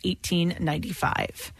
1895.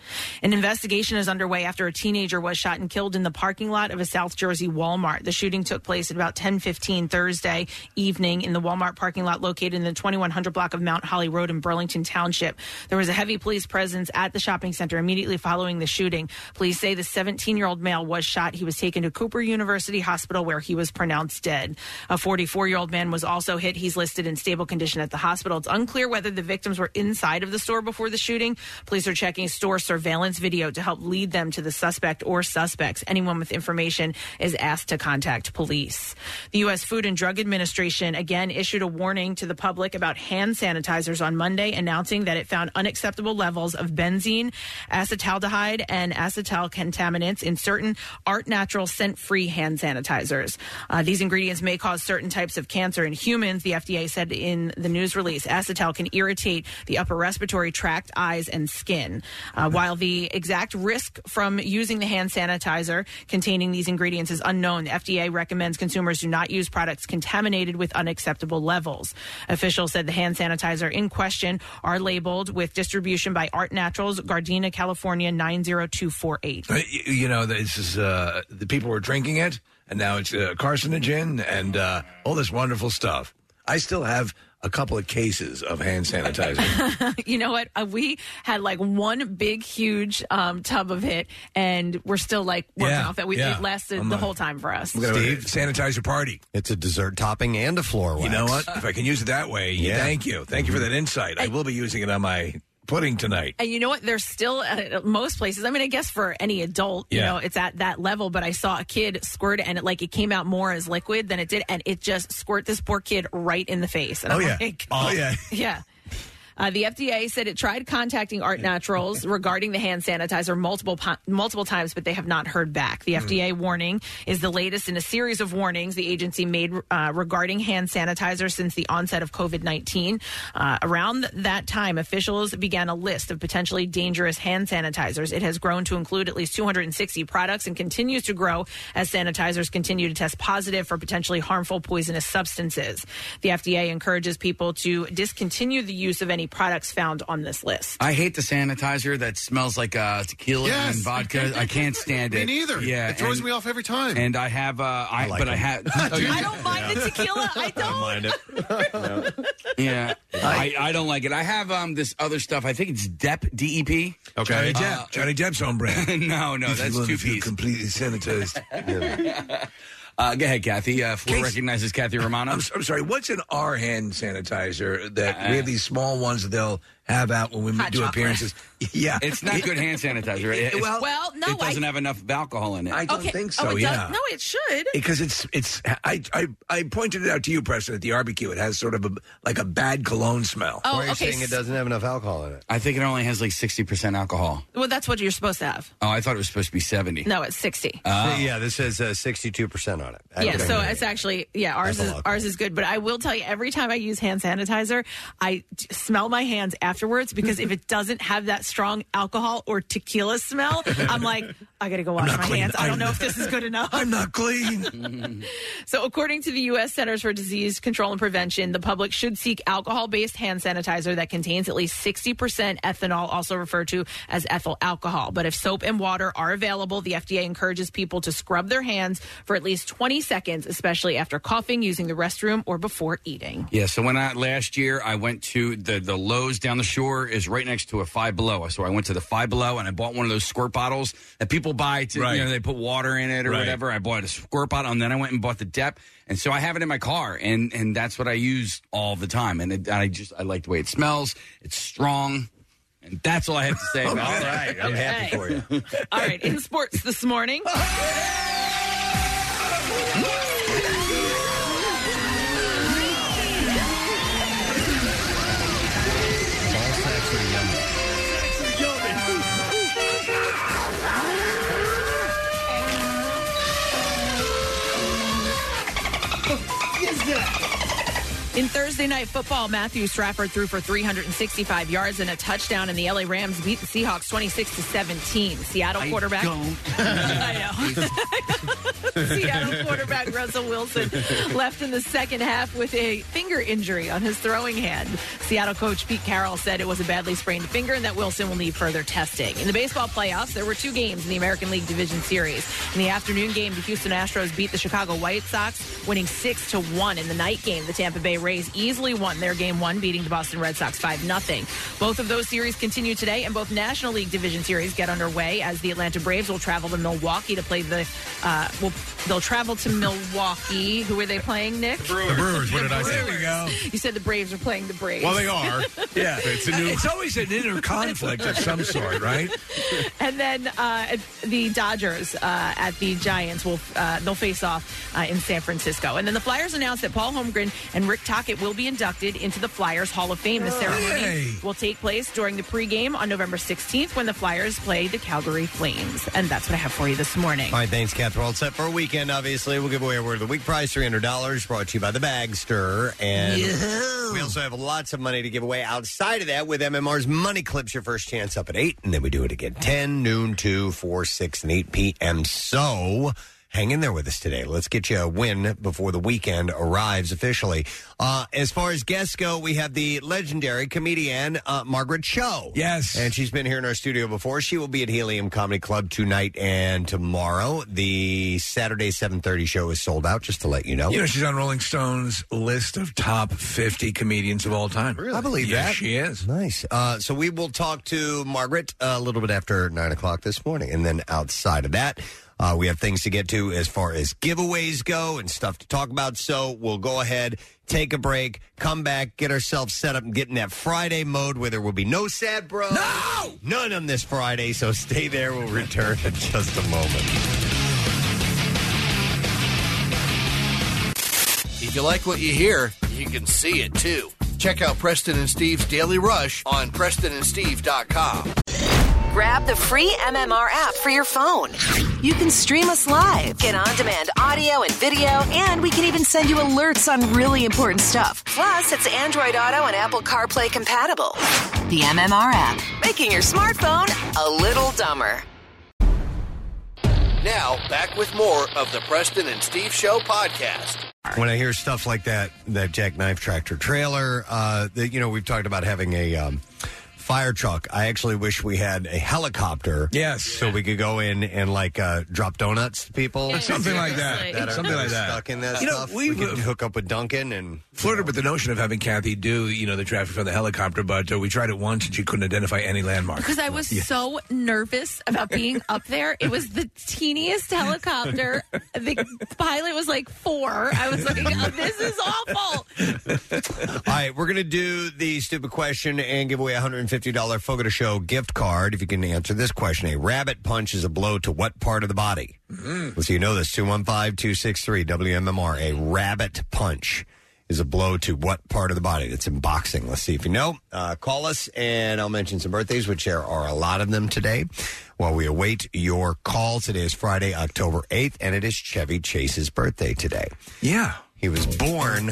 An investigation is underway after a teenager was shot and killed in the parking lot of a South Jersey Walmart. The shooting took place at about 10:15 Thursday evening in the Walmart parking lot located in the 2100 block of Mount Holly Road in Burlington Township. There was a heavy police presence at the shopping center immediately following the shooting. Police say the 17-year-old male was shot. He was taken to Cooper University Hospital where he was pronounced dead. A 44-year-old man was also hit. He's listed in stable condition at the hospital. It's unclear whether the victims were inside of the store before the shooting. Police are checking store surveillance video to help lead them to the suspect or suspects. Anyone with information is asked to contact police. The U.S. Food and Drug Administration again issued a warning to the public about hand sanitizers on Monday, announcing that it found unacceptable levels of benzene, acetaldehyde, and acetal contaminants in certain Art Natural scent free hand sanitizers. Uh, these ingredients may cause certain types of cancer in humans, the FDA said in the news release. Acetal can irritate the upper respiratory tract, eyes, and skin. Uh, while the exact risk from using the hand sanitizer containing these ingredients is unknown, the FDA recommends consumers do not use products contaminated with unacceptable levels. Officials said the hand sanitizer in question are labeled with distribution by Art Naturals, Gardena, California 90248. Uh, y- you know, this is uh, the people were drinking it, and now it's uh, carcinogen and uh, all this wonderful stuff. I still have a couple of cases of hand sanitizer. you know what? Uh, we had like one big, huge um, tub of it, and we're still like working Yeah, off that. We, yeah. It lasted I'm the a- whole time for us. We're gonna have a sanitizer party. It's a dessert topping and a floor wax. You know what? If I can use it that way, Yeah. thank you, thank you for that insight. I will be using it on my pudding tonight. And you know what? There's still at most places. I mean, I guess for any adult, you Yeah. know, it's at that level. But I saw a kid squirt, and it like it came out more as liquid than it did, and it just squirt this poor kid right in the face. And Oh I'm yeah, like, oh yeah. Yeah. Uh, the FDA said it tried contacting Art Naturals regarding the hand sanitizer multiple po- multiple times, but they have not heard back. Hmm. The FDA warning is the latest in a series of warnings the agency made uh, regarding hand sanitizer since the onset of COVID nineteen. Uh, around that time, officials began a list of potentially dangerous hand sanitizers. It has grown to include at least 260 products and continues to grow as sanitizers continue to test positive for potentially harmful poisonous substances. The FDA encourages people to discontinue the use of any products found on this list. I hate the sanitizer that smells like uh, tequila Yes. and vodka. I can't stand Me it. neither. Yeah, it throws and, me off every time. And I have, uh, I, like but I them. have, Oh, I don't mind the tequila. I don't. Mind it. yeah, I, I don't like it. I have um this other stuff. I think it's Dep D E P. Johnny Depp, Johnny Depp's own brand. No, no, that's Well, two if you piece. Completely sanitized. Uh, go ahead, Kathy. Uh, floor Case- recognizes Kathy Romano. I'm, s- I'm sorry. What's an R hand sanitizer that Uh, we have these small ones that they'll have out when we do Hot chocolate. appearances? Yeah, It's not good hand sanitizer. It, it's- well, Well, no, it doesn't I, have enough alcohol in it. I don't okay. think so. Oh, it yeah, does. No, it should. because it's it's I, I I pointed it out to you, Preston, at the barbecue. It has sort of a like a bad cologne smell. Oh, Or you're okay. saying it doesn't have enough alcohol in it. I think it only has like sixty percent alcohol. Well, that's what you're supposed to have. Ah. Oh, I thought it was supposed to be seventy. No, it's 60. yeah, this has uh, 62% on it. on it. yeah, so it's actually yeah, ours is ours is good. But I will tell you, every time I use hand sanitizer, I d- smell my hands afterwards because if it doesn't have that strong alcohol or tequila smell, I'm like, I gotta go wash my hands. I don't know if this is good enough. I'm not clean. So, according to the U.S. Centers for Disease Control and Prevention, the public should seek alcohol based hand sanitizer that contains at least 60% ethanol, also referred to as ethyl alcohol. But if soap and water are available, the FDA encourages people to scrub their hands for at least 20 seconds, especially after coughing, using the restroom, or before eating. Yeah, so when I last year I went to the the Lowe's down the shore is right next to a Five Below, so I went to the Five Below and I bought one of those squirt bottles that people buy to Right. you know they put water in it or Right. whatever. I bought a squirt bottle and then I went and bought the Dep, and so I have it in my car and and that's what I use all the time. And it, I just I like the way it smells. It's strong, and that's all I have to say. about all it. right, I'm happy for you. All right, in sports this morning. Oh, In Thursday night football, Matthew Strafford threw for 365 yards and a touchdown, and the LA Rams beat the Seahawks 26 to 17. Seattle quarterback. I know. Seattle quarterback Russell Wilson left in the second half with a finger injury on his throwing hand. Seattle coach Pete Carroll said it was a badly sprained finger and that Wilson will need further testing. In the baseball playoffs, there were two games in the American League Division Series. In the afternoon game, the Houston Astros beat the Chicago White Sox, winning six to one. In the night game, the Tampa Bay Rays easily won their game one, beating the Boston Red Sox five 0 Both of those series continue today, and both National League Division Series get underway as the Atlanta Braves will travel to Milwaukee to play the. Uh, will they'll travel to Milwaukee. Who are they playing, Nick? The Brewers. What did I There say? we go. You said the Braves are playing the Braves. Well, they are. Yeah, It's a new- It's always an inner conflict of some sort, right? and then uh, the Dodgers uh, at the Giants will uh, they'll face off uh, in San Francisco. And then the Flyers announced that Paul Holmgren and Rick Tockett will be inducted into the Flyers Hall of Fame. The ceremony Hey. will take place during the pregame on November 16th when the Flyers play the Calgary Flames. And that's what I have for you this morning. All right, thanks, Kath. We're all set for a weekend, obviously. We'll give away a word of the week prize, $300, brought to you by the Bag Stir. And we also have lots of money to give away outside of that with MMR's Money Clips. Your first chance up at 8, and then we do it again 10, noon, 2, 4, 6, and 8 p.m. So hang in there with us today. Let's get you a win before the weekend arrives officially. Uh, as far as guests go, we have the legendary comedian uh, Margaret Cho. Yes. And she's been here in our studio before. She will be at Helium Comedy Club tonight and tomorrow. The Saturday 7:30 show is sold out just to let you know. You know, she's on Rolling Stone's list of top 50 comedians of all time. I believe Yes, that. she is. Nice. Uh, so we will talk to Margaret a little bit after 9 o'clock this morning. And then outside of that, uh, we have things to get to as far as giveaways go and stuff to talk about. So we'll go ahead, take a break, come back, get ourselves set up and get in that Friday mode where there will be no sad bro. No! None of them this Friday. So stay there. We'll return in just a moment. If you like what you hear, you can see it too. Check out Preston and Steve's Daily Rush on PrestonandSteve.com. Grab the free MMR app for your phone. You can stream us live, get on demand audio and video, and we can even send you alerts on really important stuff. Plus, it's Android Auto and Apple CarPlay compatible. The MMR app, making your smartphone a little dumber. Now, back with more of the Preston and Steve Show podcast. When I hear stuff like that, that jackknife tractor trailer, uh, that you know, we've talked about having a um, fire truck. I actually wish we had a helicopter. Yes. So we could go in and like uh, drop donuts to people. Something like that. Seriously. That are Something like that. Stuck in that You know, stuff. we we could were- hook up with Duncan and Flirted with the notion of having Kathy do, you know, the traffic from the helicopter, but uh, we tried it once and she couldn't identify any landmark. Because I was so nervous about being up there. It was the teeniest helicopter. The pilot was like four. I was like, "Oh, this is awful. All right, we're going to do the stupid question and give away a $150 Fogo to Show gift card if you can answer this question. A rabbit punch is a blow to what part of the body? Mm. Let's see, you know this 215 263 WMMR. A rabbit punch is a blow to what part of the body? That's in boxing. Let's see if you know. Uh, call us and I'll mention some birthdays, which there are a lot of them today. While we await your call, today is Friday, October 8th, and it is Chevy Chase's birthday today. Yeah. He was born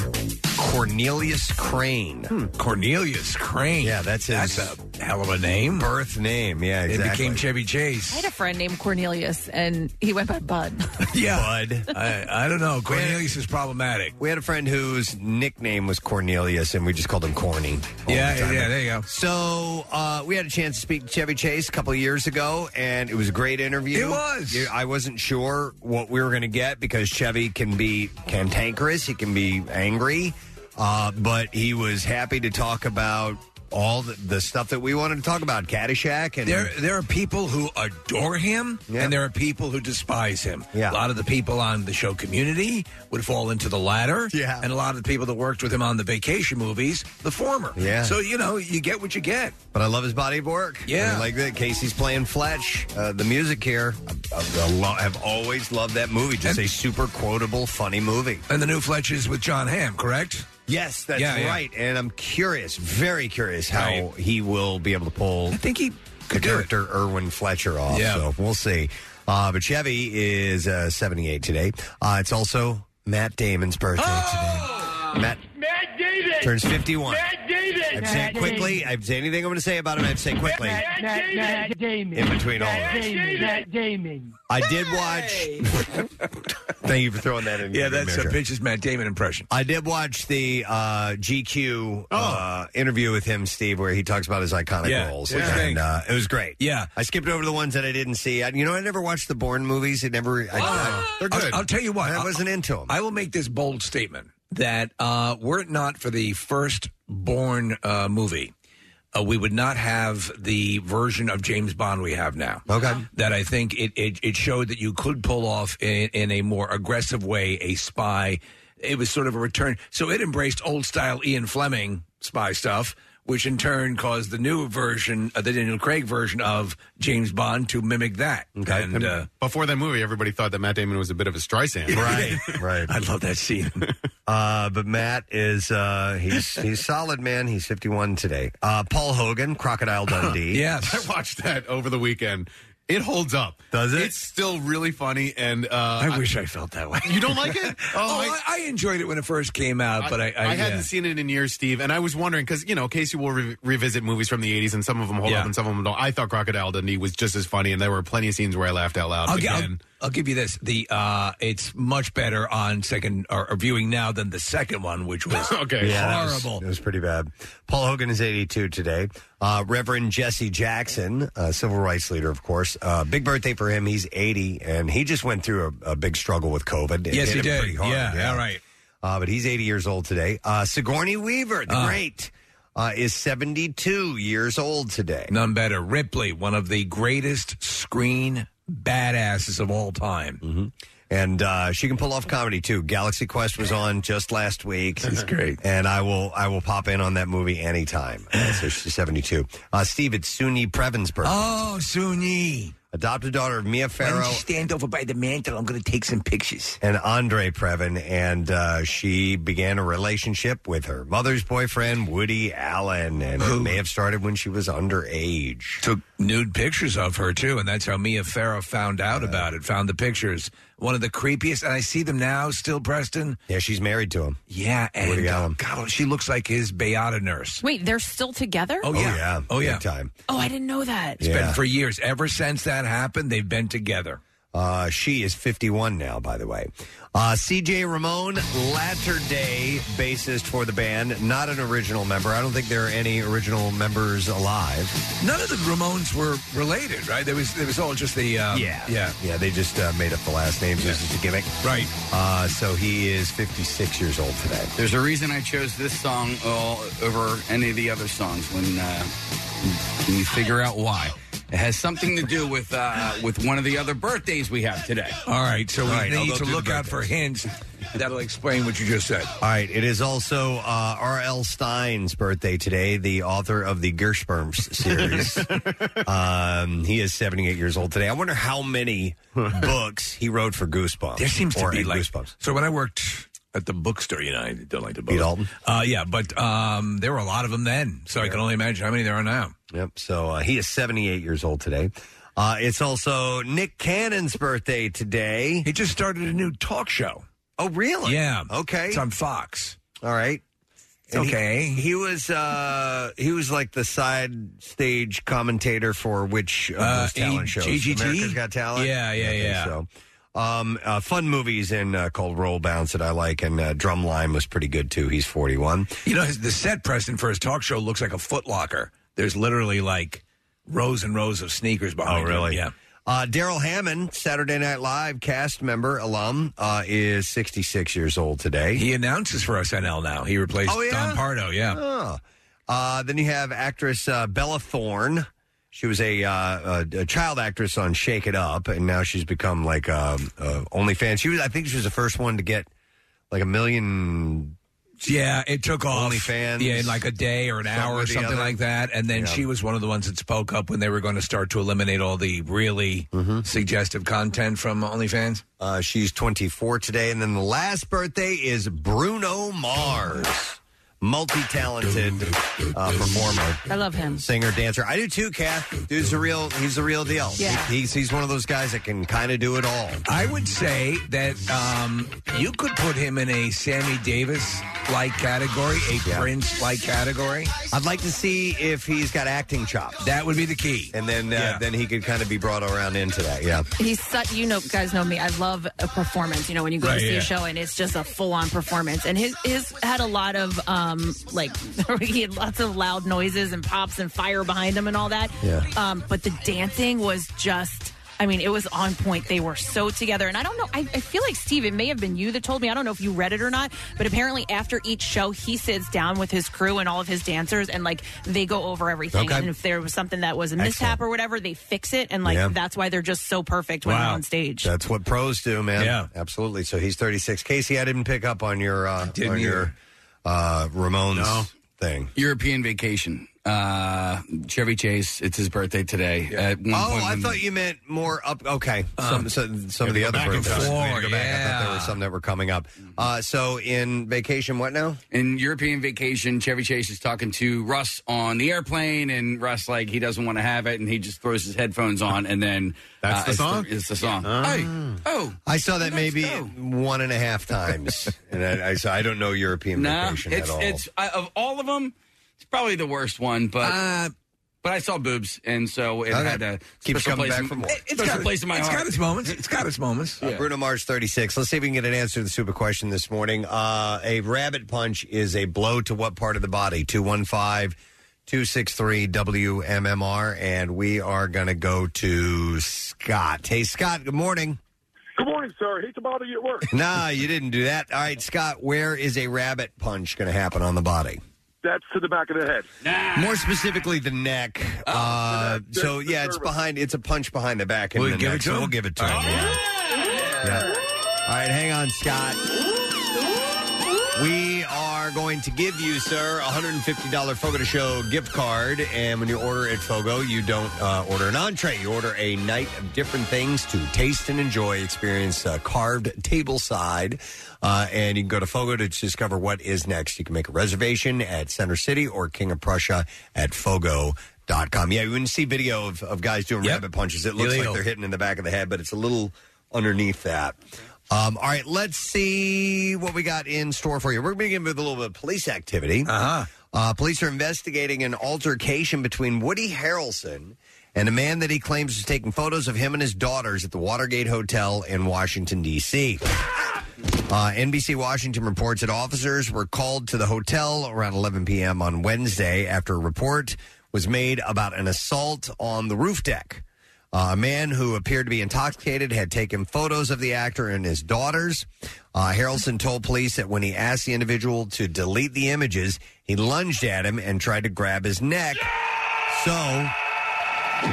Cornelius Crane. Hmm. Cornelius Crane. Yeah, that's his. That's a hell of a name. Birth name. Yeah, It exactly. became Chevy Chase. I had a friend named Cornelius, and he went by Bud. Yeah. Bud. I, I don't know. Cornelius is problematic. We had a friend whose nickname was Cornelius, and we just called him Corny. all Yeah, the time. yeah, there you go. So uh, we had a chance to speak to Chevy Chase a couple of years ago, and it was a great interview. It was. Yeah, I wasn't sure what we were going to get because Chevy can be cantankerous, he can be angry, uh, but he was happy to talk about all the, the stuff that we wanted to talk about, Caddyshack, and There, there are people who adore him, and there are people who despise him. Yeah. A lot of the people on the show community would fall into the latter. Yeah. And a lot of the people that worked with him on the vacation movies, the former. Yeah. So, you know, you get what you get. But I love his body of work. I Yeah. mean, like that. Casey's playing Fletch. Uh, the music here. I, I, I lo- have always loved that movie. Just a super quotable, funny movie. And the new Fletch is with John Hamm, correct? Yes, that's Yeah, yeah. right. And I'm curious, very curious, how he will be able to pull. I think he the character Erwin Fletcher off. Yeah. So we'll see. Uh, but Chevy is uh, 78 today. Uh, it's also Matt Damon's birthday Oh! today. Matt Matt Davis turns 51. Matt Davis. I've said quickly. I've said anything I'm going to say about him. I've said quickly. Matt, Matt, Matt Damon. In between all of Matt us. Damon. Matt Damon. I did watch. Thank you for throwing that in. Yeah, Good that's a measure. bitch's Matt Damon impression. I did watch the uh, GQ uh, interview with him, Steve, where he talks about his iconic Oh. Yeah. roles, What'd you and think? uh, it was great. Yeah. I skipped over the ones that I didn't see. I, you know, I never watched the Bourne movies. It never. I, I- they're good. I'll, I'll tell you what. I wasn't into them. I will make this bold statement that uh, were it not for the first born uh, movie, uh, we would not have the version of James Bond we have now. Okay. That I think it, it, it showed that you could pull off in, in a more aggressive way a spy. It was sort of a return. So it embraced old style Ian Fleming spy stuff. Which in turn caused the new version, uh, the Daniel Craig version of James Bond to mimic that. Okay. And, uh, Before that movie, everybody thought that Matt Damon was a bit of a Streisand. Right, right. I love that scene. Uh, but Matt is uh, he's he's solid man. He's 51 today. Uh, Paul Hogan, Crocodile Dundee. I watched that over the weekend. It holds up. Does it? It's still really funny, and uh, I, wish I felt that way. You don't like it? Oh, I, I enjoyed it when it first came out, but I, I, hadn't seen it in years, Steve, and I was wondering because you know Casey will re- revisit movies from the '80s, and some of them hold Yeah. up, and some of them don't. I thought Crocodile Dundee was just as funny, and there were plenty of scenes where I laughed out loud. I'll, gi- I'll, again, I'll give you this: the uh, it's much better on second or, or viewing now than the second one, which was Yeah, that was- horrible. It was, pretty bad. Paul Hogan is 82 today. Uh, Reverend Jesse Jackson, uh, civil rights leader, of course. Uh, big birthday for him. He's 80, and he just went through a, a big struggle with COVID. It Yes, hit he him did. Pretty hard. Yeah, all right. Uh, but he's 80 years old today. Uh, Sigourney Weaver, the great, uh, is 72 years old today. None better. Ripley, one of the greatest screen badasses of all time. Mm-hmm. and uh, she can pull off comedy too. Galaxy Quest was on just last week. She's great, and I will I will pop in on that movie anytime. Uh, so she's seventy two. Uh, Steve, it's Suni Previn's birthday. Oh, Suni, adopted daughter of Mia Farrow stand over by the mantle. I'm going to take some pictures. and Andre Previn, and uh, she began a relationship with her mother's boyfriend Woody Allen, and it may have started when she was underage. took nude pictures of her too, and that's how Mia Farrow found out about it. Found the pictures. One of the creepiest, and I see them now still, Preston. Yeah, she's married to him. Yeah, and Woody uh, God, she looks like his Beata nurse. Wait, they're still together? Oh yeah, oh yeah. time. Oh, I didn't know that. It's been for years. Ever since that happened, they've been together. Uh, she is 51 now, by the way. Uh, CJ Ramon, latter day bassist for the band, not an original member. I don't think there are any original members alive. None of the Ramones were related, right? There was, there was all just the um, Yeah. yeah. Yeah, they just uh, made up the last names. This is a gimmick. Right. Uh, so he is 56 years old today. There's a reason I chose this song all over any of the other songs. When uh, when you figure out why, it has something to do with uh, with one of the other birthdays we have today. All right, so we All right, I'll need go to through the look out for hints that'll explain what you just said. All right, it is also uh, R.L. Stein's birthday today, the author of the Gershberms series. um, he is 78 years old today. I wonder how many books he wrote for Goosebumps. There seems to or be in like Goosebumps. so when I worked at the bookstore. You know, I don't like to book. Uh, yeah, but um, there were a lot of them then, so I can only imagine how many there are now. Yep. So uh, he is 78 years old today. Uh, it's also Nick Cannon's birthday today. He just started a new talk show. Oh, really? Yeah. Okay. It's on Fox. All right. And he- okay. He, was uh he was like the side stage commentator for which of Uh, those talent A- shows? AGT? America's Got Talent. Yeah, yeah, I think yeah. So, um, uh, fun movies in uh, called Roll Bounce that I like, and uh, Drumline was pretty good too. He's forty one. You know, his, the set Preston for his talk show looks like a Foot Locker. There's literally like rows and rows of sneakers behind. Oh, really? Him. Yeah. Uh, Daryl Hammond, Saturday Night Live cast member, alum, uh, is 66 years old today. He announces for SNL now. He replaced oh, yeah? Don Pardo. Yeah. Oh. Uh, then you have actress uh, Bella Thorne. She was a, uh, a, a child actress on Shake It Up, and now she's become like uh, uh, OnlyFans. She was, I think, she was the first one to get like a million. Yeah, it took off. OnlyFans. Yeah, in like a day or an Something hour or or the something other. like that. And then Yeah. she was one of the ones that spoke up when they were going to start to eliminate all the really suggestive content from OnlyFans. Mm-hmm. Uh, she's 24 today. And then the last birthday is Bruno Mars, multi talented uh, performer. I love him. singer, dancer. I do too, Kath. Dude's a real. He's the real deal. Yeah. He- he's he's one of those guys that can kind of do it all. I would say that um, you could put him in a Sammy Davis like category, a Prince like category. I'd like to see if he's got acting chops. That would be the key. And then uh, then he could kind of be brought around into that. Yeah. He's such, you know, guys know me. I love a performance. You know, when you go Right, to see yeah. a show and it's just a full on performance. And his, his had a lot of, um, like, he had lots of loud noises and pops and fire behind him and all that. Yeah. Um, but the dancing was just, I mean, it was on point. They were so together. And I don't know, I, I feel like Steve, it may have been you that told me. I don't know if you read it or not, but apparently after each show, he sits down with his crew and all of his dancers and, like, they go over everything. Okay. And if there was something that was a mishap Excellent. or whatever, they fix it. And, like, Yeah. that's why they're just so perfect when they're on stage. That's what pros do, man. Yeah. Absolutely. So he's 36. Casey, I didn't pick up on your uh, didn't on your either. uh, Ramones No. thing. European vacation. Uh, Chevy Chase. It's his birthday today. At one Oh, point I when- thought you meant more up. Okay, some Um, some, some of we the go other back and breakdowns. forth, We had to go back. I thought there yeah. Mm-hmm. were some that were coming up. Uh, so in vacation, what now? in European vacation, Chevy Chase is talking to Russ on the airplane, and Russ like he doesn't want to have it, and he just throws his headphones on, and then That's uh, the it's song? It's the song. Hey, oh, I saw that maybe one and a half times, and I, I, so I don't know European no, vacation it's at all. it's I, of all of them, it's probably the worst one, but. but I saw boobs, and so it Okay. had a Uh, Keeps special coming place back in- for more. It, has got a place in my heart. It's got its moments. It's got its moments. Uh, Bruno Mars, 36. Let's see if we can get an answer to the super question this morning. Uh, a rabbit punch is a blow to what part of the body? 215 263 WMMR. And we are going to go to Scott. Hey, Scott, good morning. Good morning, sir. Hate to bother you at work. nah, you didn't do that. All right, Scott, where is a rabbit punch going to happen on the body? That's to the back of the head. More specifically, the neck. Oh, uh, so, yeah, it's behind. It's a punch behind the back. and We'll the give neck, it to so him? Oh, We'll give it to him. yeah. Yeah. All right, hang on, Scott. We are going to give you, sir, a $150 Fogo to Show gift card. And when you order at Fogo, you don't uh, order an entree. You order a night of different things to taste and enjoy, experience uh, carved tableside. Uh, and you can go to Fogo to discover what is next. You can make a reservation at Center City or King of Prussia at Fogo.com. Yeah, you can see video of, of guys doing rabbit punches. It looks Illegal. like they're hitting in the back of the head, but it's a little underneath that. Um, all right, let's see what we got in store for you. We're beginning with a little bit of police activity. Uh-huh. police are investigating an altercation between Woody Harrelson and a man that he claims was taking photos of him and his daughters at the Watergate Hotel in Washington, D.C. Uh, NBC Washington reports that officers were called to the hotel around 11 p.m. on Wednesday after a report was made about an assault on the roof deck. Uh, a man who appeared to be intoxicated had taken photos of the actor and his daughters. Uh, Harrelson told police that when he asked the individual to delete the images, he lunged at him and tried to grab his neck. So,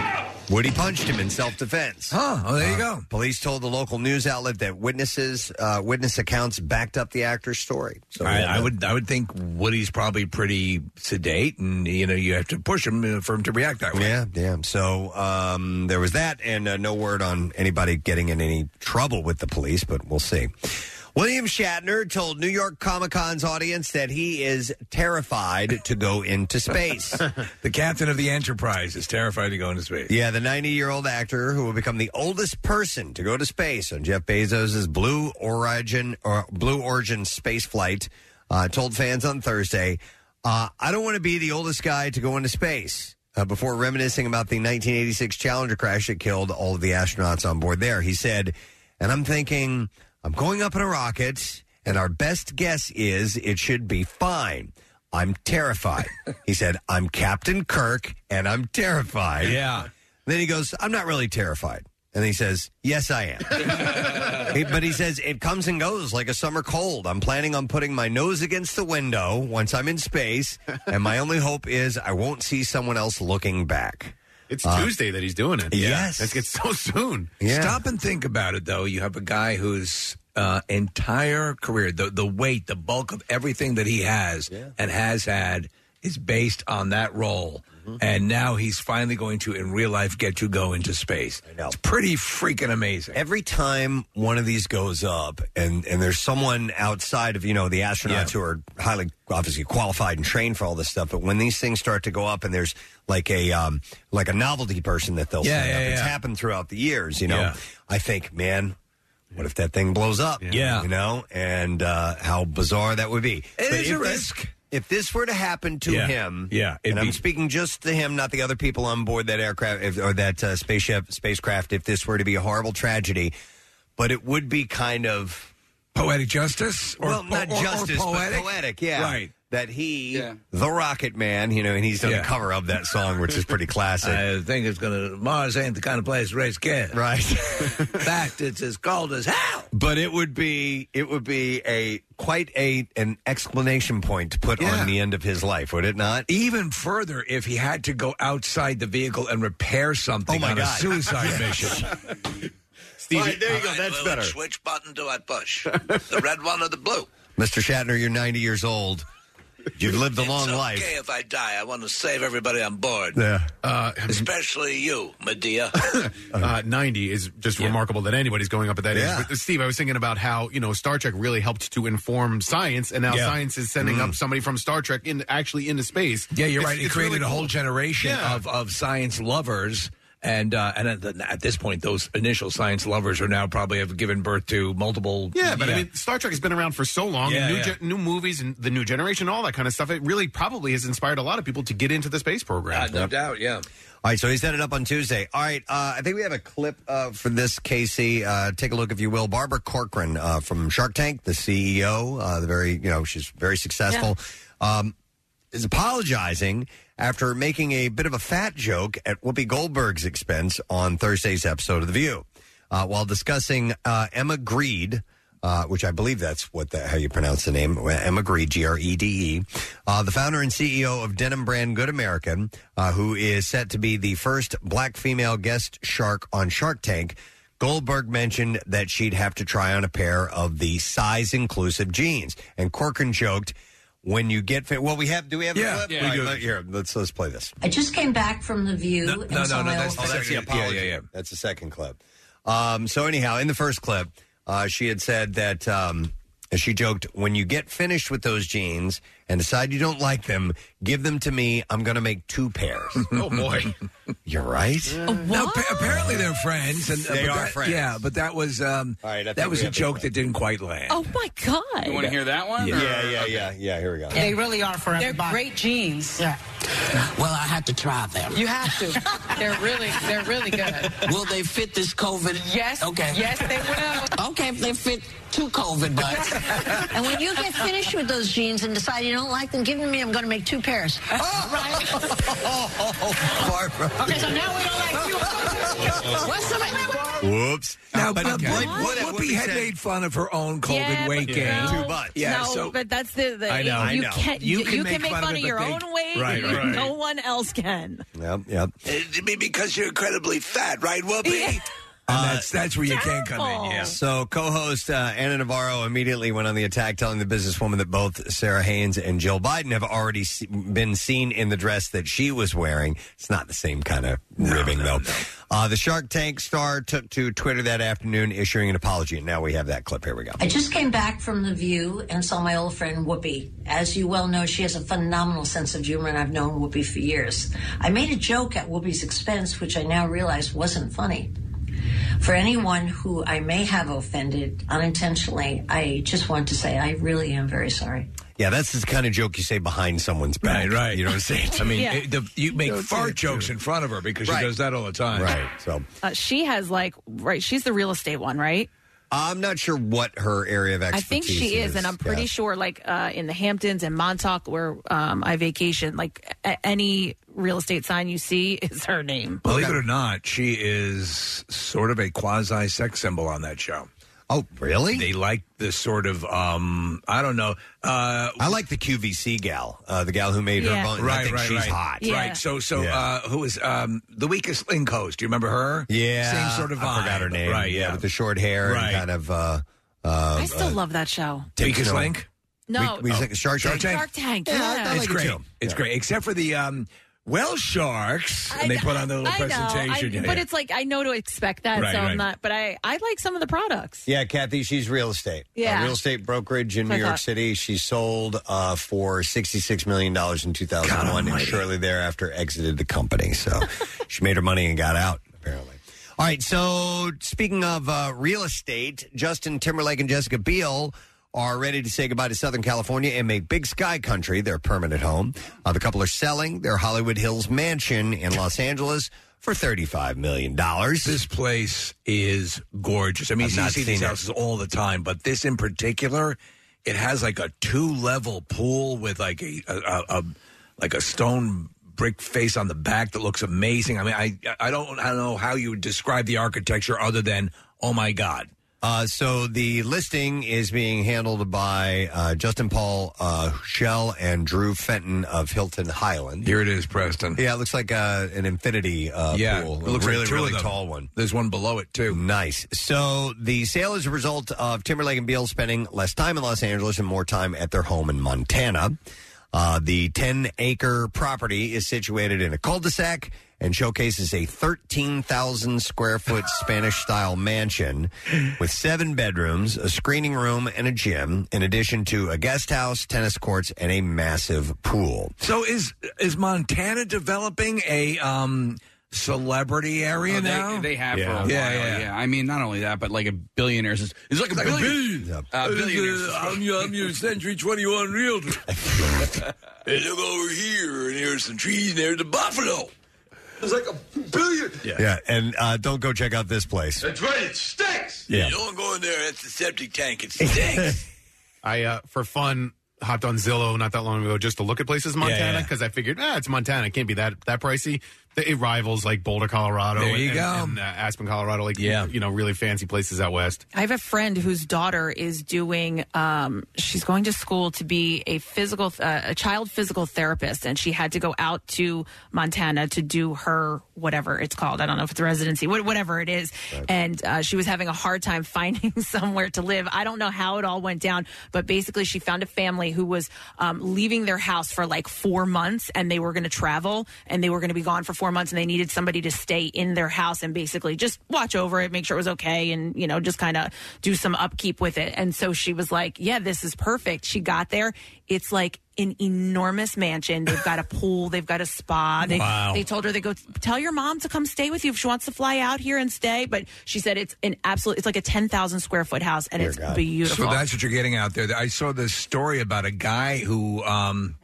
Woody punched him in self defense. Huh. Oh, there you go. Police told the local news outlet that witnesses uh, witness accounts backed up the actor's story. So I, I would I would think Woody's probably pretty sedate, and you know you have to push him uh, for him to react that way. Yeah, damn. So um, there was that, and uh, no word on anybody getting in any trouble with the police, but we'll see. William Shatner told New York Comic Con's audience that he is terrified to go into space. the captain of the Enterprise is terrified to go into space. Yeah, the 90 year old actor who will become the oldest person to go to space on Jeff Bezos' Blue Origin or Blue Origin space flight uh, told fans on Thursday, uh, "I don't want to be the oldest guy to go into space." Uh, before reminiscing about the 1986 Challenger crash that killed all of the astronauts on board there, he said, "And I'm thinking, I'm going up in a rocket, and our best guess is it should be fine." I'm terrified. he said, I'm Captain Kirk and I'm terrified. Yeah. Then he goes, I'm not really terrified. And he says, Yes, I am. He- but he says, It comes and goes like a summer cold. I'm planning on putting my nose against the window once I'm in space. And my only hope is I won't see someone else looking back. It's Uh, Tuesday that he's doing it. Yes. It's, it's so soon. Stop and think about it, though. You have a guy whose uh, entire career, the the weight, the bulk of everything that he has and has had, is based on that role. Mm-hmm. And now he's finally going to, in real life, get to go into space. I know. It's pretty freaking amazing. Every time one of these goes up and, and there's someone outside of, you know, the astronauts who are highly obviously qualified and trained for all this stuff, but when these things start to go up and there's like a um like a novelty person that they'll Yeah, send up. yeah, It's yeah. happened throughout the years, you know. Yeah. I think, man, what if that thing blows up? Yeah. You know? And uh how bizarre that would be. It But is if this- a risk. if this were to happen to Yeah. him, Yeah, it'd and I'm be- speaking just to him, not the other people on board that aircraft if, or that uh, spaceship spacecraft. If this were to be a horrible tragedy, but it would be kind of poetic justice, or, well, not or- or justice, poetic? but poetic, yeah, Right. That he, the Rocket Man, you know, and he's done Yeah. a cover of that song, which is pretty classic. I think it's gonna Mars ain't the kind of place to raise kids. Right. fact, it's as cold as hell. but it would be it would be a quite a an explanation point to put on the end of his life, would it not? Even further, if he had to go outside the vehicle and repair something Oh, my on God. a suicide Yes. mission. Steve, All right, there you go. That's better. Which button do I push? The red one or the blue? Mr. Shatner, you're 90 years old. You've lived a long life. if I die. I want to save everybody on board. Yeah. Uh, Especially you, Medea. uh, 90 is just remarkable that anybody's going up at that Yeah. age. But, Steve, I was thinking about how, you know, Star Trek really helped to inform science, and now Yeah. science is sending Mm. up somebody from Star Trek in, actually into space. Yeah, you're It's- right. It it's created really a whole cool. generation Yeah. of, of science lovers. And uh, and at, the, at this point, those initial science lovers are now probably have given birth to multiple. Yeah, but I mean, Star Trek has been around for so long. Yeah, and new, yeah. gen- new movies and the new generation, all that kind of stuff. It really probably has inspired a lot of people to get into the space program. no doubt. Yeah. All right, so he's set it up on Tuesday. All right, uh, I think we have a clip uh, for this, Casey. Uh, take a look, if you will. Barbara Corcoran uh, from Shark Tank, the CEO, uh, the very you know she's very successful, um, is apologizing after making a bit of a fat joke at Whoopi Goldberg's expense on Thursday's episode of The View, uh, while discussing uh, Emma Greed. Uh, which I believe that's what the, how you pronounce the name Emma Greed G R E D E, uh, the founder and CEO of denim brand Good American, uh, who is set to be the first black female guest shark on Shark Tank. Goldberg mentioned that she'd have to try on a pair of the size inclusive jeans, and Corcoran joked, "When you get fit, well, we have do we have Yeah, the clip? yeah. All right, we do. let- here, let's let's play this. I just came back from the view. and saw my old Oh, that's the apology. Yeah, yeah, That's the second clip. Um, so anyhow, in the first clip, uh, she had said that um, she joked, "When you get finished with those jeans and decide you don't like them, give them to me. I'm going to make two pairs." oh boy, you're right. No, pa- apparently they're friends. And, They but are that- friends. Yeah, but that was um, All right, I that think was we a have the joke clip. that didn't quite land. Oh my god! You want to hear that one? Yeah. or- Yeah, yeah, okay. Yeah, yeah. Here we go. They really are for everybody. They're great jeans. Yeah. Well, I had to try them. You have to. they're really, they're really good. Will they fit this COVID? Yes. Okay. Yes, they will. Okay, if they fit two COVID butts. And when you get finished with those jeans and decide you don't like them, give them to me. I'm going to make two pairs. Barbara. Okay, so now we don't like you. What's the matter? Whoops. Now, but, but Whoopi, what- what Whoopi he had said- made fun of her own COVID Yeah, weight but gain. no, no, but that's the, the I know, I you know. can You you, can can make make, fun fun, of of, it, your but own they- weight. Right, and right. No one else can. Yep, yep. because you're incredibly fat, right, Whoopi? And that's that's where you can't come in. Yeah. So, co-host uh, Anna Navarro immediately went on the attack, telling the businesswoman that both Sarah Haynes and Jill Biden have already se- been seen in the dress that she was wearing. It's not the same kind of ribbing, though. Uh, the Shark Tank star took to Twitter that afternoon, issuing an apology. And now we have that clip. Here we go. I just came back from The View and saw my old friend Whoopi. As you well know, she has a phenomenal sense of humor, and I've known Whoopi for years. I made a joke at Whoopi's expense, which I now realize wasn't funny. For anyone who I may have offended unintentionally, I just want to say I really am very sorry. Yeah, that's the kind of joke you say behind someone's back. Right, right. You know what I'm saying? I mean, Yeah. it- the, you make fart jokes in front of her because Right. she does that all the time. Right. So Uh, she has like right. She's the real estate one, right? I'm not sure what her area of I expertise think she is, and I'm pretty Yeah. sure, like uh, in the Hamptons and Montauk, where um, I vacation, like a- any real estate sign you see is her name. Believe it or not, she is sort of a quasi sex symbol on that show. Oh, really? They like the sort of um I don't know. Uh I like the QVC gal, uh, the gal who made her bone. I Right, think right, she's right. hot. Yeah. Right. So so Yeah. uh who is um the weakest link host? Do you remember her? Yeah, Same sort of vibe. I forgot her name. Right, yeah. with the short hair Right. and kind of. Uh, uh, I still uh, love that show. Dick Snow. No, We, we think Shark Tank. Shark Tank. Oh. Yeah, I- Yeah, I it's like it great. too. It's great. Except for the um well sharks and they put on the little I know, presentation. I- Yeah, but yeah. it's like I know to expect that, Right, so right. I'm not. But I I like some of the products. Yeah, Kathy, she's real estate. A Yeah. real estate brokerage in That's New what I York thought. City. She sold uh, for $66 million in 2001 and shortly thereafter exited the company. So she made her money and got out, apparently. All right, so speaking of uh, real estate, Justin Timberlake and Jessica Biel are ready to say goodbye to Southern California and make Big Sky Country their permanent home. Uh, the couple are selling their Hollywood Hills mansion in Los Angeles for $35 million. This place is gorgeous. I mean, I've you not see seen these it. houses all the time, but this in particular, it has like a two-level pool with like a, a, a, a like a stone brick face on the back that looks amazing. I mean, I I don't I don't know how you would describe the architecture other than oh my god. Uh, so the listing is being handled by uh, Justin Paul uh, Shell and Drew Fenton of Hilton Highland. Here it is, Preston. Yeah, it looks like uh, an infinity uh, yeah, pool. it looks really, like two really of them. tall one. There's one below it too. Nice. So the sale is a result of Timberlake and Beal spending less time in Los Angeles and more time at their home in Montana. Uh, the 10 acre property is situated in a cul de sac and showcases a 13,000 square foot Spanish style mansion with seven bedrooms, a screening room, and a gym, in addition to a guest house, tennis courts, and a massive pool. So is is Montana developing a um celebrity area Oh, they, now? they have for a while. Yeah, Yeah, yeah. I mean, not only that, but like a billionaire's. It's like a Like a billion. billion. Uh, billionaire's. Uh, I'm your, I'm your Century 21 realtor. hey, look over here, and here's some trees, and there's a buffalo. It's like a billion. Yeah, and uh, don't go check out this place. That's right, it stinks. Yeah. You don't go in there, that's the septic tank. It stinks. I uh, for fun hopped on Zillow not that long ago just to look at places in Yeah, Montana yeah. because I figured ah it's Montana it can't be that that pricey. It rivals like Boulder, Colorado, There you and, go. and, uh, Aspen, Colorado, like you know really fancy places out west. I have a friend whose daughter is doing. Um, she's going to school to be a physical, uh, a child physical therapist, and she had to go out to Montana to do her whatever it's called. I don't know if it's residency, what- whatever it is. And uh, she was having a hard time finding somewhere to live. I don't know how it all went down, but basically, she found a family who was um, leaving their house for like four months, and they were going to travel, and they were going to be gone for four months, and they needed somebody to stay in their house and basically just watch over it, make sure it was okay, and you know just kind of do some upkeep with it. And so she was like, "Yeah, this is perfect." She got there. It's like an enormous mansion. They've got a pool. They've got a spa. They, Wow. they told her they go tell your mom to come stay with you if she wants to fly out here and stay. But she said it's an absolute. It's like a ten thousand square foot house, and it's beautiful. So that's what you're getting out there. I saw this story about a guy who, um,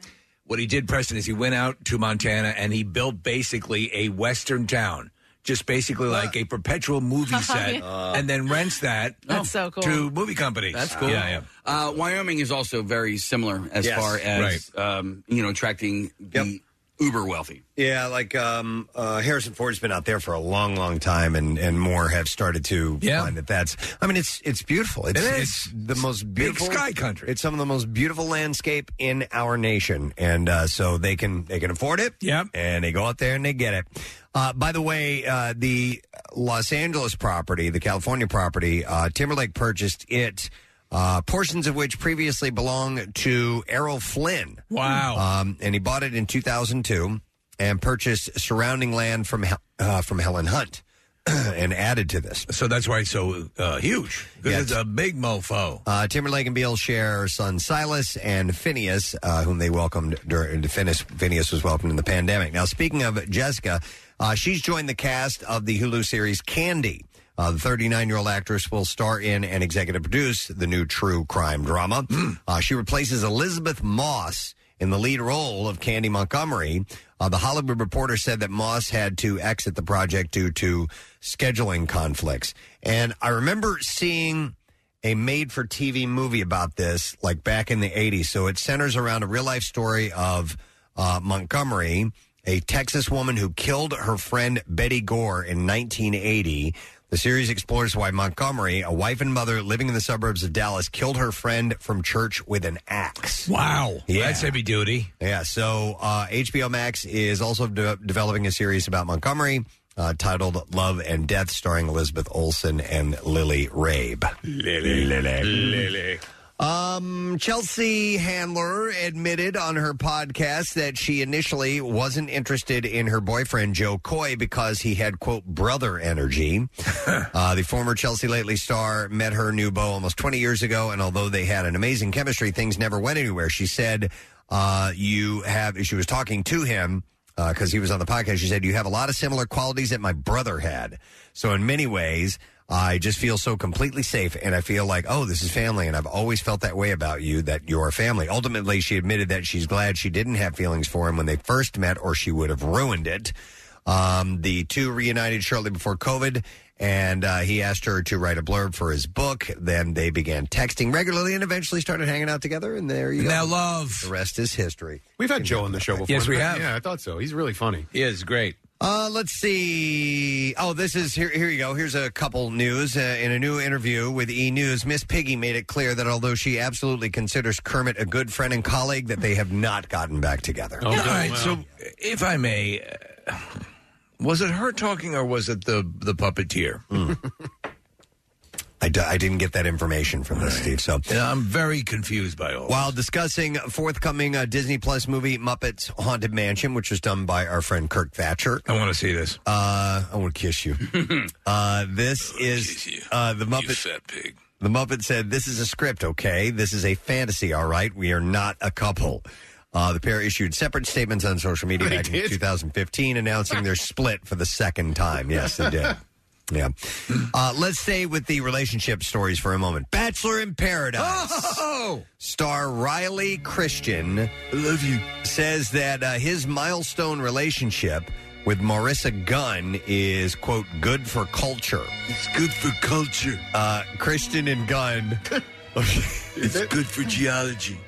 what he did, Preston, is he went out to Montana and he built basically a Western town, just basically like a perpetual movie set, Yeah. and then rents that That's so cool. to movie companies. That's cool. Yeah, yeah. Uh, Wyoming is also very similar as Yes. far as um, you know attracting the uber wealthy. Yeah, like um, uh, Harrison Ford's been out there for a long, long time, and, and more have started to find that that's. I mean, it's it's beautiful. It's, It is. it's the most big beautiful sky country. It's some of the most beautiful landscape in our nation, and uh, so they can they can afford it. Yep, and they go out there and they get it. Uh, by the way, uh, the Los Angeles property, the California property, uh, Timberlake purchased it. Uh, portions of which previously belonged to Errol Flynn. Wow! Um, and he bought it in 2002 and purchased surrounding land from Hel- uh, from Helen Hunt. and added to this. So that's why it's so uh, huge. Because it's a big mofo. Uh, Timberlake and Beal share our son Silas and Phineas, uh, whom they welcomed during. Phineas, Phineas was welcomed in the pandemic. Now, speaking of Jessica, uh, she's joined the cast of the Hulu series Candy. Uh, the 39 year old actress will star in and executive produce the new true crime drama. Uh, she replaces Elizabeth Moss in the lead role of Candy Montgomery. Uh, the Hollywood Reporter said that Moss had to exit the project due to scheduling conflicts. And I remember seeing a made for TV movie about this, like back in the 80s. So it centers around a real life story of uh, Montgomery, a Texas woman who killed her friend Betty Gore in 1980. The series explores why Montgomery, a wife and mother living in the suburbs of Dallas, killed her friend from church with an axe. Wow. Yeah. That's heavy duty. Yeah, so uh, HBO Max is also de- developing a series about Montgomery uh, titled Love and Death, starring Elizabeth Olsen and Lily Rabe. Lily. Lily. Um, Chelsea Handler admitted on her podcast that she initially wasn't interested in her boyfriend Joe Coy because he had quote brother energy. uh, the former Chelsea Lately star met her new beau almost 20 years ago, and although they had an amazing chemistry, things never went anywhere. She said, uh, "You have." She was talking to him because he was on the podcast. She said, You have a lot of similar qualities that my brother had. So, in many ways, I just feel so completely safe and I feel like, oh, this is family. And I've always felt that way about you that you're family. Ultimately, she admitted that she's glad she didn't have feelings for him when they first met, or she would have ruined it. Um, the two reunited shortly before COVID, and uh, he asked her to write a blurb for his book. Then they began texting regularly and eventually started hanging out together. And there you go. Now, love. The rest is history. We've had Joe on the show before. Yes, we have. Yeah, I thought so. He's really funny. He is great. Uh, let's see. Oh, this is here. Here you go. Here's a couple news. Uh, in a new interview with E News, Miss Piggy made it clear that although she absolutely considers Kermit a good friend and colleague, that they have not gotten back together. Oh, Yeah, all right. So, if I may, uh, was it her talking or was it the the puppeteer? I d- I didn't get that information from this, Steve. So And I'm very confused by all. While discussing forthcoming uh, Disney Plus movie Muppets Haunted Mansion, which was done by our friend Kirk Thatcher. I want to see this. Oh, Uh, I want to kiss you. uh, this is uh, the Muppet. pig. The Muppet said, "This is a script, okay? This is a fantasy, all right? We are not a couple." Uh, the pair issued separate statements on social media They back in did? 2015, announcing their split for the second time. Yes, they did. Yeah. Uh, let's stay with the relationship stories for a moment. Bachelor in Paradise. Oh! Star Riley Christian. love you. Says that uh, his milestone relationship with Marissa Gunn is, quote, good for culture. It's good for culture. Uh, Christian and Gunn. it's good for geology.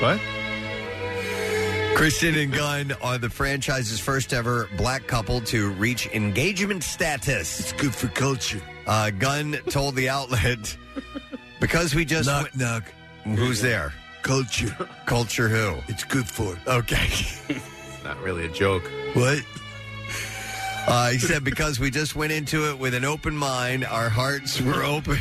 What? Kristen and Gunn are the franchise's first ever black couple to reach engagement status. It's good for culture. Uh, Gunn told the outlet, because we just. Knock, knock. Who's there? Culture. Culture who? It's good for. Okay. Not really a joke. What? Uh, he said, because we just went into it with an open mind, our hearts were open.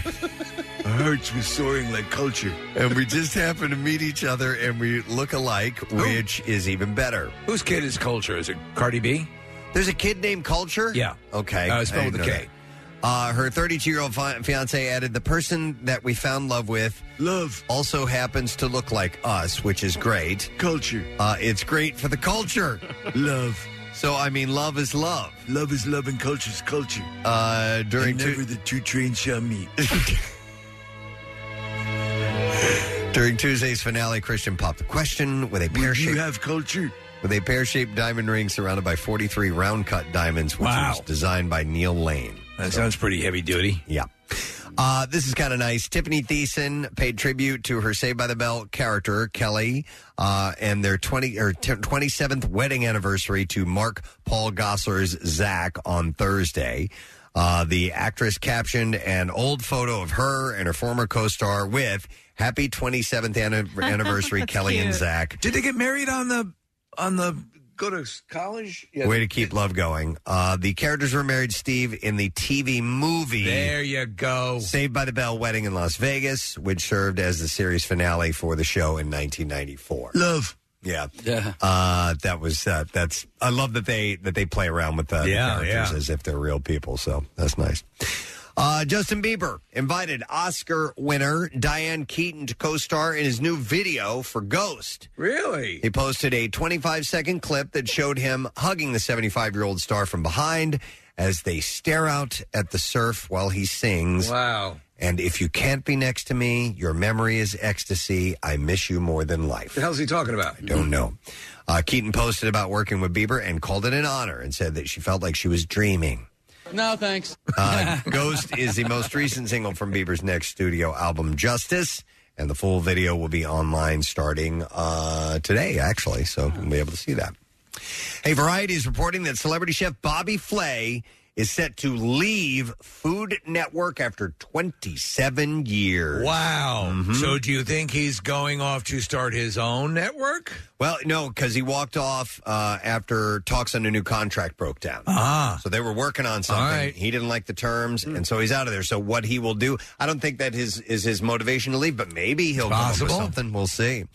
our hearts were soaring like culture. And we just happened to meet each other and we look alike, which is even better. Whose kid is culture? Is it Cardi B? There's a kid named Culture? Yeah. Okay. Uh, spelled I didn't with a know K. that. Uh, her 32 year old fi- fiance added, the person that we found love with love also happens to look like us, which is great. Culture. Uh, it's great for the culture. love. So, I mean, love is love. Love is love and culture is culture. Uh, during And two- never the two trains shall meet. During Tuesday's finale, Christian popped the question with a pear shaped. You have culture. With a pear shaped diamond ring surrounded by 43 round cut diamonds, which Wow. was designed by Neil Lane. That sounds pretty heavy duty. Yeah. Uh, this is kind of nice. Tiffany Thiessen paid tribute to her Saved by the Bell character Kelly, uh, and their twenty or twenty seventh wedding anniversary to Mark Paul Gossler's Zach on Thursday. Uh, the actress captioned an old photo of her and her former co-star with "Happy 27th anni- anniversary, Kelly and Zach." Did they get married on the on the go to college? Yeah. Way to keep love going. Uh, the characters were married, Steve, in the TV movie. There you go. Saved by the Bell wedding in Las Vegas, which served as the series finale for the show in 1994. Love. Yeah, yeah. Uh, that was uh, that's. I love that they that they play around with uh, Yeah, the characters yeah. as if they're real people. So that's nice. Uh, Justin Bieber invited Oscar winner Diane Keaton to co-star in his new video for Ghost. Really? He posted a 25-second clip that showed him hugging the 75-year-old star from behind as they stare out at the surf while he sings. Wow. And if you can't be next to me, your memory is ecstasy. I miss you more than life. The hell's he talking about? I don't know. Uh, Keaton posted about working with Bieber and called it an honor and said that she felt like she was dreaming. No, thanks. Uh, Ghost is the most recent single from Bieber's next studio album, Justice. And the full video will be online starting uh, today, actually. So you'll be able to see that. Hey, Variety is reporting that celebrity chef Bobby Flay is set to leave Food Network after 27 years. Wow. Mhm. So do you think he's going off to start his own network? Well, no, because he walked off uh, after talks on a new contract broke down. Ah. So they were working on something. All right. Hmm. He didn't like the terms, and so he's out of there. So what he will do, I don't think that his is his motivation to leave, but maybe he'll come up with Possible. something. We'll see.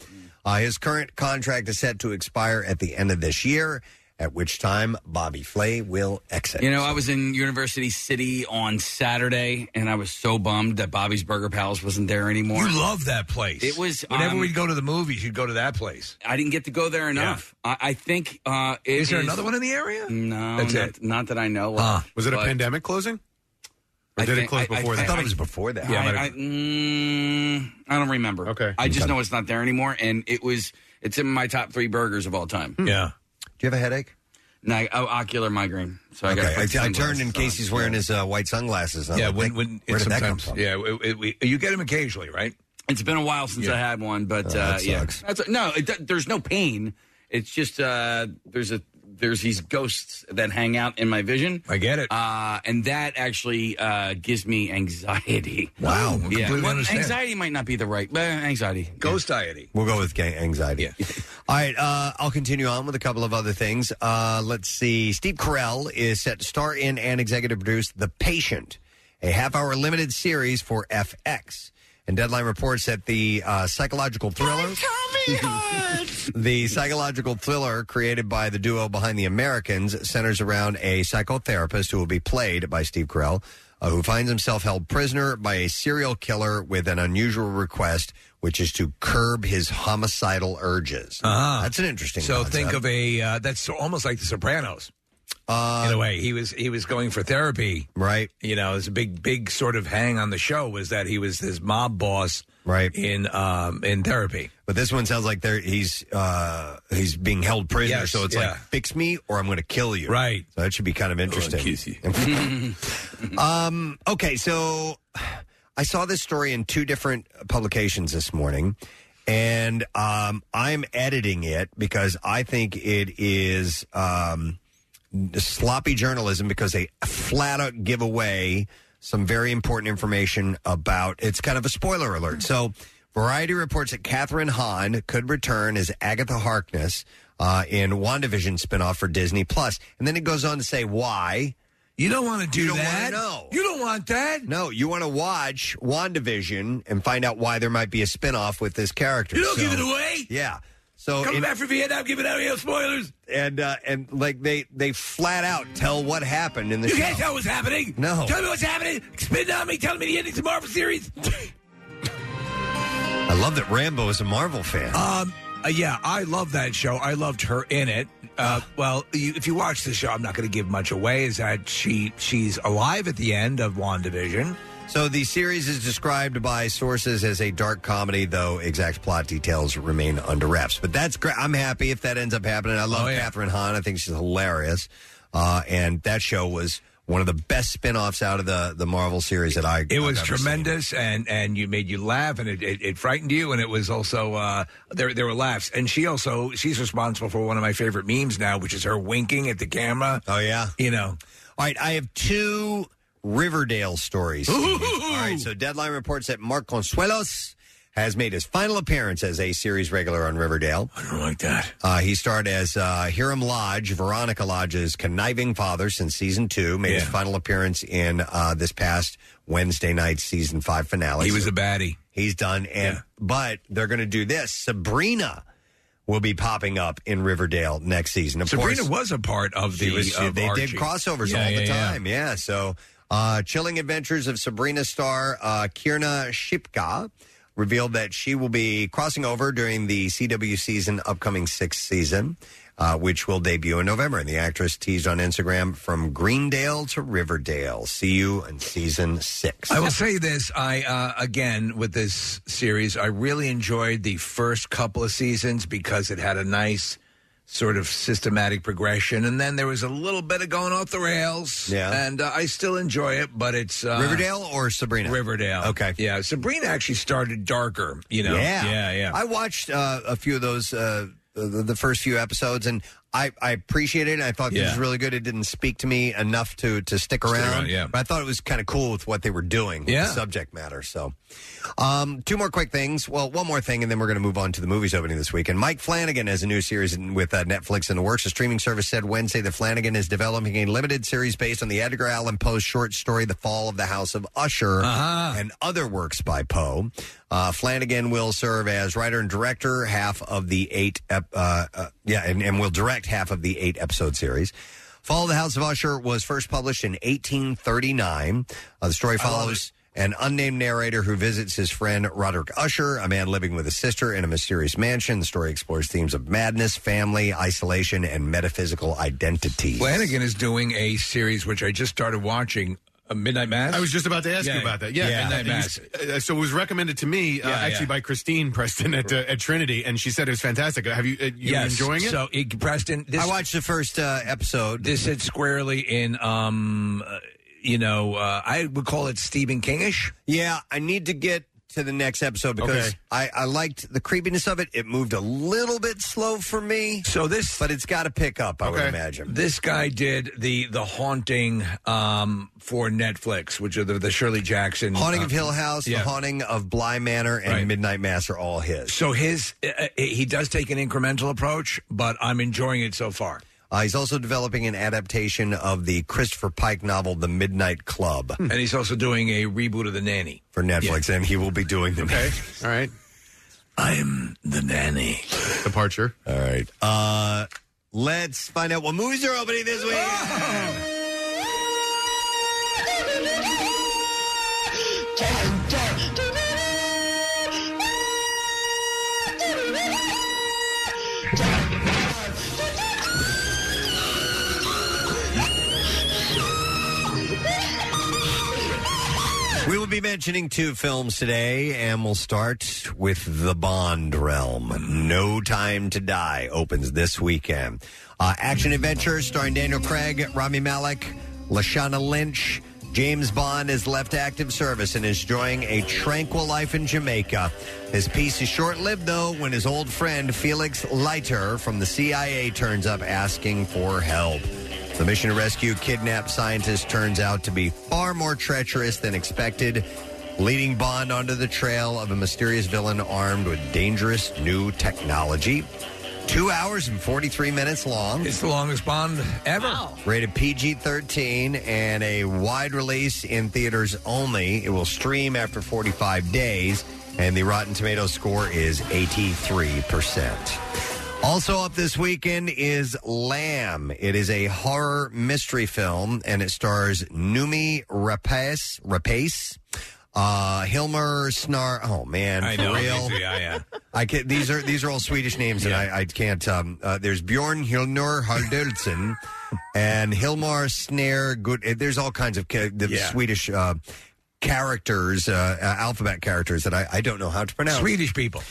Uh, his current contract is set to expire at the end of this year, at which time Bobby Flay will exit. You know, I was in University City on Saturday, and I was so bummed that Bobby's Burger Palace wasn't there anymore. You love that place. It was, whenever um, we'd go to the movies, you'd go to that place. I didn't get to go there enough. I, I think. Uh, it Is there another one in the area? No, That's not, it. not that I know. of. Was it a But- pandemic closing? Or I did it think- close before that? I thought it was before that. Yeah, Yeah, I, but- I- mm, I don't remember. Okay, I just know it's not there anymore, and it was. It's in my top three burgers of all time. Yeah. Hmm. Do you have a headache? No, I- oh, ocular migraine. So I got. Okay, I- I turned in case he's wearing his uh, white sunglasses. and I'm yeah, like, when, "Think, when where it's did that come sometimes, from? yeah, it- it- we- you get them occasionally, right? It's been a while since I had one, but Oh, uh, that yeah, sucks. That's- no. It, there's no pain. It's just uh, there's a there's these ghosts that hang out in my vision. I get it, uh, and that actually uh, gives me anxiety. Wow, I yeah. completely Well, understand. anxiety might not be the right, but anxiety, ghost anxiety. We'll go with gang anxiety. All right, uh, I'll continue on with a couple of other things. Uh, let's see. Steve Carell is set to star in and executive produce The Patient, a half hour limited series for FX. And Deadline reports that the uh, psychological thriller. the psychological thriller created by the duo behind The Americans centers around a psychotherapist who will be played by Steve Carell, uh, who finds himself held prisoner by a serial killer with an unusual request, which is to curb his homicidal urges. Uh-huh. That's an interesting. So think of a uh, that's almost like The Sopranos. Uh, in a way, he was he was going for therapy, right? You know, it's a big big sort of hang on the show was that he was his mob boss, right? In um in therapy. But this one sounds like there he's uh, he's being held prisoner, Yes, so it's yeah. like fix me or I'm going to kill you. Right. So that should be kind of interesting. um, okay, so I saw this story in two different publications this morning, and um, I'm editing it because I think it is um, sloppy journalism because they flat out give away some very important information about it's kind of a spoiler alert. So, Variety reports that Katherine Hahn could return as Agatha Harkness uh, in WandaVision spinoff for Disney Plus, and then it goes on to say why. You don't want to do that. No, you don't want that. No, you want to watch WandaVision and find out why there might be a spinoff with this character. You don't So- give it away. Yeah. So Coming in- back from Vietnam, giving out real spoilers. and uh, and like they they flat out tell what happened in the you show. can't tell what's happening. No. Tell me what's happening. Spin on me. Tell me the ending to Marvel series. I love that Rambo is a Marvel fan. Um, uh, yeah, I love that show. I loved her in it. Uh, well, you, if you watch the show, I'm not going to give much away. Is that she she's alive at the end of Wandavision? So the series is described by sources as a dark comedy, though exact plot details remain under wraps. But that's great. I'm happy if that ends up happening. I Oh, love Catherine Hahn. I think she's hilarious. Uh, and that show was one of the best spin-offs out of the, the Marvel series that I It I've was ever seen. tremendous, and and you made you laugh, and it, it, it frightened you, and it was also uh, there there were laughs, and she also she's responsible for one of my favorite memes now, which is her winking at the camera. Oh yeah, you know. All right, I have two Riverdale stories. All right, so Deadline reports that Mark Consuelos has made his final appearance as a series regular on Riverdale. I don't like that. Uh, he starred as uh, Hiram Lodge, Veronica Lodge's conniving father since season two, made his final appearance in uh, this past Wednesday night season five finale. He was a baddie. He's done, and but they're going to do this. Sabrina will be popping up in Riverdale next season. Of Sabrina course, was a part of she the. was- of they Archie. did crossovers Yeah, all yeah, the yeah. time. Yeah. So, uh, Chilling Adventures of Sabrina star uh, Kirna Shipka revealed that she will be crossing over during the CW season, upcoming sixth season, uh, which will debut in November. And the actress teased on Instagram from Greendale to Riverdale. See you in season six. I will say this: I uh, again with this series, I really enjoyed the first couple of seasons because it had a nice sort of systematic progression, and then there was a little bit of going off the rails. Yeah. and uh, I still enjoy it, but it's uh, Riverdale or Sabrina? Riverdale. Okay. yeah. Sabrina actually started darker. You know. Yeah, yeah, yeah. I watched uh, a few of those, uh, the, the first few episodes, and I, I appreciated it. I thought this Yeah. was really good. It didn't speak to me enough to to stick around. around, yeah. But I thought it was kind of cool with what they were doing, with Yeah. the subject matter. So, um, two more quick things. Well, one more thing, and then we're going to move on to the movies opening this weekend. Mike Flanagan has a new series in- with uh, Netflix in the works. The streaming service said Wednesday that Flanagan is developing a limited series based on the Edgar Allan Poe short story "The Fall of the House of Usher" and other works by Poe. Uh, Flanagan will serve as writer and director half of the eight, ep- uh, uh, yeah, and, and will direct half of the eight episode series. Fall of the House of Usher was first published in 1839. Uh, the story follows an unnamed narrator who visits his friend Roderick Usher, a man living with his sister in a mysterious mansion. The story explores themes of madness, family, isolation, and metaphysical identity. Flanagan is doing a series which I just started watching, uh, Midnight Mass. I was just about to ask you about that. Yeah, and Midnight that- Mass. you s- uh, so it was recommended to me uh, Yeah, actually yeah. by Christine Preston at, uh, at Trinity, and she said it was fantastic. Have you uh, you Yes. enjoying it? So, it, Preston, this- I watched the first uh, episode. This is squarely in, um, uh, you know, uh, I would call it Stephen Kingish. Yeah, I need to get to the next episode because Okay. I, I liked the creepiness of it. It moved a little bit slow for me. So this, but it's got to pick up. I would imagine. This guy did the the haunting um, for Netflix, which are the, the Shirley Jackson Haunting uh, of Hill House, yeah. The Haunting of Bly Manor, and Right. Midnight Mass are all his. So his uh, he does take an incremental approach, but I'm enjoying it so far. Uh, he's also developing an adaptation of the Christopher Pike novel, The Midnight Club, And he's also doing a reboot of The Nanny. for Netflix, and he will be doing the. Okay, all right. I am the nanny. Departure. All right. Uh, let's find out what movies are opening this week. We will be mentioning two films today, and we'll start with The Bond Realm. No Time to Die opens this weekend. Uh, action adventure starring Daniel Craig, Rami Malek, Lashana Lynch. James Bond has left active service and is enjoying a tranquil life in Jamaica. His peace is short lived, though, when his old friend Felix Leiter from the CIA turns up asking for help. The mission to rescue kidnapped scientists turns out to be far more treacherous than expected, leading Bond onto the trail of a mysterious villain armed with dangerous new technology. Two hours and 43 minutes long. It's the longest Bond ever. Rated PG 13 and a wide release in theaters only. It will stream after 45 days, and the Rotten Tomatoes score is 83%. Also up this weekend is Lamb. It is a horror mystery film, and it stars Numi Rapace, Rapace, uh, Hilmer Snar. Oh man, I for know. real. Yeah, yeah. I can these are these are all Swedish names, and I, I can't. Um, uh, there's Bjorn Hilnor Hardulson and Hilmar Snare. Good. uh, There's all kinds of ca- the Yeah. Swedish uh, characters, uh, uh, alphabet characters that I, I don't know how to pronounce. Swedish people.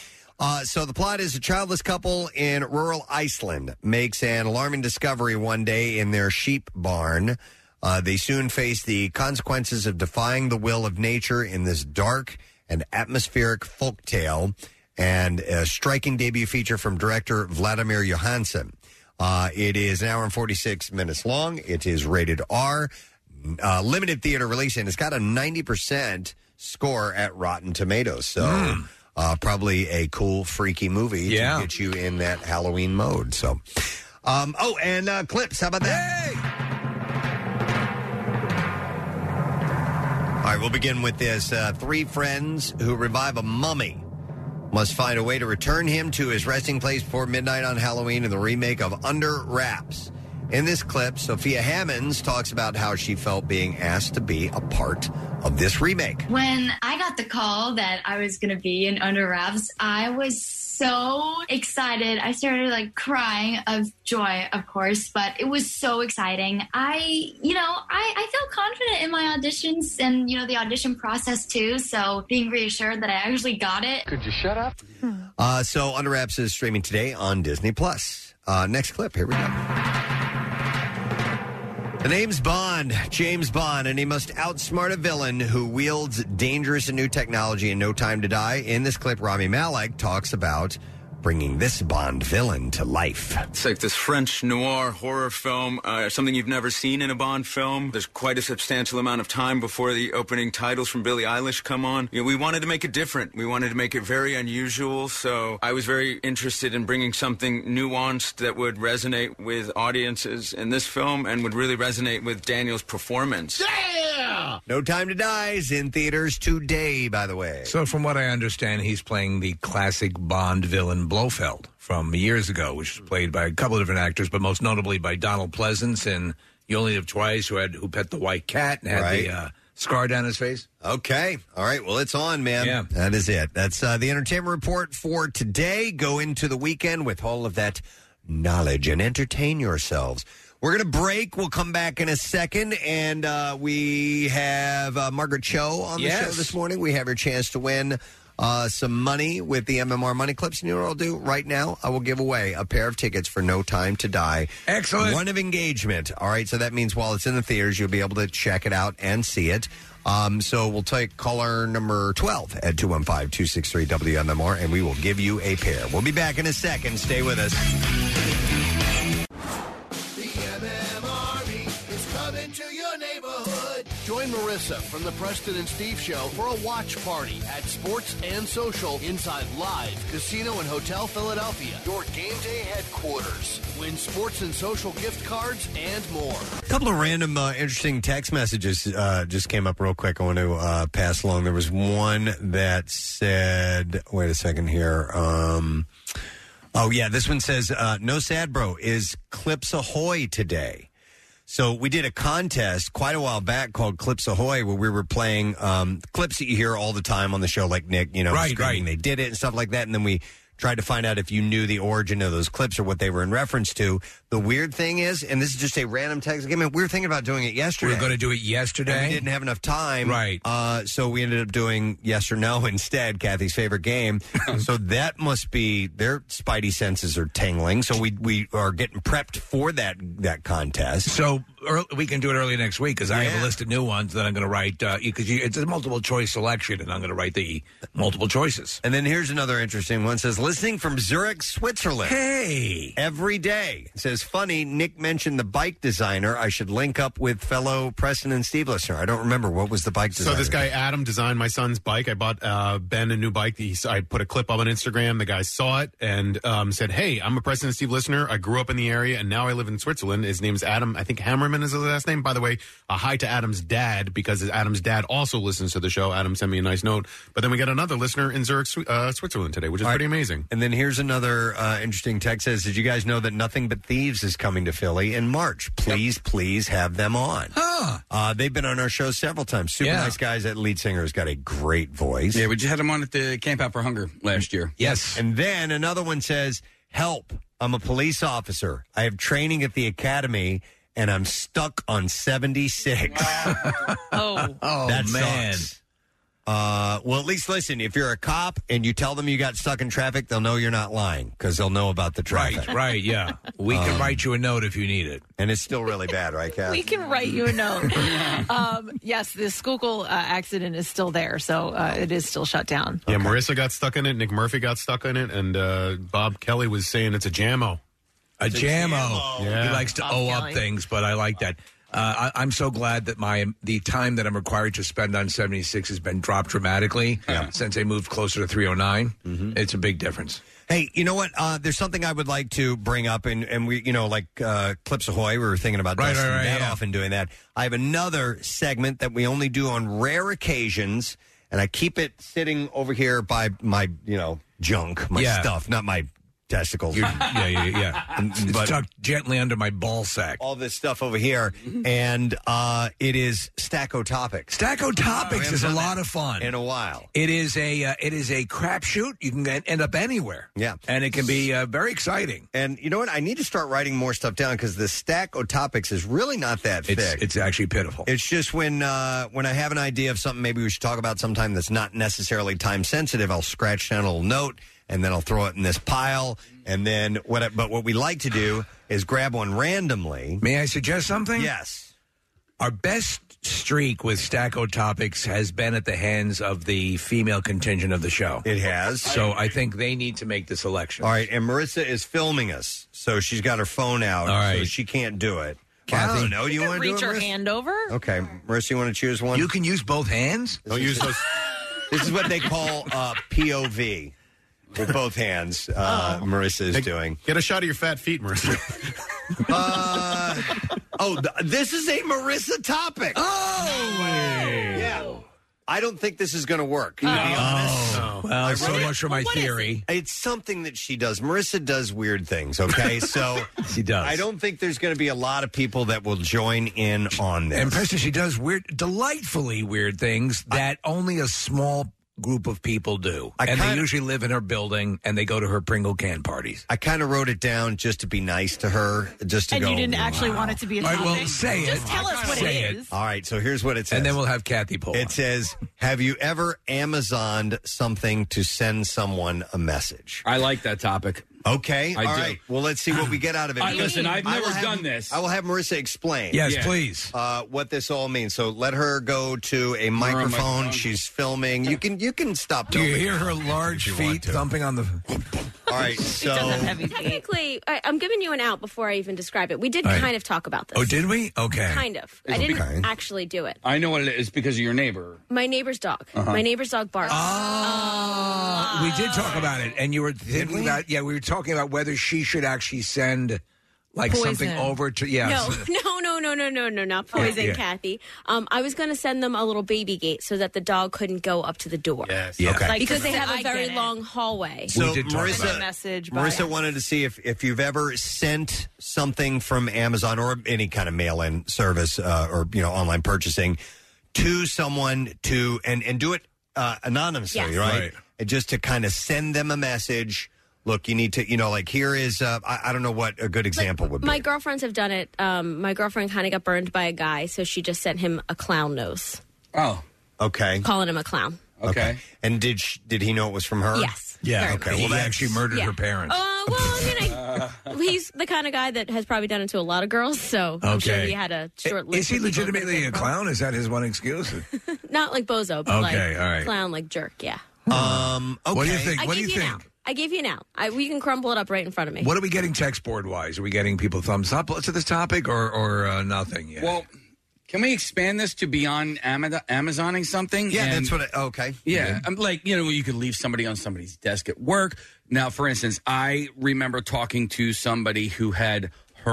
Uh, so the plot is a childless couple in rural Iceland makes an alarming discovery one day in their sheep barn. Uh, they soon face the consequences of defying the will of nature in this dark and atmospheric folktale and a striking debut feature from director Vladimir Johansson. Uh, it is an hour and 46 minutes long. It is rated R, uh, limited theater release, and it's got a 90% score at Rotten Tomatoes. So uh, probably a cool, freaky movie Yeah. to get you in that Halloween mode. So, um, oh, and uh, clips. How about that? All right, we'll begin with this. Uh, three friends who revive a mummy must find a way to return him to his resting place before midnight on Halloween in the remake of Under Wraps. In this clip, Sophia Hammonds talks about how she felt being asked to be a part of this remake. When I got the call that I was going to be in Under Wraps, I was so excited. I started like crying of joy, of course, but it was so exciting. I, you know, I, I felt confident in my auditions and, you know, the audition process too. So being reassured that I actually got it. Could you shut up? Uh, so Under Wraps is streaming today on Disney Plus. Uh, next clip. Here we go. The name's Bond, James Bond, and he must outsmart a villain who wields dangerous and new technology in no time to die. In this clip, Rami Malek talks about bringing this Bond villain to life. It's like this French noir horror film, uh, something you've never seen in a Bond film. There's quite a substantial amount of time before the opening titles from Billie Eilish come on. You know, we wanted to make it different. We wanted to make it very unusual. So I was very interested in bringing something nuanced that would resonate with audiences in this film and would really resonate with Daniel's performance. Yeah! No Time to Die is in theaters today, by the way. So, from what I understand, he's playing the classic Bond villain Blofeld from years ago, which was played by a couple of different actors, but most notably by Donald Pleasance in You Only Live Twice, who had who pet the white cat and had Right. the uh, scar down his face. Okay. All right. Well, it's on, man. Yeah. That is it. That's uh, the entertainment report for today. Go into the weekend with all of that knowledge and entertain yourselves. We're going to break. We'll come back in a second. And uh, we have uh, Margaret Cho on the Yes. show this morning. We have your chance to win uh, some money with the MMR Money Clips. And you know what I'll do right now? I will give away a pair of tickets for No Time to Die. Excellent. One of engagement. All right. So that means while it's in the theaters, you'll be able to check it out and see it. Um, so we'll take caller number 12 at 215 263 WMMR and we will give you a pair. We'll be back in a second. Stay with us. It's coming to your neighborhood. Join Marissa from the Preston and Steve Show for a watch party at Sports and Social inside Live Casino and Hotel Philadelphia, your game day headquarters. Win sports and social gift cards and more. A couple of random, uh, interesting text messages uh, just came up real quick. I want to uh, pass along. There was one that said, "Wait a second here." Um, oh yeah, this one says, uh, "No sad bro is Clips Ahoy today." So we did a contest quite a while back called Clips Ahoy, where we were playing um, clips that you hear all the time on the show, like Nick, you know, Right, screaming right. they did it and stuff like that, and then we tried to find out if you knew the origin of those clips or what they were in reference to. The weird thing is, and this is just a random text game, we were thinking about doing it We yesterday. were going to do it And yesterday. we didn't have enough time. Right. Uh, so we ended up doing yes or no instead, Kathy's favorite game. so that must be their spidey senses are tingling. So we we are getting prepped for that that contest. So early, we can do it early next week because I have a list of new ones that I'm going to write because you it's a multiple choice selection and I'm going to write the multiple choices. And then here's another interesting one. Says listening from Zurich, Switzerland. Hey, every day. It says funny. Nick mentioned the bike designer. I should link up with fellow Preston and Steve listener. I don't remember what was the bike designer. So this guy Adam designed my son's bike. I bought uh, Ben a new bike. He, I put a clip up on Instagram. The guy saw it and um, said, "Hey, I'm a President Steve listener. I grew up in the area and now I live in Switzerland. His name's Adam. I think Hammerman is his last name. By the way, a hi to Adam's dad because Adam's dad also listens to the show. Adam sent me a nice note. But then we got another listener in Zurich, Swi- uh, Switzerland today, which is All right. pretty amazing. And then here's another uh, interesting text says, "Did you guys know that Nothing But Thieves is coming to Philly in March? Please, please have them on. Uh, they've been on our show several times. Super Yeah. nice guys. That lead singer has got a great voice. Yeah, we just had him on at the Camp Out for Hunger last year. Yes. And then another one says, Help, I'm a police officer. I have training at the academy and I'm stuck on 76. oh, that Sucks. Uh, well, at least listen, if you're a cop and you tell them you got stuck in traffic, they'll know you're not lying because they'll know about the traffic. Right, right, yeah. We Um, can write you a note if you need it. And it's still really bad, right, Kath? We can write you a note. um, yes, the Schuylkill uh, accident is still there, so uh, it is still shut down. Yeah, Marissa got stuck in it. Nick Murphy got stuck in it, and uh, Bob Kelly was saying it's a jammo. A jammo. jammo. He likes to owe up things, but I like that. Uh, I, I'm so glad that my the time that I'm required to spend on 76 has been dropped dramatically since I moved closer to 309. Mm-hmm. It's a big difference. Hey, you know what? Uh, there's something I would like to bring up, and, and we, you know, like uh, Clips Ahoy, we were thinking about Right, dusting right, right, that yeah. off and doing that. I have another segment that we only do on rare occasions, and I keep it sitting over here by my, you know, junk, my Yeah. stuff, not my testicles. yeah, yeah, yeah. Mm, It's tucked gently under my ball sack. All this stuff over here, Mm-hmm. and uh, it is Stackotopics. Stackotopics is a lot of fun. in a while. It is a uh, it is a crapshoot. You can get- end up anywhere. Yeah, and it can be uh, very exciting. And you know what? I need to start writing more stuff down because the stack of topics is really not that thick. It's- it's actually pitiful. It's just when uh, when I have an idea of something maybe we should talk about sometime that's not necessarily time sensitive, I'll scratch down a little note and then I'll throw it in this pile. And then what? I, but what we like to do is grab one randomly. May I suggest something? Yes. Our best streak with Stacko Topics has been at the hands of the female contingent of the show. It has. So I think they need to make this election. All right, and Marissa is filming us, so she's got her phone out, All so right. she can't do it. Kathy, I don't know. Do you want to do reach it, your Marissa? hand over? Okay, Marissa, you want to choose one? You can use both hands. Don't use those. this is what they call uh, POV with both hands. Uh, Marissa is doing. Oh. Get a shot of your fat feet, Marissa. Uh, oh, th- this is a Marissa topic. Oh, yeah. I don't think this is going to work. Oh. To be No. honest, Well, I so wrote- much for my What is it? theory. It's something that she does. Marissa does weird things. Okay, so she does. I don't think there's going to be a lot of people that will join in on this. And Preston, she does weird, delightfully weird things that only a small group of people do. and they usually live in her building and they go to her Pringle can parties. I kind of wrote it down just to be nice to her, just to and go. you didn't actually "Wow." want it to be a All right, topic. well, say Just it. tell us what Say it it. is. All right, so here's what it says. And then we'll have Kathy pull It says, "Have you ever Amazoned something to send someone a message?" I like that topic. Okay, I all do. right. Well, let's see what we get out of it. All right, listen, I've I will never have- done this. I will have Marissa explain. Yes, Yeah. please. Uh, what this all means. So let her go to a microphone. microphone. She's filming. You can you can stop. Do you filming hear now her if large you want feet to. thumping on the. All right, so Technically, I, I'm giving you an out before I even describe it. We did All right. kind of talk about this. Oh, did we? Okay. Kind of. I Okay. didn't actually do it. I know what it is because of your neighbor. My neighbor's dog. Uh-huh. My neighbor's dog barks. we did talk about it, and you were thinking about yeah, we were talking about whether she should actually send like something Poison. over to yeah. No, no, no, no, no, no, no, not Yeah, poison, yeah. Kathy. Um, I was going to send them a little baby gate so that the dog couldn't go up to the door. Yes. Yeah. Okay. Because they Like, have a I very get it. long hallway. So Marissa, Send a message by- Marissa wanted to see if, if you've ever sent something from Amazon or any kind of mail in service uh, or you know online purchasing to someone to and and do it uh, anonymously, Yes. right? Right. And just to kind of send them a message. Look, you need to you know like here is uh, I, I don't know what a good example would be. My girlfriends have done it. Um, my girlfriend kind of got burned by a guy, so she just sent him a clown nose, Oh, okay. calling him a clown. Okay. And did she, did he know it was from her? Yes. Yeah. Very Okay. much. Well, He that actually murdered Yeah. Uh, well, I mean, I, he's the kind of guy that has probably done it to a lot of girls, so I'm sure Okay. he had a short list. Is he of people that legitimately a clown? Is that his one excuse? could've- Not like bozo, but Okay, like all right. clown, like jerk, yeah. Um, What do you okay. think? I What do you gave you think? an I gave you an out. I, we can crumble it up right in front of me. What are we getting text board wise? Are we getting people thumbs up to this topic or or uh, nothing yet? Well, can we expand this to beyond Amado- Amazoning something? Yeah, And- that's what I- okay. Yeah, I'm like you know you could leave somebody on somebody's desk at work. Now, for instance, I remember talking to somebody who had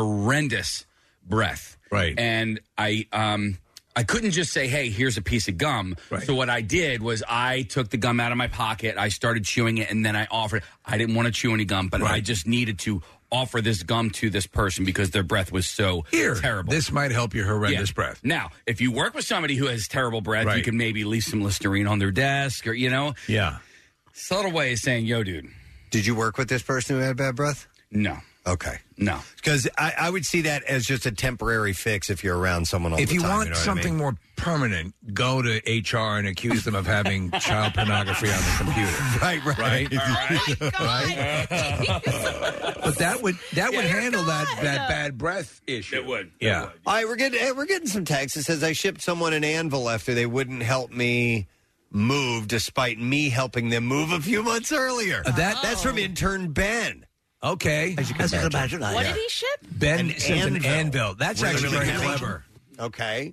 horrendous breath. Right. And I um I couldn't just say, "Hey, here's a piece of gum." Right. So what I did was I took the gum out of my pocket, I started chewing it, and then I offered. I didn't want to chew any gum, but I just needed to offer this gum to this person because their breath was so Here, terrible. This might help your horrendous Yeah. breath. Now, if you work with somebody who has terrible breath, you Right. can maybe leave some Listerine on their desk or, you know. Yeah. Subtle way of saying, yo, dude. Did you work with this person who had bad breath? No. Okay. No. Because I, I would see that as just a temporary fix if you're around someone all If the you time, want know what I something mean? more permanent, go to HR and accuse them of having child pornography on the computer. Right, right. But that would that would handle that that bad breath issue. It would. Yeah. All right, we're getting hey, we're getting some texts that says I shipped someone an anvil after they wouldn't help me move, despite me helping them move a few months earlier. that that's from intern Ben. Okay, as you can imagine, What did he ship? Ben sent an anvil. That's actually very heavy. clever. Okay.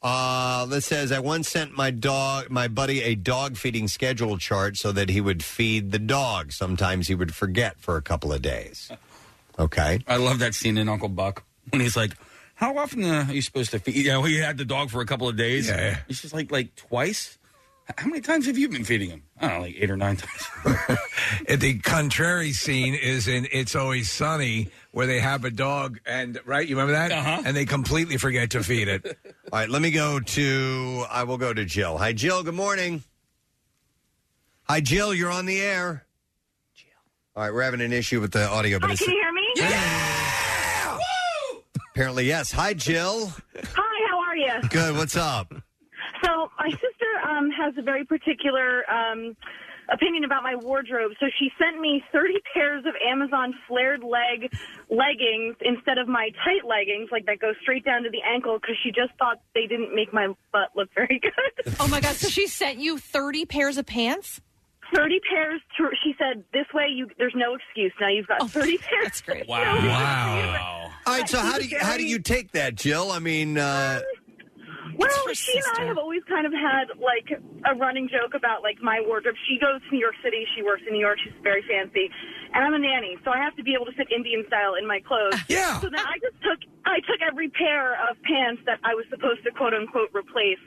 Uh, this says I once sent my dog, my buddy, a dog feeding schedule chart so that he would feed the dog. Sometimes he would forget for a couple of days. Okay. I love that scene in Uncle Buck when he's like, how often uh, are you supposed to feed? You know, he had the dog for a couple of days. Yeah. He's just like, like twice. How many times have you been feeding him? I don't know, like eight or nine times. Uh, the contrary scene is in It's Always Sunny, where they have a dog, and right, you remember that? Uh-huh. And they completely forget to feed it. All right, let me go to. I will go to Jill. Hi, Jill. Good morning. Hi, Jill. You're on the air. All right, we're having an issue with the audio, but Hi, it's can you hear me? apparently yes. Hi, Jill. Hi, how are you? Good. What's up? So my sister um, has a very particular um, opinion about my wardrobe. So she sent me 30 pairs of Amazon flared leg leggings instead of my tight leggings, like that go straight down to the ankle, because she just thought they didn't make my butt look very good. Oh my God! So she sent you thirty pairs of pants. 30 pairs. To, she said, "This way, you there's no excuse. Now you've got Oh, 30 pairs." That's great. Wow. All right. So how do you, how do you take that, Jill? I mean, uh, Well, she and I have always kind of had like a running joke about like my wardrobe. She goes to New York City. She works in New York. She's very fancy, and I'm a nanny, so I have to be able to fit Indian style in my clothes. Yeah. So then I just took I took every pair of pants that I was supposed to quote unquote replace,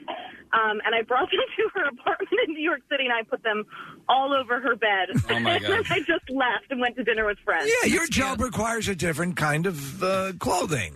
um, and I brought them to her apartment in New York City, and I put them all over her bed. Oh, my God. and I just left and went to dinner with friends. Yeah, your job requires a different kind of uh, clothing.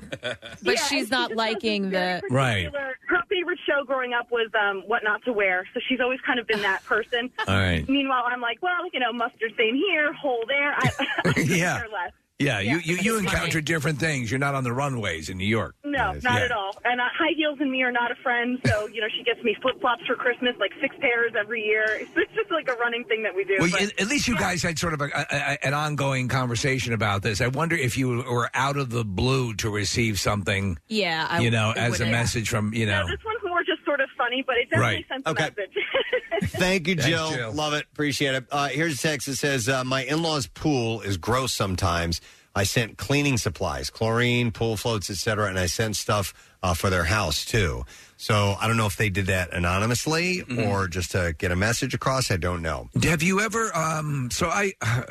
But she's not liking the Right. particular- Her favorite show growing up was um, What Not to Wear, so she's always kind of been that person. All right. Meanwhile, I'm like, well, you know, mustard stain here, hole there. I, I couldn't yeah. care less. Yeah, you, you, you It's funny. encounter different things. You're not on the runways in New York. No, not Yeah. at all. And uh, high heels and me are not a friend. So you know, she gets me flip flops for Christmas, like six pairs every year. It's just like a running thing that we do. Well, but- at, at least you guys had sort of a, a, a- an ongoing conversation about this. I wonder if you were out of the blue to receive something, Yeah, I you know, would- as a yeah. message from, you know. No, this one's more just sort of funny, but it definitely Right. sends a Okay. message. Thank you, Thanks, Jill. Jill. Love it. Appreciate it. Uh, here's a text that says uh, My in law's pool is gross sometimes. I sent cleaning supplies, chlorine, pool floats, etc., and I sent stuff uh, for their house too. So I don't know if they did that anonymously Mm-hmm. or just to get a message across. I don't know. Have you ever? Um, so I, I,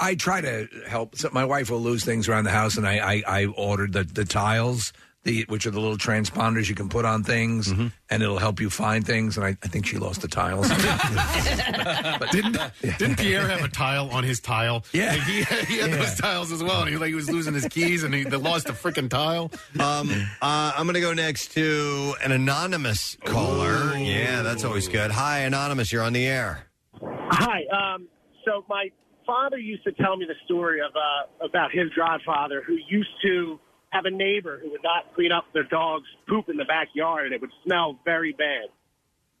I try to help. So my wife will lose things around the house, and I, I, I ordered the the tiles, the which are the little transponders you can put on things, Mm-hmm. and it'll help you find things. And I, I think she lost the tiles. didn't didn't Pierre have a tile on his tile? Yeah. Like, he, he had Yeah. those tiles as well. And he like he was losing his keys and he they lost a freaking tile. Um, uh, I'm going to go next to an anonymous caller. Yeah, that's always good. Hi, anonymous. You're on the air. Hi. Um, so my father used to tell me the story of uh, about his godfather who used to have a neighbor who would not clean up their dog's poop in the backyard, and it would smell very bad.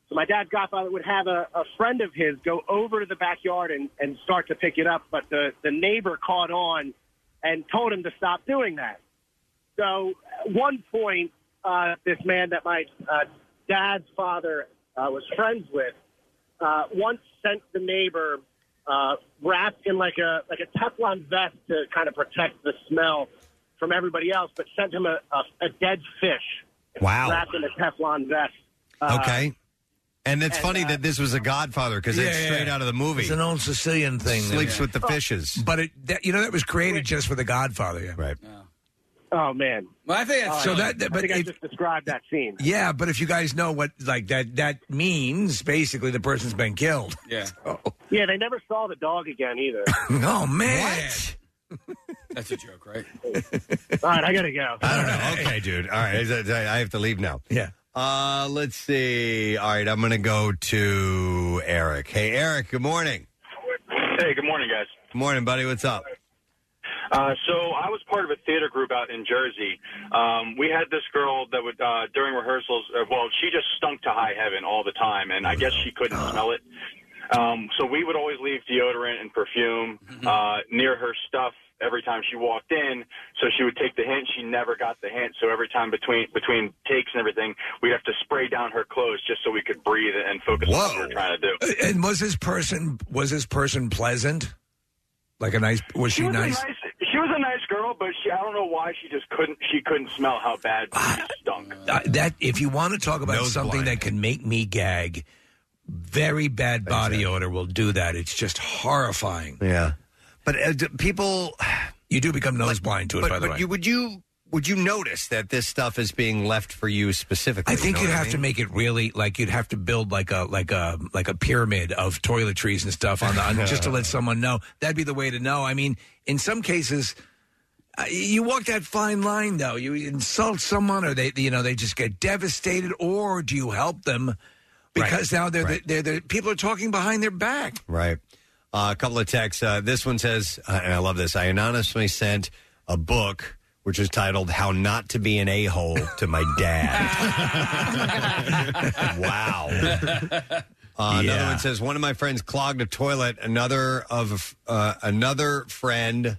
So my dad's godfather would have a, a friend of his go over to the backyard and, and start to pick it up, but the, the neighbor caught on and told him to stop doing that. So at one point, uh, this man that my uh, dad's father uh, was friends with uh, once sent the neighbor uh, wrapped in like a like a Teflon vest to kind of protect the smell from everybody else, but sent him a, a, a dead fish Wow. wrapped in a Teflon vest. Uh, Okay. And it's funny that this was a Godfather because it's Yeah, yeah. straight out of the movie. It's an old Sicilian thing. Sleeps with the fishes. But it, that, you know, that was created just for The Godfather. Yeah. Right. Oh man. Well, I think that's so. That, that- Oh, I but think I if, just described that scene. yeah, but if you guys know what like that that means, basically the person's been killed. Yeah. Yeah, they never saw the dog again either. Oh man. That's a joke, right? All right, I gotta go. I don't know. Oh, Okay, dude. All right. I- I I have to leave now. Yeah. Uh, let's see. All right. I'm going to go to Eric. Hey, Eric, good morning. Hey, good morning, guys. Good morning, buddy. What's up? Uh, so I was part of a theater group out in Jersey. Um, we had this girl that would uh, during rehearsals. Uh, well, she just stunk to high heaven all the time, and I guess she couldn't smell it. Um, so we would always leave deodorant and perfume uh, near her stuff every time she walked in. So she would take the hint. She never got the hint. So every time between between takes and everything, we'd have to spray down her clothes just so we could breathe and focus on what we were trying to do. And was this person was this person pleasant? Like a nice was she, was nice? A nice? She was a nice girl, but she, I don't know why she just couldn't. She couldn't smell how bad she stunk. Uh, that if you want to talk about Nose something that can make me gag, very bad body odor will do that. It's just horrifying. Yeah. But uh, d- people, you do become nose blind to it. but by the but way, you, would you would you notice that this stuff is being left for you specifically? I think You know you'd what have to mean? make it really like you'd have to build like a like a like a pyramid of toiletries and stuff on the on, just to let someone know. That'd be the way to know. I mean, in some cases, uh, you walk that fine line though. You insult someone, or they you know they just get devastated, or do you help them? Because now they're Right. the, they're the people are talking behind their back. Right. Uh, a couple of texts. Uh, this one says, uh, and I love this. I anonymously sent a book which is titled "How Not to Be an A Hole" to my dad. wow. Uh, Another one says, one of my friends clogged a toilet. Another of uh, another friend,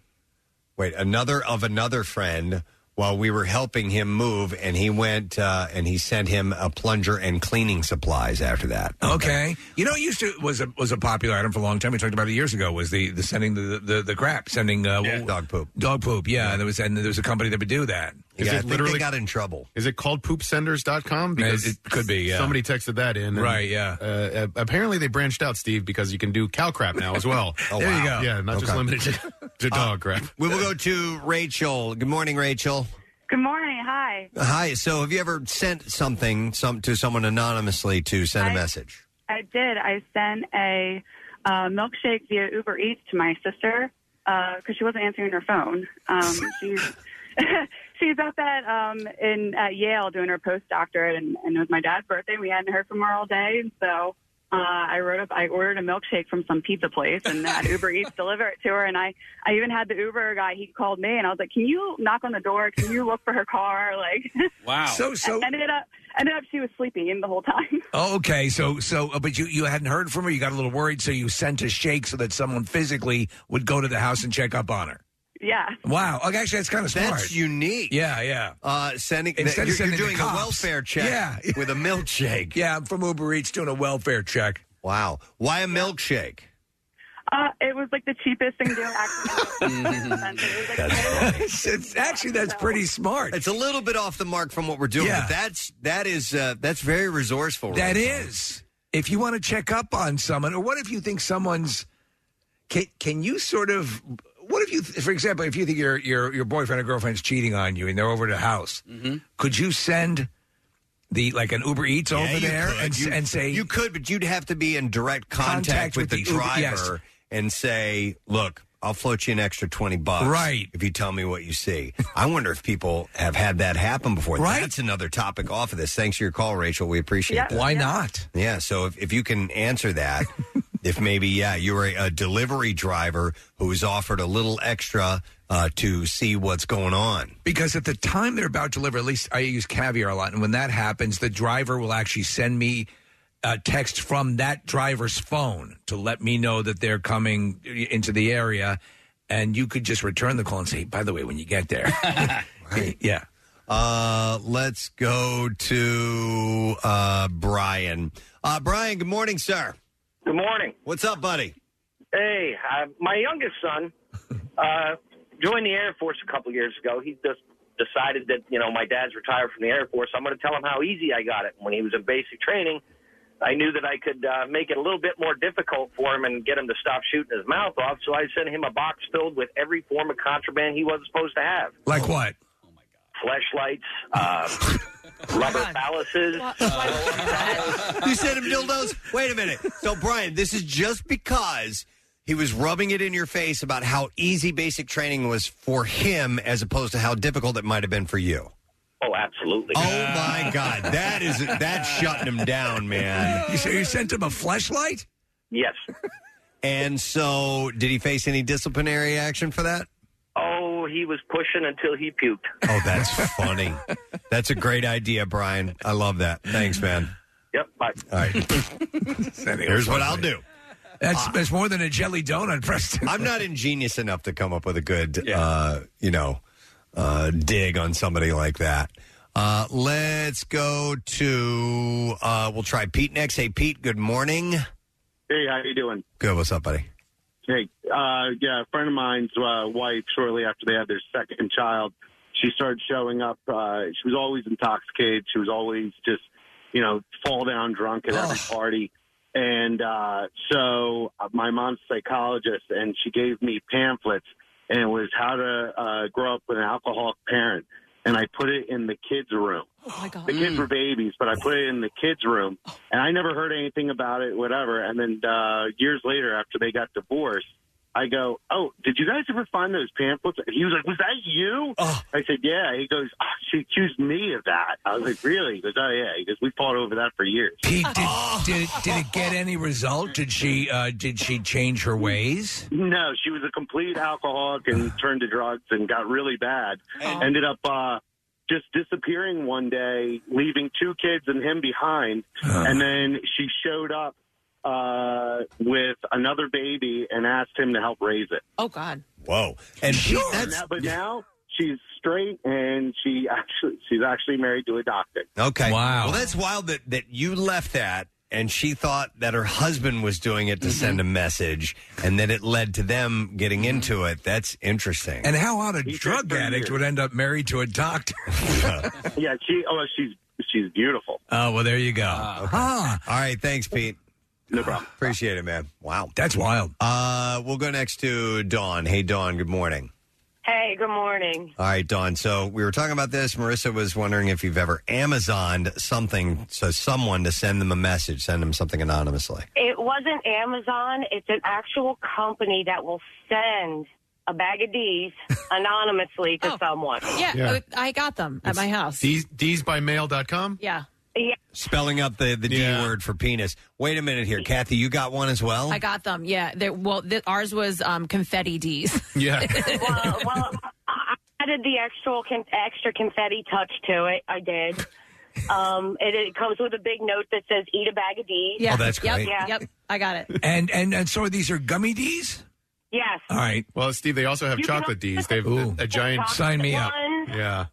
wait, another of another friend. While we were helping him move, and he went uh, and he sent him a plunger and cleaning supplies after that. Okay. You know, it used to was a was a popular item for a long time. We talked about it years ago. Was the, the sending the, the the crap, sending uh, dog poop, dog poop. Yeah, there was and there was a company that would do that. Is it literally in trouble? Is it called poopsenders.com? It- it could be, yeah. Somebody texted that in. Right, yeah. Uh, apparently they branched out, Steve, because you can do cow crap now as well. Oh, there you wow. go. Yeah, not just Okay. limited to, to dog crap. We will go to Rachel. Good morning, Rachel. Good morning. Hi. Hi. So, have you ever sent something some to someone anonymously to send a I- message? I did. I sent a uh, milkshake via Uber Eats to my sister because she wasn't answering her phone. Um, she's she's up at um, in at Yale doing her postdoctorate, and, and it was my dad's birthday. We hadn't heard from her all day, so uh, I wrote up. I ordered a milkshake from some pizza place, and had Uber Eats deliver it to her. And I I even had the Uber guy. He called me, and I was like, "Can you knock on the door? Can you look for her car?" Like, Wow. So- so- ended up ended up she was sleeping the whole time. Oh, okay. So so, uh, but you you hadn't heard from her. You got a little worried, so you sent a shake so that someone physically would go to the house and check up on her. Yeah. Wow. Okay, actually, that's kind of smart. That's unique. Yeah, yeah. Uh, sending Instead you're, of sending you're doing the a cops. welfare check Yeah. with a milkshake. Yeah, I'm from Uber Eats doing a welfare check. Wow. Why a milkshake? Uh, it was like the cheapest thing to do. Actually, That's it's, actually that's pretty smart. It's a little bit off the mark from what we're doing, Yeah. but that's that is uh, that's very resourceful. That Rachel. is, if you want to check up on someone, or what if you think someone's can can you sort of what if you for example if you think your your your boyfriend or girlfriend's cheating on you and they're over to the house, could you send the like an Uber Eats Mm-hmm. Yeah, over you there could. and, s- You- and say you could, but you'd have to be in direct contact, Contact with, with the, the Uber- driver yes. and say, "Look, I'll float you an extra twenty bucks, Right. If you tell me what you see." I wonder if people have had that happen before. Right. That's another topic off of this. Thanks for your call, Rachel. We appreciate Yeah, that. Why yeah. not? Yeah. So if if you can answer that. If maybe, yeah, you were a, a delivery driver who was offered a little extra uh, to see what's going on. Because at the time they're about to deliver, at least I use caviar a lot, and when that happens, the driver will actually send me a text from that driver's phone to let me know that they're coming into the area, and you could just return the call and say, "By the way, when you get there, yeah." Uh, let's go to uh, Brian. Uh, Brian, good morning, sir. Good morning. What's up, buddy? Hey, uh, my youngest son uh, joined the Air Force a couple years ago. He just decided that, you know, my dad's retired from the Air Force. I'm going to tell him how easy I got it. When he was in basic training, I knew that I could uh, make it a little bit more difficult for him and get him to stop shooting his mouth off. So I sent him a box filled with every form of contraband he wasn't supposed to have Like what? flashlights, uh, rubber palaces. you sent him dildos? Wait a minute. So, Brian, this is just because he was rubbing it in your face about how easy basic training was for him as opposed to how difficult it might have been for you. Oh, absolutely. Oh, my God. That is, that's shutting him down, man. You, you sent him a flashlight? Yes. And so, did he face any disciplinary action for that? Oh, he was pushing until he puked. Oh, that's funny. That's a great idea, Brian. I love that. Thanks, man. Yep. Bye. All right. Here's what I'll do. That's that's more than a jelly donut, Preston. I'm not ingenious enough to come up with a good, uh, you know, uh, dig on somebody like that. Uh, let's go to. Uh, we'll try Pete next. Hey, Pete. Good morning. Hey, how you doing? Good. What's up, buddy? Hey, uh, yeah, a friend of mine's uh, wife, shortly after they had their second child, she started showing up. Uh, she was always intoxicated. She was always just, you know, fall down drunk at every party. And uh, so uh, my mom's a psychologist, and she gave me pamphlets, and it was how to uh, grow up with an alcoholic parent. and I put it in the kids' room. Oh my god! The kids were babies, but I put it in the kids' room, and I never heard anything about it, whatever. And then uh, years later, after they got divorced, I go, "Oh, did you guys ever find those pamphlets?" And he was like, "Was that you?" I said, "Yeah." He goes, oh, "She accused me of that." I was like, "Really?" He goes, "Oh yeah." He goes, "We fought over that for years." He did, Oh. did, did it get any result? Did she uh, did she change her ways? No, she was a complete alcoholic and turned to drugs and got really bad. Oh. Ended up uh, just disappearing one day, leaving two kids and him behind. And then she showed up uh, with another baby and asked him to help raise it. Oh God! Whoa! And sure, now, but now she's straight and she actually she's actually married to a doctor. Okay. Wow. Well, that's wild that, that you left that and she thought that her husband was doing it to Mm-hmm. send a message and then it led to them getting into it. That's interesting. And how out a drug addict would end up married to a doctor? yeah, she oh she's she's beautiful. Oh well, there you go. Ah, Ah. All right. Thanks, Pete. No problem. Appreciate it, man. Wow. That's wild. Uh, we'll go next to Dawn. Hey, Dawn, good morning. Hey, good morning. All right, Dawn. So we were talking about this. Marissa was wondering if you've ever Amazoned something, so someone to send them a message, send them something anonymously. It wasn't Amazon. It's an actual company that will send a bag of D's anonymously to someone. Oh. Yeah, Yeah. uh, I got them at my house. D's, D's by mail.com? Yeah, yeah. Spelling up the, the D word for penis. Wait a minute here. Kathy, you got one as well? I got them. Yeah, They're- well, th- ours was um, confetti D's. yeah. well, well, I added the extra con- extra confetti touch to it. I did. Um, it, it comes with a big note that says "Eat a bag of D's." Yeah. Oh, that's great. Yeah. Yep, I got it. And and and so these are gummy D's. Yes. All right. Well, Steve, they also have chocolate D's. They have a, a giant. Sign me up. Ones. Yeah.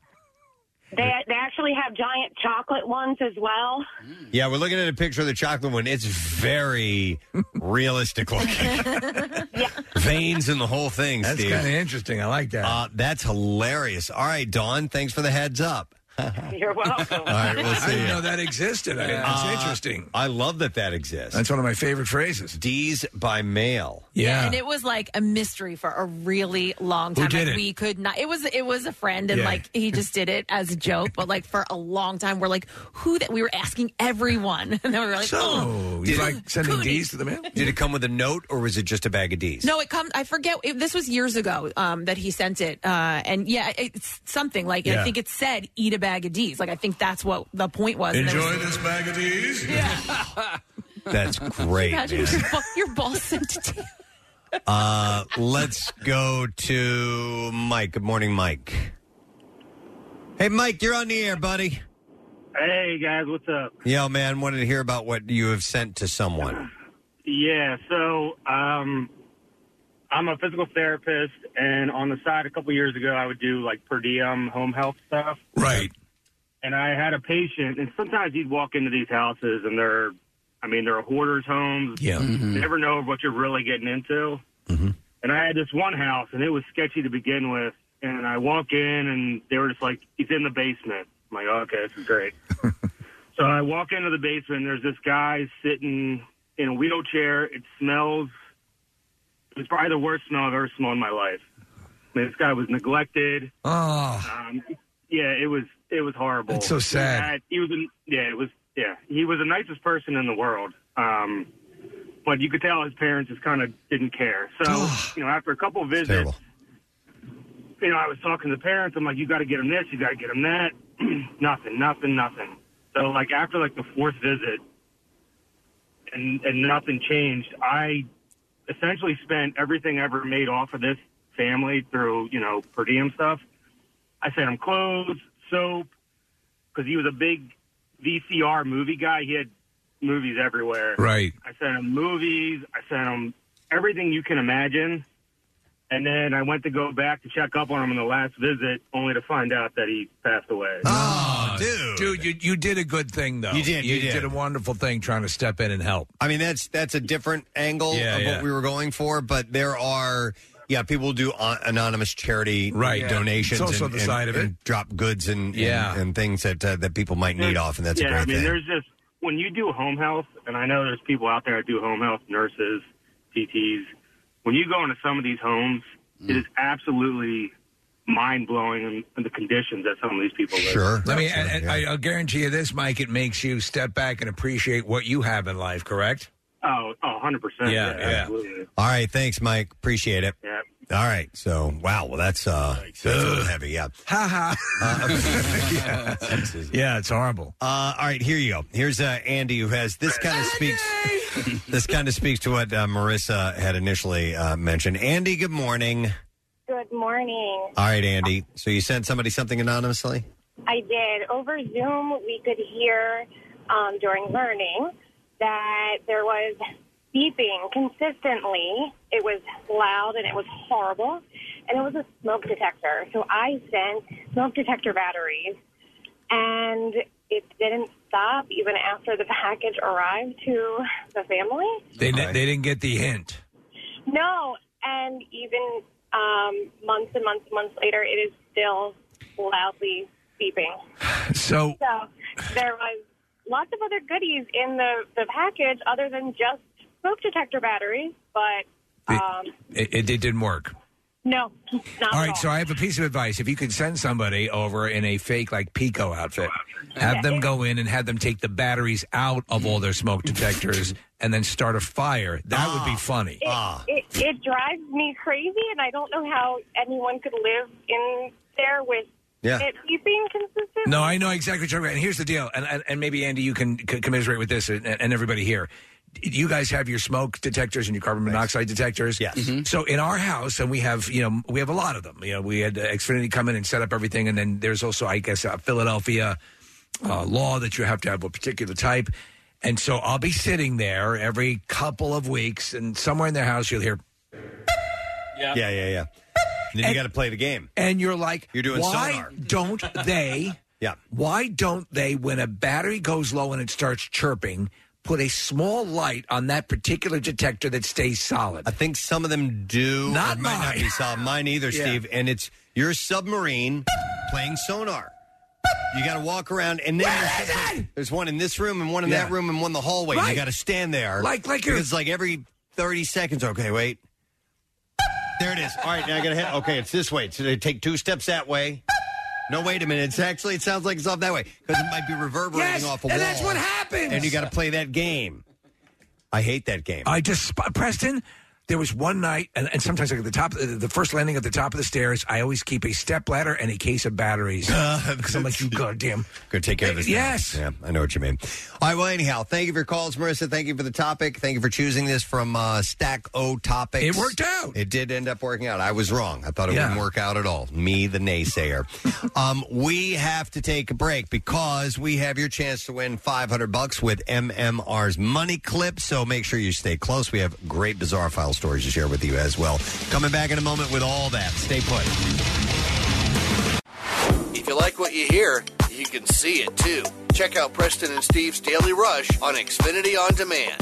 They they actually have giant chocolate ones as well. Yeah, we're looking at a picture of the chocolate one. It's very realistic looking. Veins and the whole thing, That's Steve. kinda interesting. I like that. Uh, that's hilarious. All right, Dawn, thanks for the heads up. You're welcome. All right, we'll see. I didn't ya. know that existed. I, it's Uh, interesting. I love that that exists. That's one of my favorite phrases. D's by mail. and it was like a mystery for a really long Who time. did Like, it? We could not. It was it was a friend, and Yeah. like he just did it as a joke. But like for a long time, we're like, who that? We were asking everyone, and then we were like, oh. you like sending D's to the mail? Did it come with a note or was it just a bag of D's? No, it comes. I forget. It, this was years ago um, that he sent it, uh, and yeah, it's something like Yeah. I think it said "eat a bag of D's." Like I think that's what the point was. And there was- this bag of D's. That's great. Imagine man. your, bo- your boss sent it to you. Uh, let's go to Mike. Good morning, Mike. Hey, Mike, you're on the air, buddy. Hey guys, what's up? Yo, man, wanted to hear about what you have sent to someone. Yeah, so um, I'm a physical therapist, and on the side, a couple years ago, I would do like per diem home health stuff. Right. And I had a patient, and sometimes you'd walk into these houses, and they're, I mean, they're hoarders' homes. Yeah. Mm-hmm. Mm-hmm. You never know what you're really getting into. And I had this one house, and it was sketchy to begin with. And I walk in, and they were just like, "He's in the basement." I'm like, oh, "Okay, this is great." so I walk into the basement. And there's this guy sitting in a wheelchair. It smells. It was probably the worst smell I've ever smelled in my life. I mean, this guy was neglected. Oh. Um, yeah, it was it was horrible. That's so sad. He, had- he was, an, yeah, it was, yeah, he was the nicest person in the world. Um, but you could tell his parents just kind of didn't care. So you know, after a couple of visits, you know, I was talking to the parents. I'm like, you got to get him this, you got to get him that. nothing, nothing, nothing. So like after like the fourth visit, and and nothing changed. I essentially spent everything I ever made off of this family through you know per diem stuff. I sent him clothes, soap, because he was a big VCR movie guy. He had movies everywhere. Right. I sent him movies. I sent him everything you can imagine. And then I went to go back to check up on him on the last visit, only to find out that he passed away. Oh, dude. Dude, you, you did a good thing, though. You did, you did. a wonderful thing trying to step in and help. I mean, that's that's a different angle Yeah, of yeah. what we were going for, but there are yeah, people do uh, anonymous charity Right. Yeah. donations. It's also and, the and- side of it. and drop goods and Yeah. and, and things that uh, that people might need off, and that's yeah, a great I mean, thing. there's just when you do home health, and I know there's people out there that do home health, nurses, Mm. PTs. When you go into some of these homes, it is absolutely mind blowing in, in the conditions that some of these people live. Sure. Let me. And, and I, I'll guarantee you this, Mike. It makes you step back and appreciate what you have in life. Correct? Oh, oh, 100%. Yeah, yeah. Absolutely. All right, thanks, Mike. Appreciate it. Yeah. All right, so wow, well that's uh, that's a little heavy. Yeah. Ha ha. yeah. yeah, it's horrible. Uh, all right, here you go. Here's uh, Andy, who has this kind of speaks. this kind of speaks to what uh, Marissa had initially uh, mentioned. Andy, good morning. Good morning. All right, Andy. So you sent somebody something anonymously? I did. Over Zoom, we could hear um, during learning that there was beeping consistently. It was loud and it was horrible. And it was a smoke detector. So I sent smoke detector batteries, and it didn't stop even after the package arrived to the family. They di- they didn't get the hint. No, and even um, months and months and months later, it is still loudly beeping. So So there was lots of other goodies in the, the package other than just smoke detector batteries, but um, it, it, it didn't work. no, not all at all. right, so I have a piece of advice. If you could send somebody over in a fake like Pico outfit, have them go in and have them take the batteries out of all their smoke detectors and then start a fire. That would be funny. It, it, it drives me crazy, and I don't know how anyone could live in there with Yeah. it beeping consistently. No, I know exactly what you're talking about. And here's the deal, and and, and maybe Andy, you can c- commiserate with this, and, and everybody here. You guys have your smoke detectors and your carbon monoxide detectors. Yes. So in our house, and we have you know we have a lot of them. You know, we had uh, Xfinity come in and set up everything, and then there's also I guess uh, Philadelphia uh, law that you have to have a particular type. And so I'll be sitting there every couple of weeks, and somewhere in their house you'll hear. Yeah, yeah, yeah. And then you got to play the game. And you're like, You're doing why sonar. don't they? yeah. Why don't they, when a battery goes low and it starts chirping, put a small light on that particular detector that stays solid? I think some of them do. Not It might mine. not be solid. Mine either, Yeah. Steve. And it's your submarine playing sonar. You got to walk around, and then there's, something- there's one in this room, and one in that Yeah. room, and one in the hallway. You Right. got to stand there, Like- like you're- it's like every thirty seconds. Okay, wait. There it is. All right, now I got to hit. Okay, it's this way. So they take two steps that way. No, wait a minute. It's actually it sounds like it's off that way because it might be reverberating Yes, off a wall. and that's what happens. And you got to play that game. I hate that game. I just, sp- Preston, there was one night, and, and sometimes like at the top, the, the first landing at the top of the stairs, I always keep a step ladder and a case of batteries. Because I'm like, you goddamn. Go take care of this. now. Yes. Yeah, I know what you mean. All right. Well, anyhow, thank you for your calls, Marissa. Thank you for the topic. Thank you for choosing this from uh, Stack O Topics. It worked out. It did end up working out. I was wrong. I thought it Yeah. wouldn't work out at all. Me, the naysayer. um, we have to take a break because we have your chance to win 500 bucks with MMR's Money Clip. So make sure you stay close. We have great bizarre file stories to share with you as well. Coming back in a moment with all that. Stay put. If you like what you hear, you can see it too. Check out Preston and Steve's Daily Rush on Xfinity On Demand.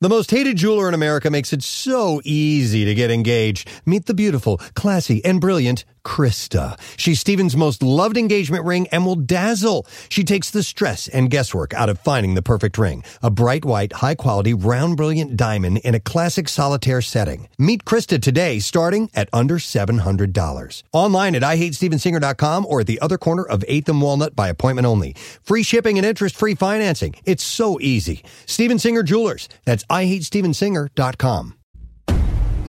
The most hated jeweler in America makes it so easy to get engaged. Meet the beautiful, classy, and brilliant Krista. She's Steven's most loved engagement ring and will dazzle. She takes the stress and guesswork out of finding the perfect ring. A bright white, high quality, round brilliant diamond in a classic solitaire setting. Meet Krista today starting at under $700. Online at IHateStevensinger.com or at the other corner of 8th and Walnut by appointment only. Free shipping and interest-free financing. It's so easy. Steven Singer Jewelers. That's IHateStevensinger.com.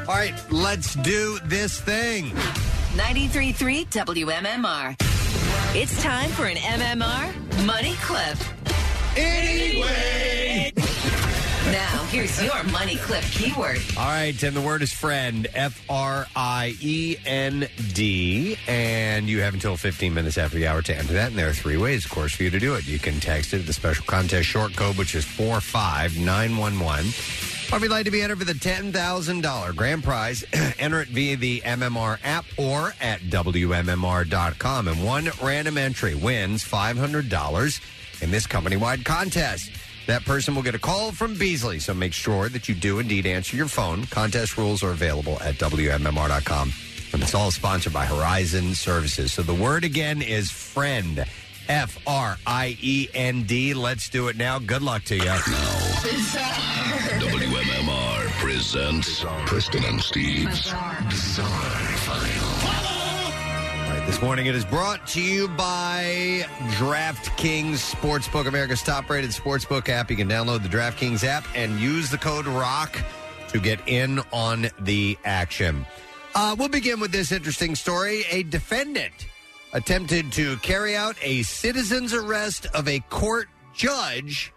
All right, let's do this thing. 93.3 WMMR. It's time for an MMR money clip. Anyway. Now, here's your money clip keyword. All right, and the word is friend, F R I E N D. And you have until 15 minutes after the hour to enter that. And there are three ways, of course, for you to do it. You can text it at the special contest short code, which is 45911. Or if you'd like to be entered for the $10,000 grand prize, enter it via the MMR app or at WMMR.com. And one random entry wins $500 in this company wide contest. That person will get a call from Beasley, so make sure that you do indeed answer your phone. Contest rules are available at WMMR.com. And it's all sponsored by Horizon Services. So the word again is friend. F R I E N D. Let's do it now. Good luck to you. WMMR presents Preston and Steve's Bizarre All right, this morning it is brought to you by DraftKings Sportsbook, America's top rated sportsbook app. You can download the DraftKings app and use the code ROCK to get in on the action. Uh, we'll begin with this interesting story. A defendant attempted to carry out a citizen's arrest of a court judge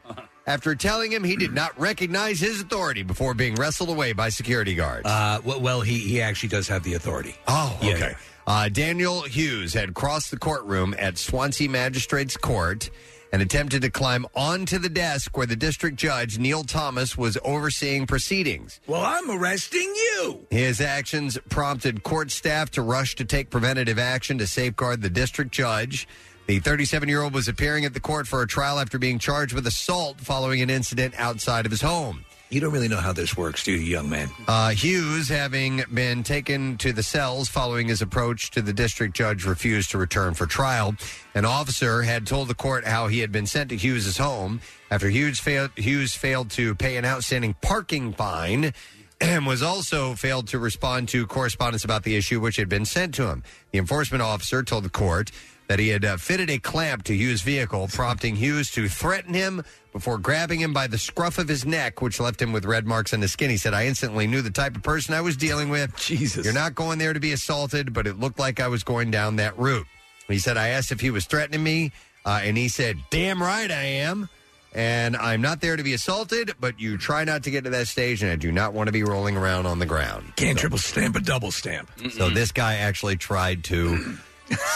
after telling him he did not recognize his authority before being wrestled away by security guards. Uh, well, well, he he actually does have the authority. Oh, Yeah, okay. Uh, Daniel Hughes had crossed the courtroom at Swansea Magistrates Court and attempted to climb onto the desk where the district judge, Neil Thomas, was overseeing proceedings. Well, I'm arresting you. His actions prompted court staff to rush to take preventative action to safeguard the district judge. The 37 year old was appearing at the court for a trial after being charged with assault following an incident outside of his home. You don't really know how this works, do you, young man? Uh, Hughes, having been taken to the cells following his approach to the district judge, refused to return for trial. An officer had told the court how he had been sent to Hughes's home after Hughes failed, Hughes failed to pay an outstanding parking fine and was also failed to respond to correspondence about the issue which had been sent to him. The enforcement officer told the court that he had uh, fitted a clamp to Hughes' vehicle, prompting Hughes to threaten him before grabbing him by the scruff of his neck, which left him with red marks on his skin. He said, I instantly knew the type of person I was dealing with. Jesus. You're not going there to be assaulted, but it looked like I was going down that route. He said, I asked if he was threatening me, uh, and he said, Damn right I am. And I'm not there to be assaulted, but you try not to get to that stage, and I do not want to be rolling around on the ground. Can't triple stamp a double stamp. So this guy actually tried to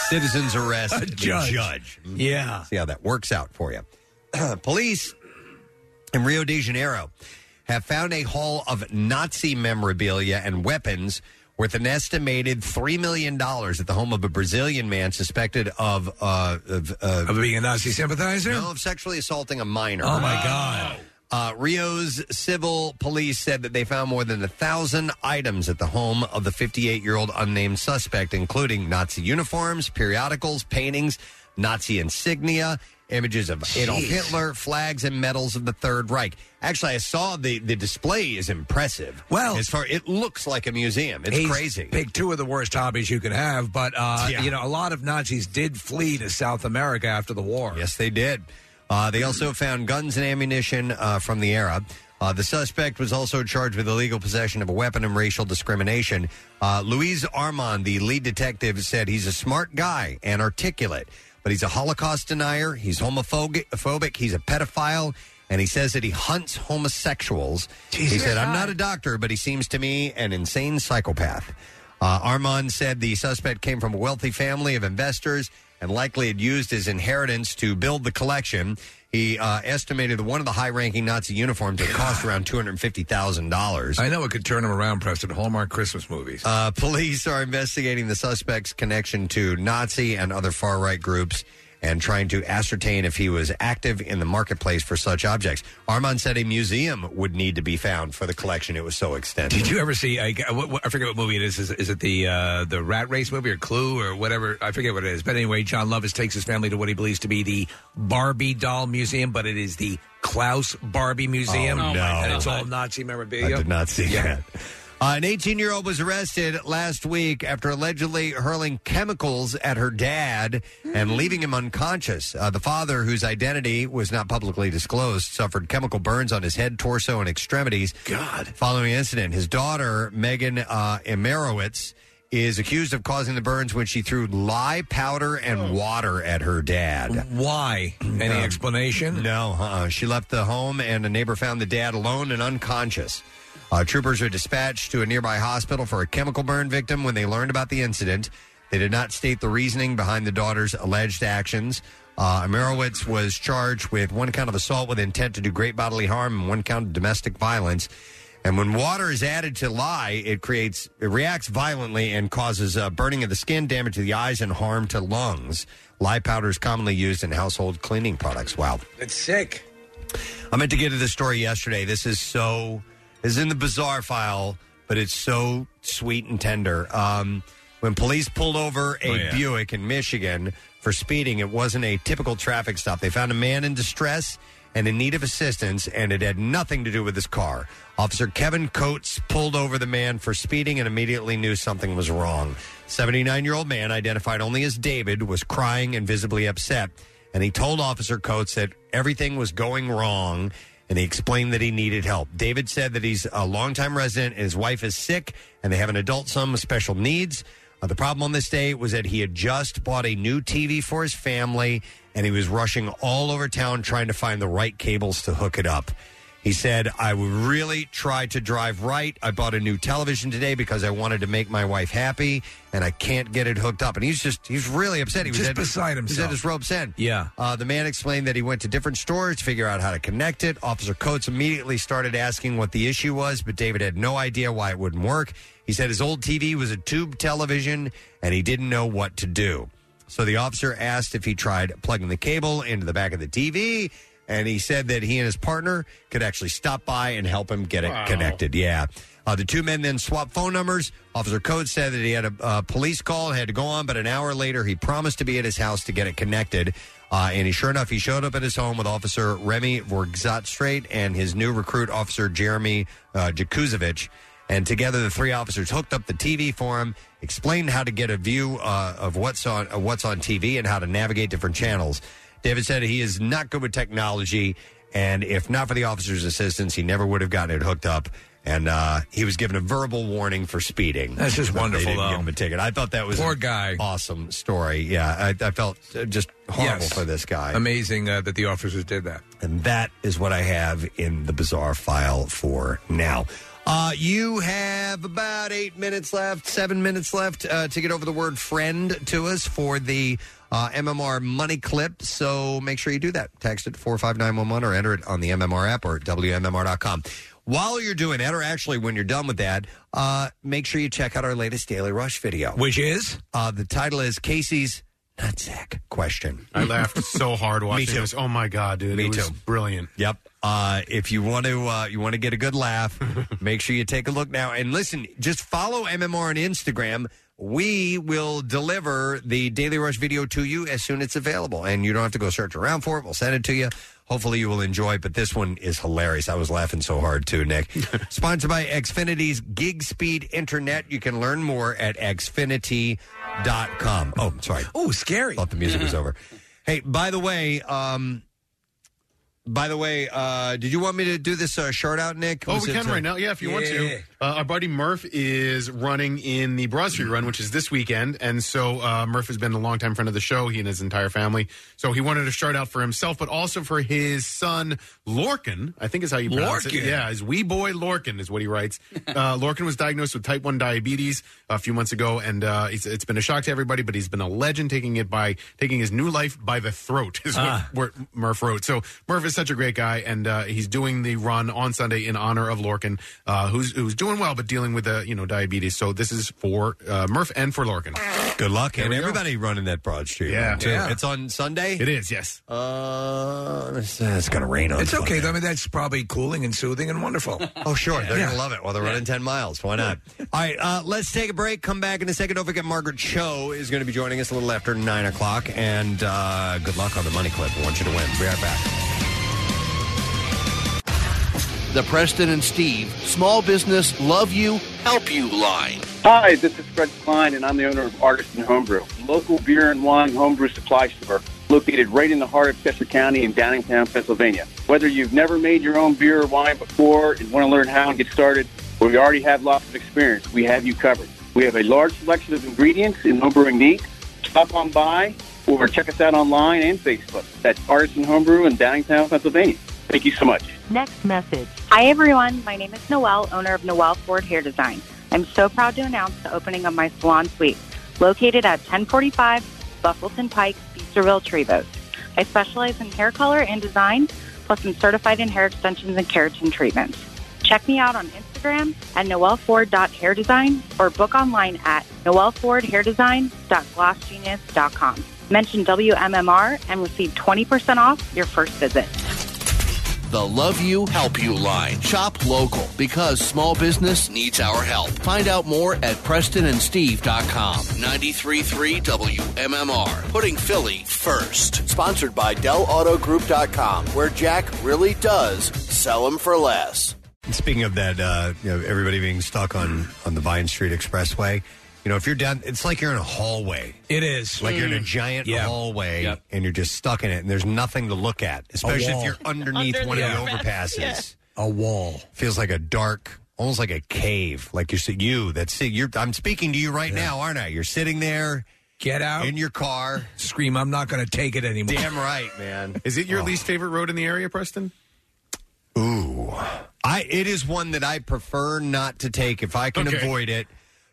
citizens arrest A the judge. judge. Mm-hmm. Yeah. See how that works out for you. Police in Rio de Janeiro have found a haul of Nazi memorabilia and weapons worth an estimated $3 million at the home of a Brazilian man suspected of... Uh, of, uh, Of being a Nazi sympathizer? No, of sexually assaulting a minor. Oh, my God. Uh, Rio's civil police said that they found more than a thousand items at the home of the 58 year old unnamed suspect, including Nazi uniforms, periodicals, paintings, Nazi insignia, images of Adolf Jeez. Hitler, flags, and medals of the Third Reich. Actually, I saw the, the display is impressive. Well, as far it looks like a museum, it's He's crazy. Pick two of the worst hobbies you could have, but uh, Yeah. you know, a lot of Nazis did flee to South America after the war. Yes, they did. Uh, they also found guns and ammunition uh, from the era. Uh, the suspect was also charged with illegal possession of a weapon and racial discrimination. Uh, Louise Armand, the lead detective, said he's a smart guy and articulate, but he's a Holocaust denier, he's homophobic, phobic, he's a pedophile, and he says that he hunts homosexuals. he said, I'm not a doctor, but he seems to me an insane psychopath. Uh, Armand said the suspect came from a wealthy family of investors and likely had used his inheritance to build the collection. He uh, estimated that one of the high-ranking Nazi uniforms would cost around two hundred fifty thousand dollars. I know it could turn him around, Preston. Hallmark Christmas movies. Uh, police are investigating the suspect's connection to Nazi and other far right groups and trying to ascertain if he was active in the marketplace for such objects. Armand said a museum would need to be found for the collection. It was so extensive. Did you ever see? I, what, what- I forget what movie it is. Is, is it the uh, the Rat Race movie or Clue or whatever? I forget what it is. But anyway, John Lovis takes his family to what he believes to be the Barbie doll museum, but it is the Klaus Barbie Museum. Oh, no. and it's all Nazi memorabilia. I did not see that. Uh, an 18 year old was arrested last week after allegedly hurling chemicals at her dad and leaving him unconscious. Uh, the father, whose identity was not publicly disclosed, suffered chemical burns on his head, torso, and extremities. God. Following the incident, his daughter, Megan uh, Emerowitz, is accused of causing the burns when she threw lye powder and water at her dad. Oh. Why? Any explanation? No. Uh-uh. She left the home, and a neighbor found the dad alone and unconscious. Uh, troopers were dispatched to a nearby hospital for a chemical burn victim when they learned about the incident. They did not state the reasoning behind the daughter's alleged actions. Uh, Amerowitz was charged with one count of assault with intent to do great bodily harm and one count of domestic violence. And when water is added to lye, it creates it reacts violently and causes uh, burning of the skin, damage to the eyes, and harm to lungs. Lye powder is commonly used in household cleaning products. Wow, It's sick. I meant to get to this story yesterday. This is so is in the bizarre file, but it's so sweet and tender. Um, when police pulled over a Oh, yeah. Buick in Michigan for speeding, it wasn't a typical traffic stop. They found a man in distress and in need of assistance, and it had nothing to do with his car. Officer Kevin Coates pulled over the man for speeding and immediately knew something was wrong. 79 year old man, identified only as David, was crying and visibly upset and he told Officer Coates that everything was going wrong, and he explained that he needed help. David said that he's a longtime resident, and his wife is sick, and they have an adult son with special needs. Uh, the problem on this day was that he had just bought a new TV for his family, and he was rushing all over town trying to find the right cables to hook it up. He said, I would really try to drive right. I bought a new television today because I wanted to make my wife happy, and I can't get it hooked up. And he's just, he's really upset. He was Just at- beside He was at himself. his rope's end. Yeah. Uh, the man explained that he went to different stores to figure out how to connect it. Officer Coates immediately started asking what the issue was, but David had no idea why it wouldn't work. He said his old TV was a tube television and he didn't know what to do. So the officer asked if he tried plugging the cable into the back of the TV, and he said that he and his partner could actually stop by and help him get it Wow. connected. Yeah. Uh, the two men then swapped phone numbers. Officer Coates said that he had a uh, police call and had to go on, but an hour later he promised to be at his house to get it connected. Uh, and he, sure enough, he showed up at his home with Officer Remy Vorgzat Strait and his new recruit, Officer Jeremy uh, Jakuzovic. And together, the three officers hooked up the TV for him, explained how to get a view uh, of what's on of what's on TV and how to navigate different channels. David said he is not good with technology, and if not for the officer's assistance, he never would have gotten it hooked up. And uh, he was given a verbal warning for speeding. That's just But they wonderful, didn't though. Give him a ticket. I thought that was Poor an guy. Awesome story. Yeah, I, I felt uh, just horrible Yes. for this guy. Amazing uh, that the officers did that. And that is what I have in the bizarre file for now. Uh, you have about eight minutes left, seven minutes left uh, to get over the word friend to us for the uh, MMR money clip. So make sure you do that. Text it to 45911 or enter it on the MMR app or at WMMR.com. While you're doing that, or actually when you're done with that, uh, make sure you check out our latest Daily Rush video. Which is? Uh, the title is Casey's Nutsack Question. I laughed so hard watching Me too. this. Oh my god, dude! Me it was too. Brilliant. Yep. Uh, if you want to, uh, you want to get a good laugh, make sure you take a look now and listen. Just follow MMR on Instagram. We will deliver the Daily Rush video to you as soon as it's available, and you don't have to go search around for it. We'll send it to you. Hopefully, you will enjoy. it, But this one is hilarious. I was laughing so hard too, Nick. Sponsored by Xfinity's Gig Speed Internet. You can learn more at xfinity.com. Oh, sorry. Oh, scary. Thought the music was over. Hey, by the way, um, by the way, uh, did you want me to do this uh, short out, Nick? Oh, Was we it, can uh, right now. Yeah, if you want to. Uh, our buddy Murph is running in the Broad Street Run, which is this weekend, and so uh, Murph has been a longtime friend of the show. He and his entire family. So he wanted to start out for himself, but also for his son Lorcan. I think is how you pronounce Lorcan. it. Yeah, his wee boy Lorcan is what he writes. uh, Lorcan was diagnosed with type one diabetes a few months ago, and uh, it's, it's been a shock to everybody. But he's been a legend, taking it by taking his new life by the throat. Is what Ah. where Murph wrote. So Murph is such a great guy, and uh, he's doing the run on Sunday in honor of Lorcan, uh, who's who's doing well but dealing with uh, you know diabetes. So this is for uh, Murph and for Lorcan. Good luck, There and we go. everybody running that Broad Street. Yeah. run, too. Yeah. It's on Sunday. It is, yes. Uh, it's, uh, it's gonna rain on. It's Sunday. okay. though. I mean, that's probably cooling and soothing and wonderful. Oh, sure. They're Yeah. going to love it while they're Yeah. running 10 miles. Why not? All right. Uh, let's take a break. Come back in a second. Don't forget, Margaret Cho is going to be joining us a little after 9 o'clock. And uh, good luck on the money clip. We want you to win. Be right back. The Preston and Steve Small Business Love You, Help You line. Hi, this is Fred Klein, and I'm the owner of Artisan Homebrew, a local beer and wine homebrew supply store located right in the heart of Chester County in Downingtown, Pennsylvania. Whether you've never made your own beer or wine before and want to learn how and get started, or you already have lots of experience, we have you covered. We have a large selection of ingredients in homebrewing neat. Stop on by or check us out online and Facebook. That's Artisan Homebrew in Downingtown, Pennsylvania. Thank you so much. Next message. Hi, everyone. My name is Noelle, owner of Noelle Ford Hair Design. I'm so proud to announce the opening of my salon suite, located at 1045 Buffleton Pike, Beesterville, Trevose. I specialize in hair color and design, plus I'm certified in hair extensions and keratin treatments. Check me out on Instagram at noelford.hairdesign or book online at noelfordhairdesign.glossgenius.com. Mention WMMR and receive 20% off your first visit. The Love You Help You line. Shop local because small business needs our help. Find out more at PrestonandSteve.com. 93.3 WMMR. Putting Philly first. Sponsored by DellAutoGroup.com, where Jack really does sell them for less. Speaking of that, uh, you know, everybody being stuck on on the Vine Street Expressway. You know, if you're down, it's like you're in a hallway. It is Like you're in a giant Yeah. hallway, Yep. and you're just stuck in it, and there's nothing to look at, especially if wall. you're underneath Under one the of the overpass, overpasses. yeah. A wall feels like a dark, almost like a cave. Like you're sit- you that's it. You're I'm speaking to you right now, aren't I? You're sitting there. Get out in your car. Scream! I'm not going to take it anymore. Damn right, man. Is it your Oh. least favorite road in the area, Preston? Ooh, I it is one that I prefer not to take if I can Okay. avoid it,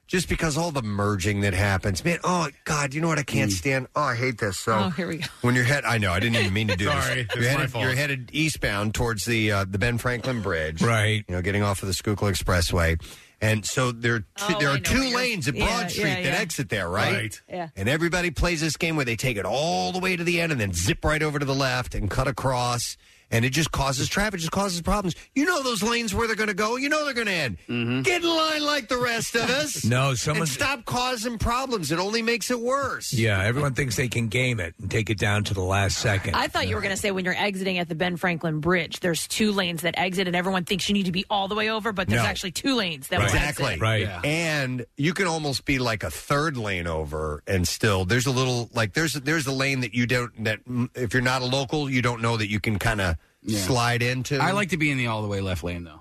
just because all the merging that happens, man. Oh God, you know what I can't stand? Oh, I hate this. So Oh, here we go. When you're head, I know I didn't even mean to do this. Sorry, it's you're my headed, fault. You're headed eastbound towards the uh, the Ben Franklin Bridge, right? You know, getting off of the Schuylkill Expressway, and so there are two, Oh, there I are know two what you're- lanes at Broad yeah, Street yeah, that yeah. exit there, right? Right. Yeah. And everybody plays this game where they take it all the way to the end and then zip right over to the left and cut across. And it just causes traffic, just causes problems. You know those lanes where they're going to go. You know they're going to end. Mm-hmm. Get in line like the rest of us. No, and someone's- stop causing problems. It only makes it worse. Yeah, everyone thinks they can game it and take it down to the last second. I thought you were going to say when you're exiting at the Ben Franklin Bridge, there's two lanes that exit, and everyone thinks you need to be all the way over, but there's No. actually two lanes that will exit. exactly Right. and you can almost be like a third lane over and still there's a little like there's there's a lane that you don't that mm, if you're not a local you don't know that you can kind of slide into I like to be in the all the way left lane though.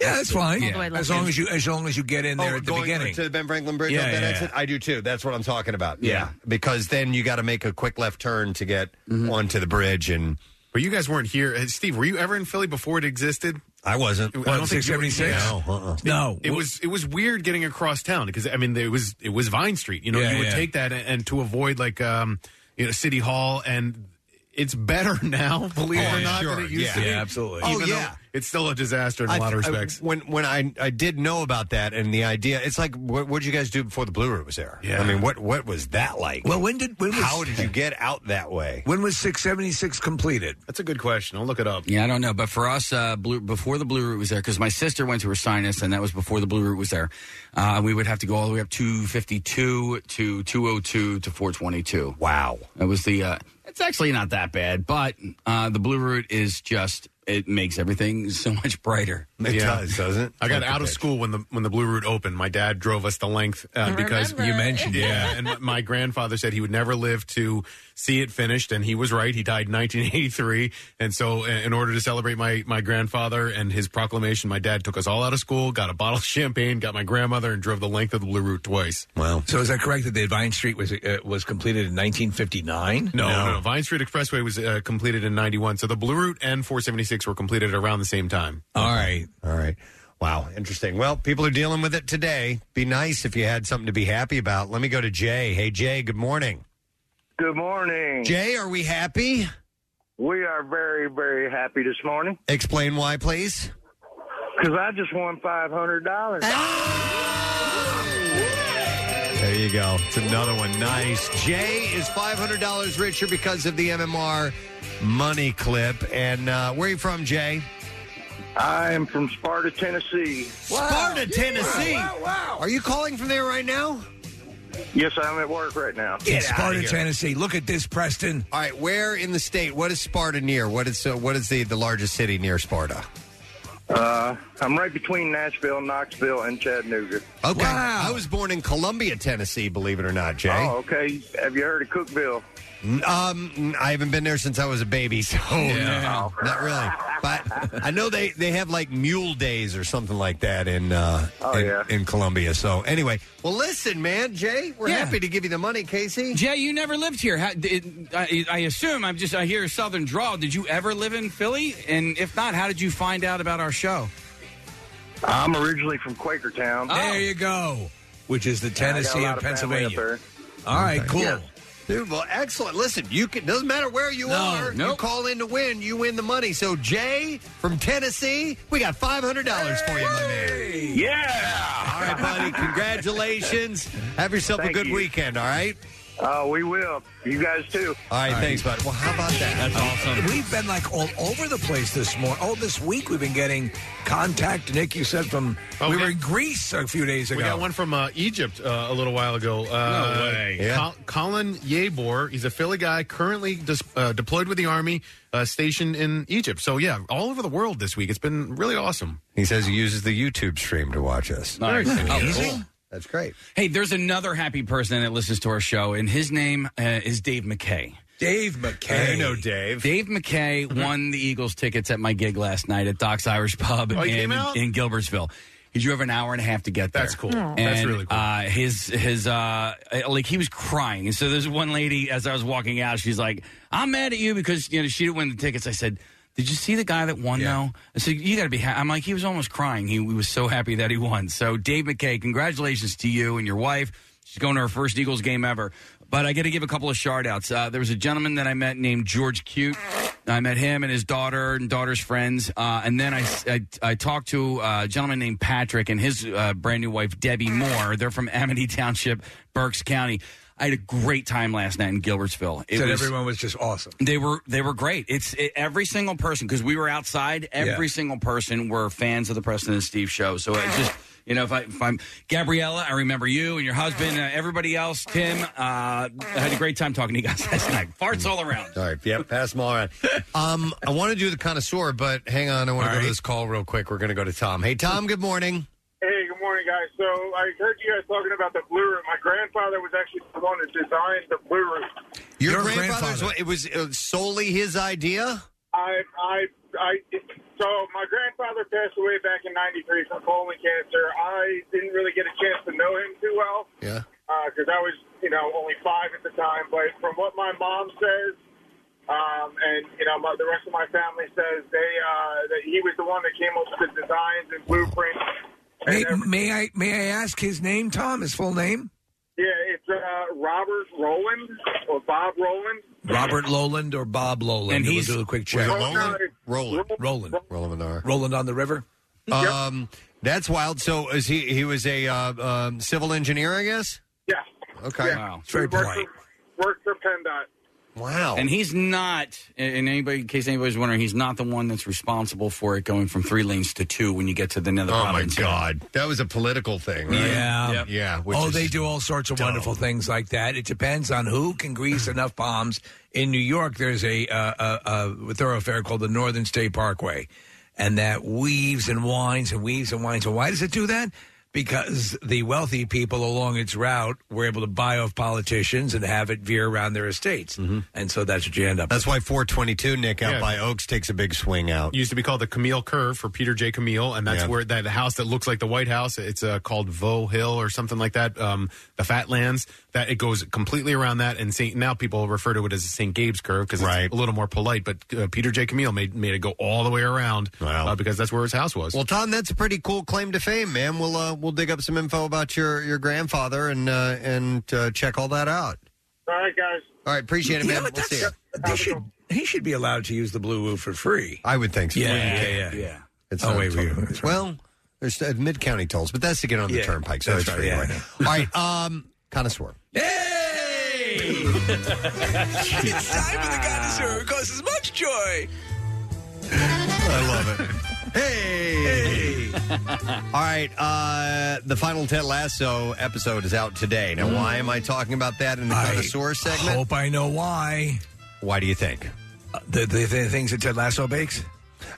Yeah, that's fine. All the way left. As long as you as long as you get in there Oh, at the going beginning. to the Ben Franklin Bridge Yeah, on that yeah. exit? I do too. That's what I'm talking about. Yeah, because then you got to make a quick left turn to get onto the bridge, and But you guys weren't here. Uh, Steve, were you ever in Philly before it existed? I wasn't. I don't think you were- 76? Yeah. No, uh-uh. No. It, it was it was weird getting across town because I mean it was it was Vine Street. You know, Yeah, you would yeah. take that and, and to avoid like um you know City Hall and it's better now, believe it Oh, or not, sure. than it used Yeah. to be. Yeah, absolutely. Even Oh, though yeah. It's still a disaster in a I- lot of I- respects. when when I I did know about that and the idea, it's like what what did you guys do before the Blue Route was there? Yeah, I mean what what was that like? Well, when did when was, how did you get out that way? When was 676 completed? That's a good question. I'll look it up. Yeah, I don't know, but for us, uh, blue, before the Blue Route was there, because my sister went to her sinus, and that was before the Blue Route was there. Uh, we would have to go all the way up 252 to 202 to 422. Wow, that was the. Uh, it's actually not that bad, but uh, the Blue Route is just it makes everything so much brighter. I got out of school when the when the Blue Route opened. My dad drove us the length uh, I because remember. You mentioned it. yeah. and my- my grandfather said he would never live to see it finished, and he was right. He died in 1983, and so uh, in order to celebrate my my grandfather and his proclamation, my dad took us all out of school, got a bottle of champagne, got my grandmother, and drove the length of the Blue Route twice. Wow. So is that correct that the Vine Street was uh, was completed in 1959? No, no, no. Vine Street Expressway was uh, completed in 91. So the Blue Route and 476 were completed around the same time. All right. Uh-huh. All right. Wow, interesting. Well, people are dealing with it today. Be nice if you had something to be happy about. Let me go to Jay. Hey, Jay. Good morning. Good morning. Jay, are we happy? We are very, very happy this morning Explain why, please. because I just won $500. There you go. It's another one. Nice. Jay is $500 richer because of the MMR money clip. And uh, where are you from, Jay? I am from Sparta, Tennessee. Sparta, Tennessee. Are you calling from there right now? Yes, I'm at work right now. Get outta Sparta, here. Tennessee. Look at this, Preston. All right, where in the state? What is Sparta near? What is uh, what is the, the largest city near Sparta? Uh, I'm right between Nashville, Knoxville, and Chattanooga. Okay. I was born in Columbia, Tennessee, believe it or not, Jay. Oh, okay. Have you heard of Cookville? Um, I haven't been there since I was a baby, so no, not really. But I know they, they have like mule days or something like that in uh, Oh, in, in Colombia. So anyway, well, listen, man, Jay, we're happy to give you the money, Casey. Jay, you never lived here. How, did, I, I assume I'm just I hear a Southern drawl. Did you ever live in Philly? And if not, how did you find out about our show? I'm originally from Quakertown. There you go. Which is the Oh. Yeah, I got a Tennessee lot of of family up Pennsylvania. there. All right, cool. Yeah. Dude, well, excellent. Listen, you can doesn't matter where you No, are. You nope. call in to win, you win the money. So Jay from Tennessee, we got five hundred dollars for you, my man. Yeah. All right, buddy. Congratulations. Have yourself Thank a good you. weekend. All right. Uh, we will. You guys too. All right, thanks, bud. Well, how about that? That's awesome. We've been like all over the place this morning. Oh, this week we've been getting contact. Nick, you said from we were in Greece a few days ago. We got one from uh, Egypt uh, a little while ago. Uh, way. Yeah. Col- Colin Yabor, he's a Philly guy, currently dis- uh, deployed with the army, uh, stationed in Egypt. So yeah, all over the world this week. It's been really awesome. He says he uses the YouTube stream to watch us. Nice. Very Oh, cool. cool. That's great. Hey, there's another happy person that listens to our show, and his name uh, is Dave McKay. Dave McKay. I know Dave. Dave McKay won the Eagles tickets at my gig last night at Doc's Irish Pub Oh, he in, came out? in Gilbertsville. He drove an hour and a half to get there. That's cool. Aw. And, That's really cool. Uh, his his uh, like he was crying. And so there's one lady as I was walking out, she's like, "I'm mad at you because you know she didn't win the tickets." I said. Did you see the guy that won though? I said you got to be. Ha-. I'm like he was almost crying. He, was so happy that he won. So Dave McKay, congratulations to you and your wife. She's going to her first Eagles game ever. But I got to give a couple of shout outs. Uh, there was a gentleman that I met named George Cute. I met him and his daughter and daughter's friends. Uh, and then I, I, I talked to uh, a gentleman named Patrick and his uh, brand new wife, Debbie Moore. They're from Amity Township, Berks County. I had a great time last night in Gilbertsville. It said was- everyone was just awesome. they were they were great. It's it, every single person because we were outside. Every single person were fans of the Preston and Steve show. So I just you know if I if I'm Gabriella, I remember you and your husband. Uh, everybody else, Tim. Uh, I had a great time talking to you guys last night. Farts all around. All right. Yep. Pass them all around. Um, I want to do the connoisseur, but hang on. I want to All go to right. this call real quick. We're going to go to Tom. Hey, Tom. Good morning. Hey, good morning, guys. So I heard you guys talking about the blue room. My grandfather was actually the one that designed the blue room. Your, grandfather's what? It was uh, solely his idea. I, I, I. So my grandfather passed away back in '93 from colon cancer. I didn't really get a chance to know him too well. Yeah. because I was, you know, only five at the time. But from what my mom says, um, and you know, my, the rest of my family says they uh, that he was the one that came up with the designs and blueprints. May, may I may I ask his name, Tom? His full name? Yeah, it's uh, Robert Rowland or Bob Rowland. Robert Lowland or Bob Lowland? And We'll he's- do a quick check. Was it Lowland? Roland. Roland. Roland. Roland. on the river. Um, that's wild. So is he? He was a uh, um, civil engineer, I guess. Yeah. Okay. Yeah. It's very polite. Worked for PennDOT. Wow. And he's not. In anybody, in case anybody's wondering, he's not the one that's responsible for it going from three lanes to two when you get to the nether. Oh, my God. that was a political thing. right? Yeah, Yep. Yeah, which oh, is they do all sorts of wonderful things like that. It depends on who can grease enough bombs. In New York, there's a, uh, a, a thoroughfare called the Northern State Parkway, and that weaves and winds and weaves and winds. And why does it do that? Because the wealthy people along its route were able to buy off politicians and have it veer around their estates, and so that's what you end up. Mm-hmm. That's why 422 Nick out Yeah. by Oaks takes a big swing out. Used to be called the Camille Curve for Peter J. Camille, and that's Yeah. where that house that looks like the White House. It's uh, called Vo Hill or something like that. Um, the Fatlands. That it goes completely around that, and Saint, now people refer to it as the St. Gabe's Curve because it's a little more polite. But uh, Peter J. Camille made made it go all the way around uh, because that's where his house was. Well, Tom, that's a pretty cool claim to fame, man. We'll uh, we'll dig up some info about your your grandfather and uh, and uh, check all that out. All right, guys. All right, appreciate it, You man. know what, we'll see that's- They should, he should be allowed to use the blue roof for free. I would think so. Yeah, Yeah, yeah, yeah. yeah. It's oh, not wait, toll. we- Well, there's uh, mid county tolls, but that's to get on the Yeah, turnpike, so that's it's right, free yeah. anyway. All right, um, connoisseur. it's time for the connoisseur who causes much joy. I love it. Hey. All right. Uh, the final Ted Lasso episode is out today. Now, why am I talking about that in the connoisseur segment? Hope I know why. Why do you think? Uh, the, the, the things that Ted Lasso bakes?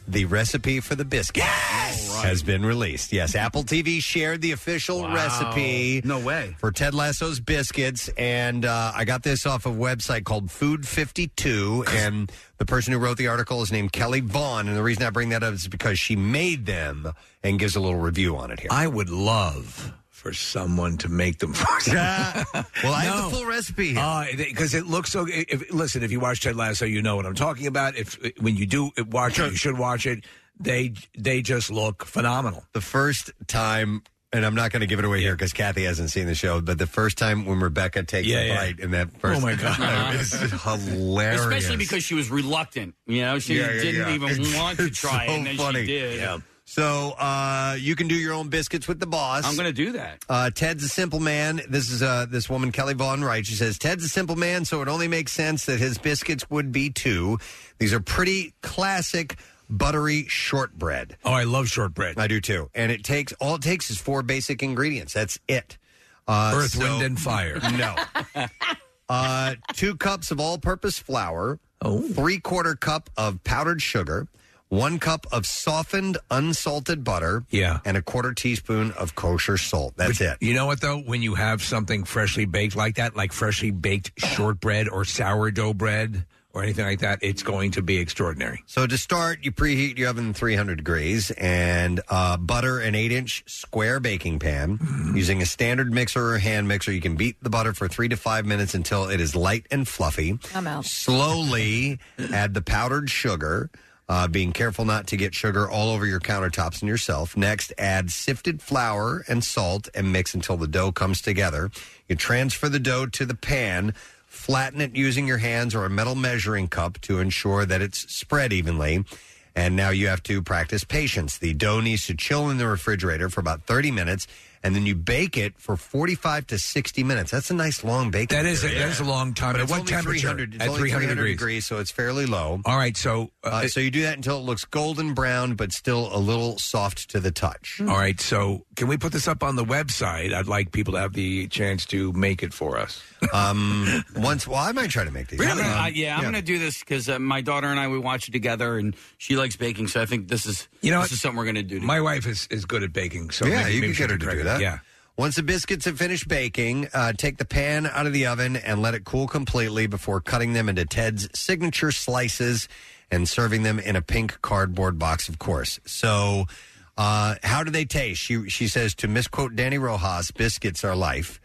The recipe for the biscuit has been released. Yes, Apple TV shared the official recipe. No way for Ted Lasso's biscuits, and uh, I got this off of a website called Food Fifty Two, and the person who wrote the article is named Kelly Vaughn, and the reason I bring that up is because she made them and gives a little review on it here. I would love for someone to make them for us. Well, I have the full recipe because Uh, it looks so. If, listen, if you watch Ted Lasso, you know what I'm talking about. If when you do uh, watch it, you should watch it. They they just look phenomenal. The first time, and I'm not going to give it away here because Kathy hasn't seen the show, but the first time when Rebecca takes Yeah, a yeah. bite in that first Oh, my God. time, it's hilarious. Especially because she was reluctant. You know, she Yeah, yeah, didn't yeah. even It's- want to it's try so it, and then funny. she did. Yeah. So uh, you can do your own biscuits with the boss. I'm going to do that. Uh, Ted's a simple man. This is uh, this woman, Kelly Vaughn Wright. She says, Ted's a simple man, so it only makes sense that his biscuits would be too. These are pretty classic buttery shortbread. Oh, I love shortbread. I do too. And it takes all it takes is four basic ingredients. That's it. Uh, Earth, so- wind, and fire. No. Uh, two cups of all purpose flour, three quarter cup of powdered sugar, one cup of softened unsalted butter, yeah. and a quarter teaspoon of kosher salt. That's it. You know what though? When you have something freshly baked like that, like freshly baked shortbread or sourdough bread or anything like that, it's going to be extraordinary. So to start, you preheat your oven to 300 degrees and uh, butter an 8 inch square baking pan. Using a standard mixer or hand mixer, you can beat the butter for three to five minutes until it is light and fluffy. I'm out. Slowly add the powdered sugar, uh, being careful not to get sugar all over your countertops and yourself. Next, add sifted flour and salt and mix until the dough comes together. You transfer the dough to the pan. Flatten it using your hands or a metal measuring cup to ensure that it's spread evenly. And now you have to practice patience. The dough needs to chill in the refrigerator for about 30 minutes, and then you bake it for 45 to 60 minutes. That's a nice long baking. That is a- period. that is a long time. But At it's what only temperature? 300, it's At only 300 300 degrees. degrees. so it's fairly low. All right, so Uh, so you do that until it looks golden brown, but still a little soft to the touch. All right, so can we put this up on the website? I'd like people to have the chance to make it for us. Um, once, well, I might try to make these. Um, Really? Uh, yeah, I'm going to do this because uh, my daughter and I we watch it together, and she likes baking, so I think this is You know this what? is something we're going to do. My wife is, is good at baking, so yeah, maybe- you maybe can she get her to try do it. that. Yeah. Once the biscuits have finished baking, uh, take the pan out of the oven and let it cool completely before cutting them into Ted's signature slices and serving them in a pink cardboard box, of course. So, uh, how do they taste? She she says to misquote Danny Rojas, "Biscuits are life."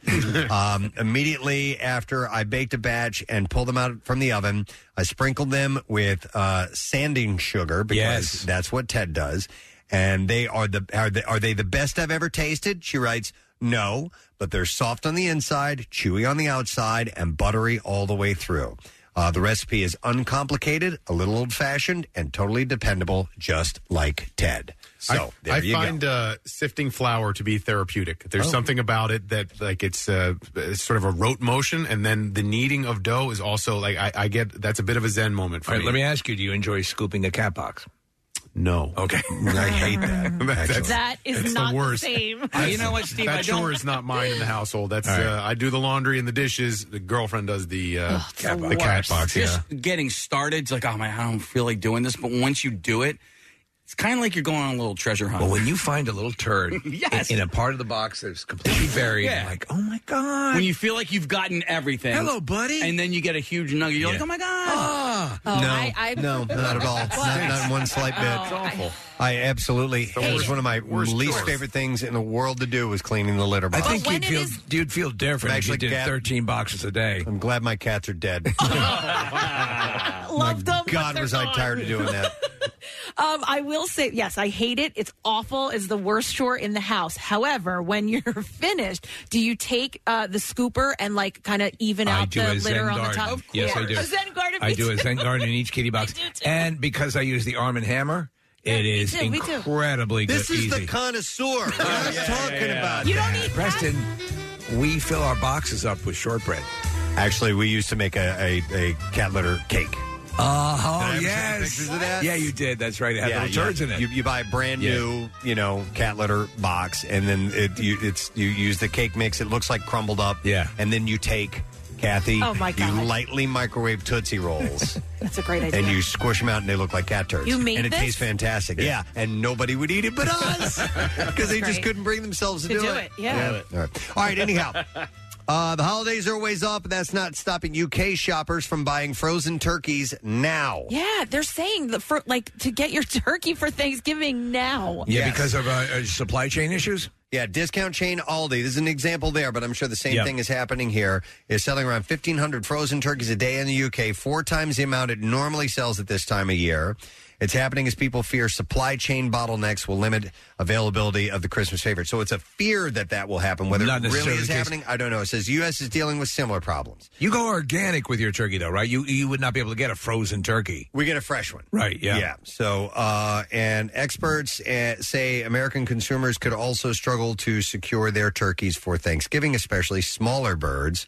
um, immediately after I baked a batch and pulled them out from the oven, I sprinkled them with uh, sanding sugar because that's what Ted does and they are the are they, are they the best I've ever tasted? She writes, "No, but they're soft on the inside, chewy on the outside, and buttery all the way through." Uh, the recipe is uncomplicated, a little old fashioned, and totally dependable, just like Ted. So I, there I you find go. Uh, sifting flour to be therapeutic. There's Oh. something about it that like it's, uh, it's sort of a rote motion, and then the kneading of dough is also like I, I get that's a bit of a zen moment for All right, me. let me ask you: Do you enjoy scooping a cat box? No. Okay. I hate that. That's- That is it's not the the, worst. same. I- You know what, Steve? That I don't- chore is not mine in the household. That's All right. uh, I do the laundry and the dishes. The girlfriend does the uh, cat box. the cat box. Yeah. Just getting started, it's like, oh man, I don't feel like doing this. But once you do it, it's kind of like you're going on a little treasure hunt. Well, when you find a little turd Yes. in, in a part of the box that's completely buried, Yeah. I'm like, oh my god! when you feel like you've gotten everything, Hello, buddy. and then you get a huge nugget, you're Yeah. like, oh my god. Ah. Oh, no, no, not at all. Not, not one slight bit. It's awful. I absolutely. the it was worst- one of my worst least chore. favorite things in the world to do was cleaning the litter I box. think you'd feel, you'd feel different if you Actually, did cat- 13 boxes a day. I'm glad my cats are dead. Love them. but God, they're was I gone. tired of doing that. Um, I will say, yes, I hate it. It's awful. It's the worst chore in the house. However, when you're finished, do you take uh, the scooper and like kind of even I out do the a litter Zen on the garden. top? Yes, I do. A Zen garden. I me do a too. Zen garden in each kitty box, and because I use the Arm and Hammer, it is too, me too. incredibly good. This is easy. the connoisseur. We're not talking about You that. don't need Preston. We fill our boxes up with shortbread. Actually, we used to make a, a, a cat litter cake. Oh, Uh-huh, Did I ever send you yes. pictures of that? Yeah, you did. That's right. It had little turds in it. You, you buy a brand Yeah. new, you know, cat litter box, and then it you, it's you use the cake mix. It looks like crumbled up. Yeah, and then you take Kathy. Oh, my God. You lightly microwave Tootsie Rolls. That's a great idea. And you squish them out and they look like cat turds. You made And it this? tastes fantastic. Yeah. And nobody would eat it but us because they just couldn't bring themselves to, To do it, yeah. All right. All right, anyhow. Uh, the holidays are a ways off, but that's not stopping UK shoppers from buying frozen turkeys now. Yeah, they're saying the for like to get your turkey for Thanksgiving now. Yeah, because of uh, uh, supply chain issues. Yeah, discount chain Aldi. There's an example there, but I'm sure the same Yeah. thing is happening here. Is selling around 1,500 frozen turkeys a day in the UK, four times the amount it normally sells at this time of year. It's happening as people fear supply chain bottlenecks will limit availability of the Christmas favorite. So it's a fear that that will happen. Whether Not it really necessarily is the case. happening, I don't know. It says U.S. is dealing with similar problems. You go organic with your turkey, though, right? You you would not be able to get a frozen turkey. We get a fresh one. Right, yeah. Yeah. So, uh, and experts uh, say American consumers could also struggle to secure their turkeys for Thanksgiving, especially smaller birds.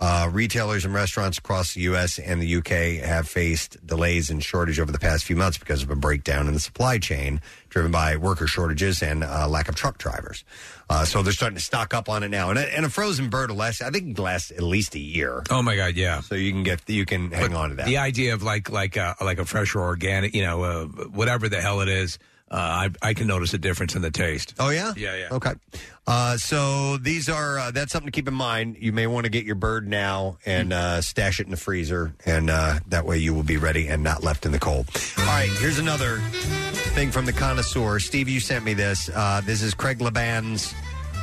Uh, retailers and restaurants across the U.S. and the U.K. have faced delays and shortage over the past few months because of a breakdown in the supply chain driven by worker shortages and uh, lack of truck drivers. Uh, so they're starting to stock up on it now. And a, and a frozen bird will last, I think, last at least a year. Oh my God! Yeah. So you can get you can hang on to that. The idea of like like a, like a fresh or organic, you know, uh, whatever the hell it is, uh, I I can notice a difference in the taste. Oh yeah, yeah, yeah. Okay, uh, so these are uh, that's something to keep in mind. You may want to get your bird now and uh, stash it in the freezer, and uh, that way you will be ready and not left in the cold. All right, here's another thing from the connoisseur. Steve, you sent me this. Uh, this is Craig Laban's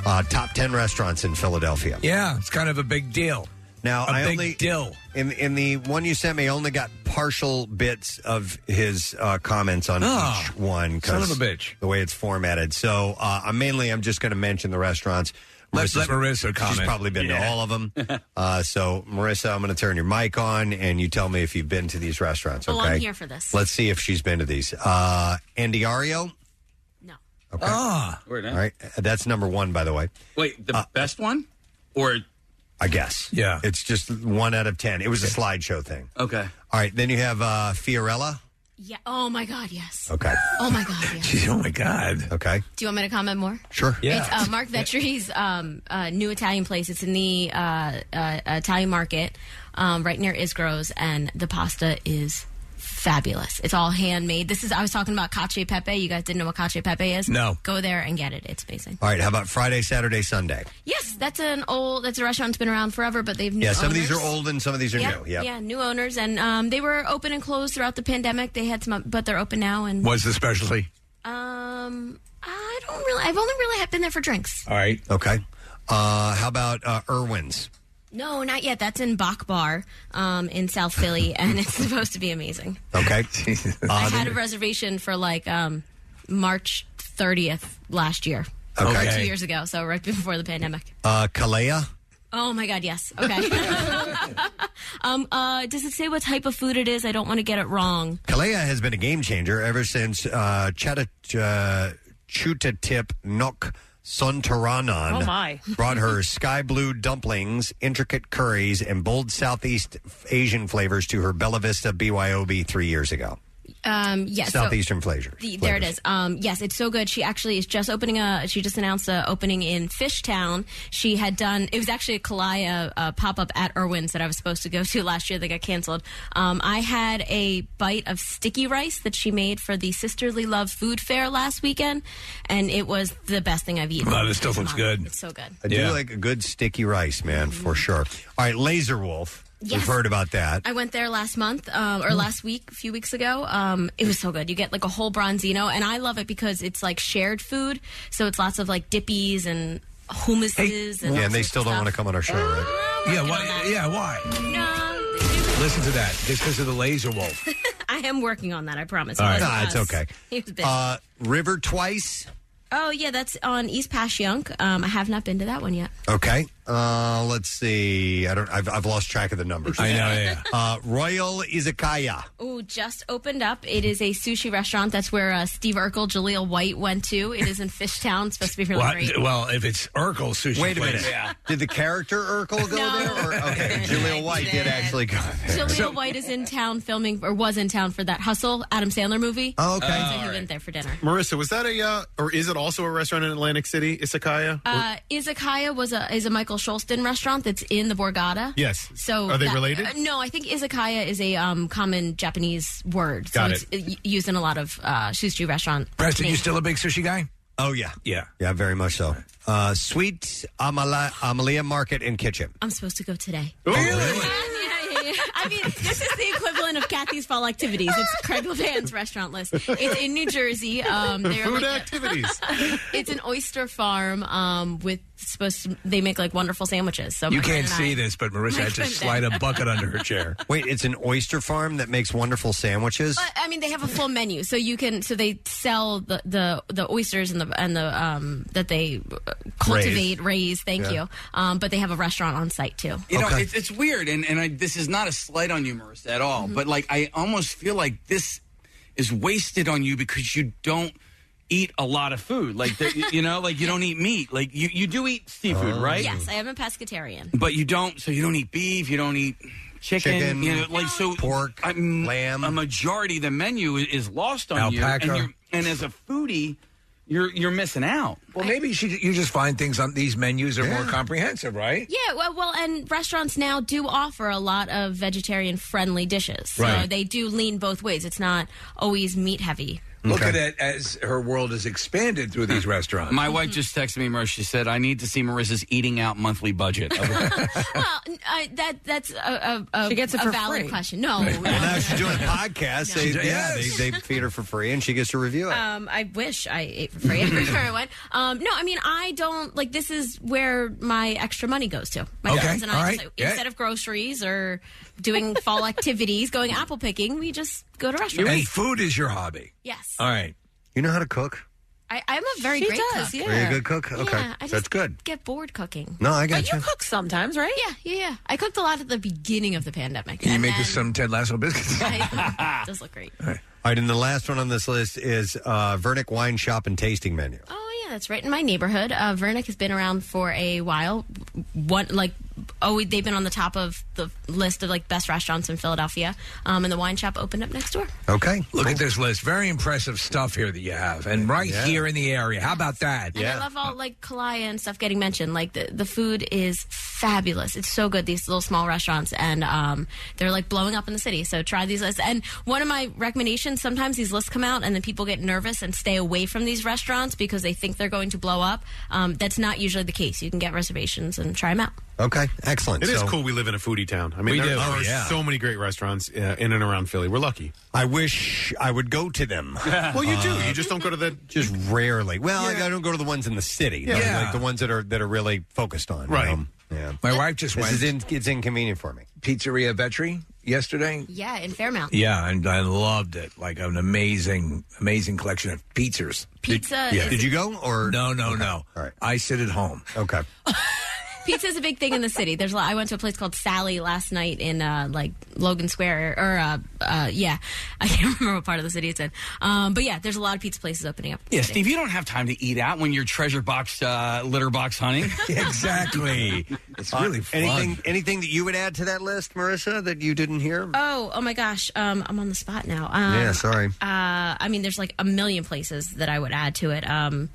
uh, top ten restaurants in Philadelphia. Yeah, it's kind of a big deal. Now A I big only deal in in the one you sent me. I only got partial bits of his uh, comments on Ah, each one. 'cause son of a bitch. The way it's formatted. So uh, I'm mainly I'm just going to mention the restaurants. Let- let Marissa She's comment. probably been to Yeah. all of them. uh, so Marissa, I'm going to turn your mic on and you tell me if you've been to these restaurants. Okay. Oh, I'm here for this. Let's see if she's been to these. Uh, Andiario. No. Okay. Ah. All right. That's number one, by the way. Uh, Wait, the best one, or I guess. Yeah. It's just one out of ten. It was a slideshow thing. okay. All right, then you have uh, Fiorella. Yeah. Oh my God. Yes. Okay. Oh my God. Yeah. oh my God. Okay. Do you want me to comment more? Sure. It's uh, Mark Vetri's um, uh, new Italian place. It's in the uh, uh, Italian market um, right near Isgro's, and the pasta is fabulous. It's all handmade. This is, I was talking about cacio e pepe. You guys didn't know what cacio e pepe is? No. Go there and get it. It's amazing. All right. How about Friday, Saturday, Sunday? Yes, that's an old, that's a restaurant that's been around forever, but they've new yeah. Some of these are owners. old and some of these are yeah, new. Yep. Yeah, new owners, and um, they were open and closed throughout the pandemic. They had some, but they're open now. And What's the specialty? um, I don't really. I've only really have been there for drinks. All right. Okay. Uh, how about uh, Irwin's? No, not yet. That's in Bach Bar um, in South Philly, and it's supposed to be amazing. Okay. I Uh, had a reservation for like um, March 30th last year, Okay. or two years ago, so right before the pandemic. uh, Kalea. Oh my God, yes. Okay. um, uh, does it say what type of food it is? I don't want to get it wrong. Kalea has been a game changer ever since uh, Chata, uh, Chuta Tip Nok Sontaranan Oh, my. brought her sky blue dumplings, intricate curries, and bold Southeast Asian flavors to her Bella Vista BYOB three years ago. Um, yes. so- Southeastern flavors. The, there it is. Um, yes, it's so good. She actually is just opening a. She just announced a opening in Fishtown. She had done. It was actually a Kalia uh, pop up at Irwin's that I was supposed to go to last year that got canceled. Um, I had a bite of sticky rice that she made for the Sisterly Love Food Fair last weekend, and it was the best thing I've eaten. Wow, this stuff looks Um, good. It's so good. I do like a good sticky rice, man, for sure. All right, Laser Wolf. We've Yes. heard about that. I went there last month um, or last week, a few weeks ago. Um, it was so good. You get like a whole bronzino, and I love it because it's like shared food. So it's lots of like dippies and hummuses. and yeah, all and they sorts still of don't want to stuff. come on our show, right? Yeah. Why? Yeah. Why? No, Listen to that. Just because of the laser wolf. I am working on that. I promise. All right. It wasn't Nah, it's us. okay. It was big. Ah, Uh, River Twice. oh yeah, that's on East Passyunk. Um, I have not been to that one yet. Okay. Uh, let's see. I don't. I've, I've lost track of the numbers. I know, yeah. Uh, Royal Izakaya. Ooh, just opened up. It is a sushi restaurant. That's where uh, Steve Urkel, Jaleel White went to. It is in Fishtown. It's supposed to be really well, great. well, if it's Urkel sushi. Wait a place. minute. Did the character Urkel go there? Or, okay, Jaleel White did actually go there. Jaleel White is in town filming, or was in town for that Hustle Adam Sandler movie. Oh, okay. So Oh, he went there for dinner. Marissa, was that a uh, or is it also a restaurant in Atlantic City, Isakaya? Uh, izakaya was a is a Michael Schulston restaurant that's in the Borgata. yes. So are they that- related? uh, no, I think izakaya is a um, common Japanese word. Got so it's uh, used in a lot of uh, shishu restaurant. Preston, you names. still a big sushi guy? Oh yeah, yeah, yeah, very much so. Uh, Sweet Amala, Amalia Market and Kitchen. Oh, I'm supposed to go today. really? I mean, this is the equivalent of Kathy's fall activities. It's Craig Levan's restaurant list. It's in New Jersey. Um, they're Food like a- activities. it's an oyster farm um, with supposed to, they make like wonderful sandwiches. So you my friend can't and see I- this, but Marissa My had to friend- slide a bucket under her chair. Wait, it's an oyster farm that makes wonderful sandwiches. But I mean, they have a full menu, so you can. So they sell the the, the oysters and the and the um, that they cultivate, raise. thank Yeah. you. Um, but they have a restaurant on site too. You know, it's, it's weird, and and I, this is not a slight on you, Marissa, at all. But like, I almost feel like this is wasted on you because you don't eat a lot of food. Like, the, you know, like you don't eat meat. Like you you do eat Oh. Oh. seafood, right? Yes, I am a pescatarian. But you don't. So you don't eat beef. You don't eat chicken. Chicken, you know, like so pork, lamb. A majority of the menu is- is lost on Alpaca. you, and, you're, and as a foodie, you're you're missing out. Well, maybe she, you just find things on these menus are more comprehensive, right? Yeah, well, well, and restaurants now do offer a lot of vegetarian friendly dishes. So Right. they do lean both ways. It's not always meat heavy. Look at it as her world has expanded through these restaurants. My wife just texted me, Marissa. She said, "I need to see Marissa's eating out monthly budget." well, n- I, that that's a, a, a, She gets it a for valid free. question. No, Well, now she's doing a podcast. They, No. yeah, oh, Yes. they, they feed her for free, and she gets to review it. Um, I wish I ate for free. I'm pretty sure I would. Um, no, I mean I don't like. This is where my extra money goes to. My Okay, friends and I all just, right, like, yeah. instead of groceries or doing fall activities, going apple picking, we just go to restaurants. and food is your hobby. Yes, All right. You know how to cook? I, I'm a very She great does, cook. yeah. Are you a good cook? Okay, Yeah, I just that's good. Get bored cooking. No, I got you cook sometimes, right? Yeah, yeah, yeah. I cooked a lot at the beginning of the pandemic. Can you And make then- us some Ted Lasso biscuits? I- it does look great. All right, and the last one on this list is uh, Vernick Wine Shop and Tasting Menu. Oh yeah, that's right in my neighborhood. Uh, Vernick has been around for a while. One like oh, they've been on the top of the list of like best restaurants in Philadelphia. Um, and the wine shop opened up next door. Okay. Look at this list. Very impressive stuff here that you have, and right here in the area. How about that? And I love all like Kalaya and stuff getting mentioned. Like the, the food is fabulous. It's so good. These little small restaurants and um, they're like blowing up in the city. So try these lists. And one of my recommendations: sometimes these lists come out and then people get nervous and stay away from these restaurants because they think they're going to blow up. Um, that's not usually the case. You can get reservations and try them out. Okay, excellent. It is So- cool we live in a foodie town. I mean, We there, do. there Oh, are yeah. so many great restaurants uh, in and around Philly. We're lucky. I wish I would go to them. well, you do. Uh, You just don't go to the. Just rarely. Well, like, I don't go to the ones in the city. Yeah. Those are, like the ones that are that are really focused on. Right. Yeah. My wife just This went is in, it's inconvenient for me. Pizzeria Vetri yesterday. Yeah, in Fairmount. Yeah, and I loved it. Like an amazing, amazing collection of pizzas. Pizza Did, is- Did you go or no? No, no. All right. I sit at home. Okay. Pizza is a big thing in the city. There's a lot. I went to a place called Sally last night in uh, like Logan Square or uh, uh, yeah, I can't remember what part of the city it's in. Um, but yeah, there's a lot of pizza places opening up. Yeah, Steve, you don't have time to eat out when you're treasure box, uh, litter box hunting. exactly. It's Uh, Anything anything that you would add to that list, Marissa, that you didn't hear? Oh, oh my gosh, um, I'm on the spot now. Um, yeah, sorry. Uh, I mean, there's like a million places that I would add to it. Um,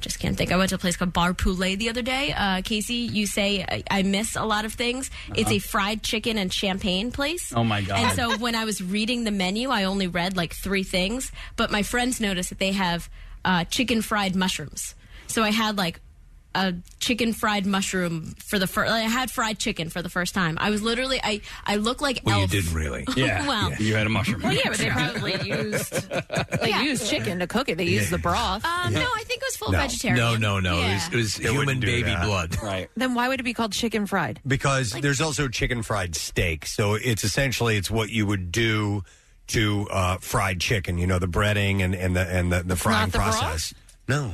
just can't think. I went to a place called Bar Poulet the other day. Uh, Casey, you say I, I miss a lot of things. It's Uh-huh. a fried chicken and champagne place. Oh, my God. And so when I was reading the menu, I only read like three things, but my friends noticed that they have uh, chicken fried mushrooms. So I had like a chicken fried mushroom for the first. I had fried chicken for the first time. I was literally I I look like Well, you elf. didn't really. Yeah, Well- you had a mushroom. Well, yeah, but they probably used they Yeah. used chicken to cook it. They used the broth. Um, No, I think it was full vegetarian. No, no, no. It was, it was human do baby that. blood. Right. Then why would it be called chicken fried? Because there's also chicken fried steak, so it's essentially it's what you would do to uh, fried chicken. You know, the breading and, and the and the, the frying not the broth? process. No,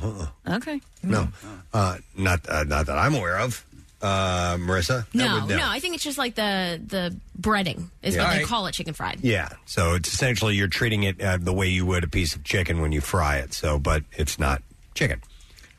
uh-uh. Okay. no, uh, not uh, not that I'm aware of, uh, Marissa. That No, would- no, I think it's just like the the breading is Yeah. what they Alright. call it, chicken fried. Yeah, so it's essentially you're treating it uh, the way you would a piece of chicken when you fry it. So, but it's not chicken.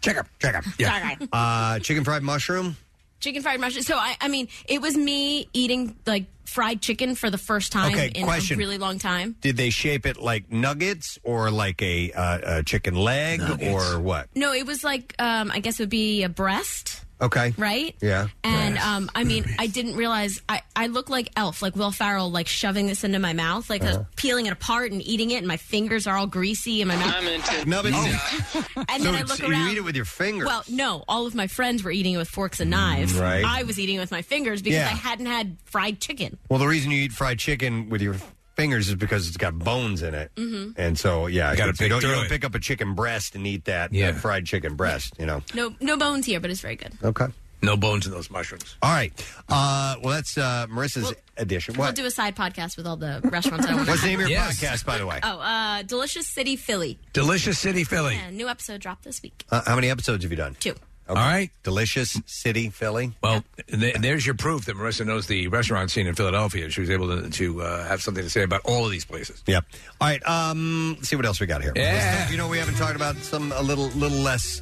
Chicken, chicken. Yeah. Chicken. Uh, chicken fried mushroom. Chicken fried mushrooms. So I, I mean, it was me eating like fried chicken for the first time Okay, in question. a really long time. Did they shape it like nuggets or like a, uh, a chicken leg or what? No, it was like um, I guess it would be a breast, Okay. right? Yeah. And um, I mean, I didn't realize I, I look like Elf, like Will Farrell, like shoving this into my mouth, like I was Uh-huh. peeling it apart and eating it, and my fingers are all greasy and my mouth. No, but oh, Oh. and so then I it's- look around. you eat it with your fingers. Mm, Well, no, all of my friends were eating it with forks and knives. right. I was eating it with my fingers because Yeah. I hadn't had fried chicken. Well, the reason you eat fried chicken with your fingers is because it's got bones in it. Mhm. And so, yeah, Gotta it's- pick you don't, you through don't it. pick up a chicken breast and eat that, Yeah. that fried chicken breast, you know. No, no bones here, but it's very good. Okay. No bones in those mushrooms. All right. Uh, well, that's uh, Marissa's edition. We'll What? do a side podcast with all the restaurants. I want What's the name of your Yes. podcast, by the way? Oh, uh, Delicious City Philly. Delicious City Philly. Yeah, new episode dropped this week. Uh, how many episodes have you done? Two. All right. Delicious City Philly. Well, th- there's your proof that Marissa knows the restaurant scene in Philadelphia. She was able to, to uh, have something to say about all of these places. Yep. All right. Um, let's see what else we got here. Yeah. You know, we haven't talked about some a little little less,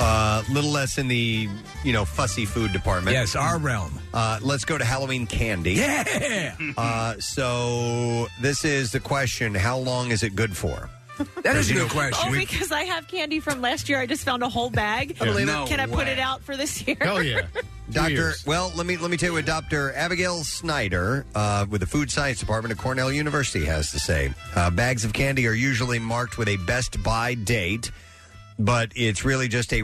uh, little less in the you know fussy food department. Yes, our realm. Uh, let's go to Halloween candy. Yeah. Uh, so this is the question: How long is it good for? That is a You good know, Oh, we- because I have candy from last year. I just found a whole bag. I believe it. No Can I put way. it out for this year? Doctor, well, let me let me tell you what Doctor Abigail Snyder uh, with the Food Science Department at Cornell University has to say. Uh, bags of candy are usually marked with a best by date, but it's really just a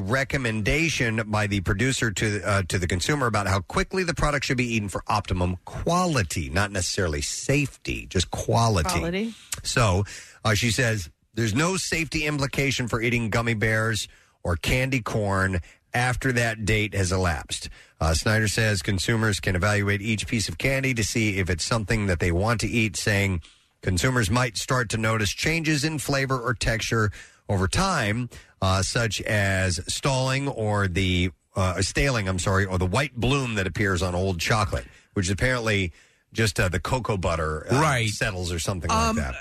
recommendation by the producer to uh, to the consumer about how quickly the product should be eaten for optimum quality, not necessarily safety, just quality. Quality. So uh, she says there's no safety implication for eating gummy bears or candy corn after that date has elapsed. Uh, Snyder says consumers can evaluate each piece of candy to see if it's something that they want to eat, saying consumers might start to notice changes in flavor or texture over time, uh, such as stalling or the uh, staling, I'm sorry, or the white bloom that appears on old chocolate, which is apparently just uh, the cocoa butter uh, Right. settles or something Um, like that.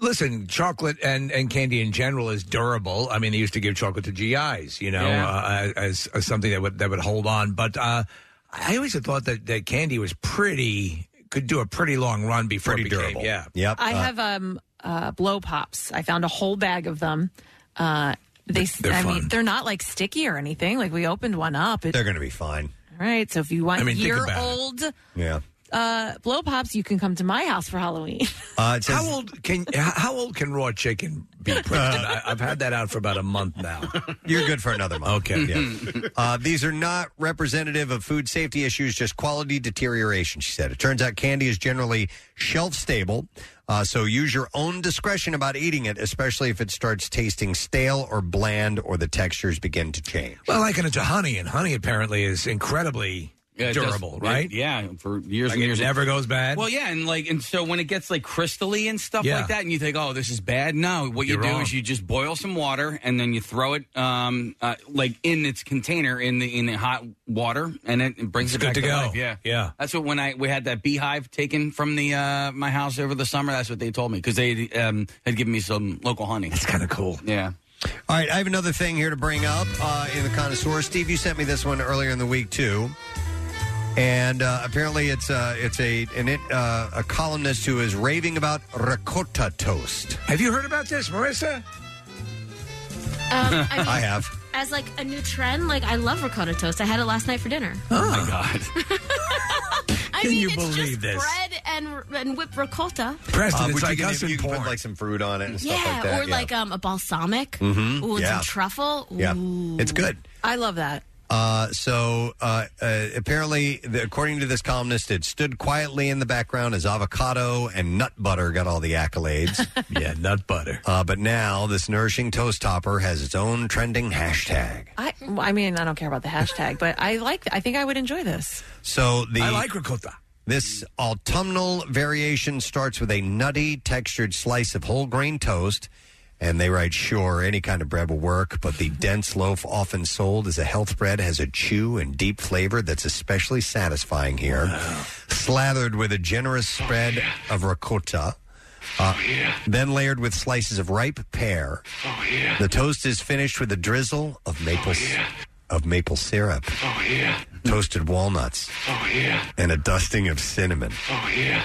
Listen, chocolate and, and candy in general is durable. I mean, they used to give chocolate to GIs, you know, Yeah. uh, as, as something that would that would hold on. But uh, I always had thought that, that candy was pretty could do a pretty long run before Pretty it became, durable. Yeah, Yep. Uh, I have um uh, blow pops. I found a whole bag of them. Uh, they, They're I fun. mean, they're not like sticky or anything. Like we opened one up. It, They're going to be fine. all right. So if you want I mean, think year about it. old Yeah. uh, blow pops, you can come to my house for Halloween. Uh, it says- how old can h- how old can raw chicken be? Preston? I, I've had that out for about a month now. You're good for another month. Okay. Yeah. uh, these are not representative of food safety issues, just quality deterioration, she said. It turns out candy is generally shelf stable, uh, so use your own discretion about eating it, especially if it starts tasting stale or bland or the textures begin to change. Well, I liken it to honey, and honey apparently is incredibly Yeah, it does- durable, it- right? yeah, for years Like and it years. never goes bad. Well, yeah, and like, and so when it gets like crystally and stuff Yeah. like that, and you think, oh, this is bad. No, what You're you do wrong. is you just boil some water and then you throw it, um, uh, like in its container in the in the hot water, and it, it brings It's it good back to go. life. Yeah, Yeah. That's what when I we had that beehive taken from the uh, my house over the summer. That's what they told me because they um, had given me some local honey. That's kind of cool. Yeah. All right, I have another thing here to bring up uh, in the connoisseur. Steve, you sent me this one earlier in the week too, and uh, apparently it's uh, it's a an, it- uh, a columnist who is raving about ricotta toast. Have you heard about this, Marissa? Um, I, mean, I have. As like a new trend, like I love ricotta toast. I had it last night for dinner. Oh my god! I Can mean, you it's believe just this? bread and and whipped ricotta. Preston, it's Uh, would like you can- us in you can put porn. like some fruit on it and Yeah, stuff like that. or like um, a balsamic. Mhm, Ooh, and yeah. some truffle. yeah, Ooh. it's good. I love that. Uh, so uh, uh, apparently, the, according to this columnist, it stood quietly in the background as avocado and nut butter got all the accolades. yeah, nut butter. Uh, but now this nourishing toast topper has its own trending hashtag. I, I mean, I don't care about the hashtag, but I like. I think I would enjoy this. So the I like ricotta. This autumnal variation starts with a nutty textured slice of whole grain toast. And they write, sure, any kind of bread will work, but the dense loaf often sold as a health bread has a chew and deep flavor that's especially satisfying here. Slathered with a generous spread Oh, of ricotta. Uh, Then layered with Oh, slices of ripe pear. The toast is finished with a drizzle of maple s- of maple syrup. Oh, yeah. Toasted walnuts. Oh, yeah. And a dusting of cinnamon. Oh, yeah.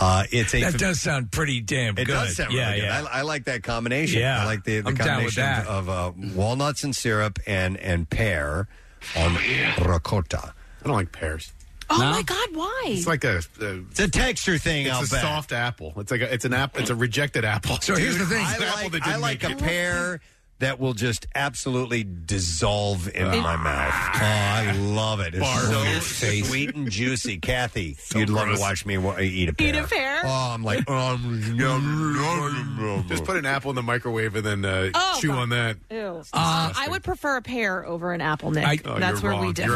Uh, it's a that does sound pretty damn It good. does sound really yeah, good. Yeah. I, I like that combination. Yeah. I like the, the I'm down with combination that. of uh, walnuts and syrup and, and pear on ricotta. I don't like pears. Oh my God! Why? It's like a, it's Uh, a texture thing. It's I'll a bet. soft apple. It's like a, it's an apple. It's a rejected apple. Dude, I like, I like a pear that will just absolutely dissolve in It- my mouth. Oh, I love it. It's Barf in your so face. sweet and juicy. Kathy, you'd love to watch me wa- eat a pear. Eat a pear? Oh, I'm like, um, yum, yum, yum. Just put an apple in the microwave and then uh, Oh, chew God. on that. Ew. Uh, I would prefer a pear over an apple, Nick. I- Oh, That's you're where we wrong. differ.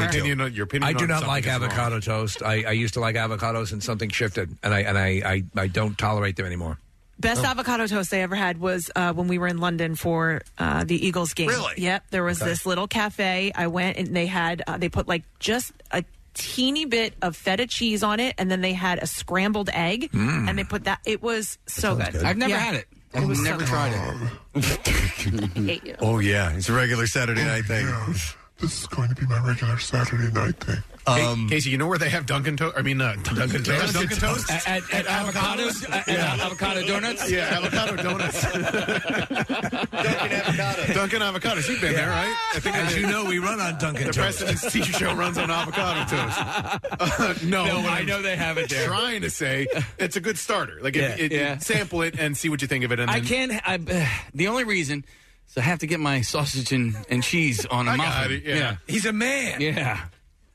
your opinion I do on not something like is wrong. avocado toast. I, I used to like avocados, and something shifted, and I and I I, I don't tolerate them anymore. Best Oh. avocado toast I ever had was uh, when we were in London for uh, the Eagles game. Really? Yep. There was Okay. this little cafe. I went and they had uh, they put like just a teeny bit of feta cheese on it, and then they had a scrambled egg, Mm. and they put that. It was so good. I've never Yeah. had it. I've never tried it. Hate you. Oh, yeah. It's a regular Saturday night thing. This is going to be my regular Saturday night thing. Um, Casey, you know where they have Dunkin' Toast? I mean, uh, Dunkin' Toast. Dunkin' Toast. At, at, at avocados, at, at avocado donuts. Yeah, avocado donuts. Dunkin' avocados. You've been there, right? I think As you know, we run on Dunkin' The Toast. President's Tea Show runs on avocado toast. Uh, no, No, what I I'm know they have it there. Trying to say it's a good starter. Like, if, Yeah. it, Yeah. sample it and see what you think of it. And I then- can. I, uh, the only reason is I have to get my sausage and, and cheese on a I got muffin. it, yeah. He's a man. Yeah.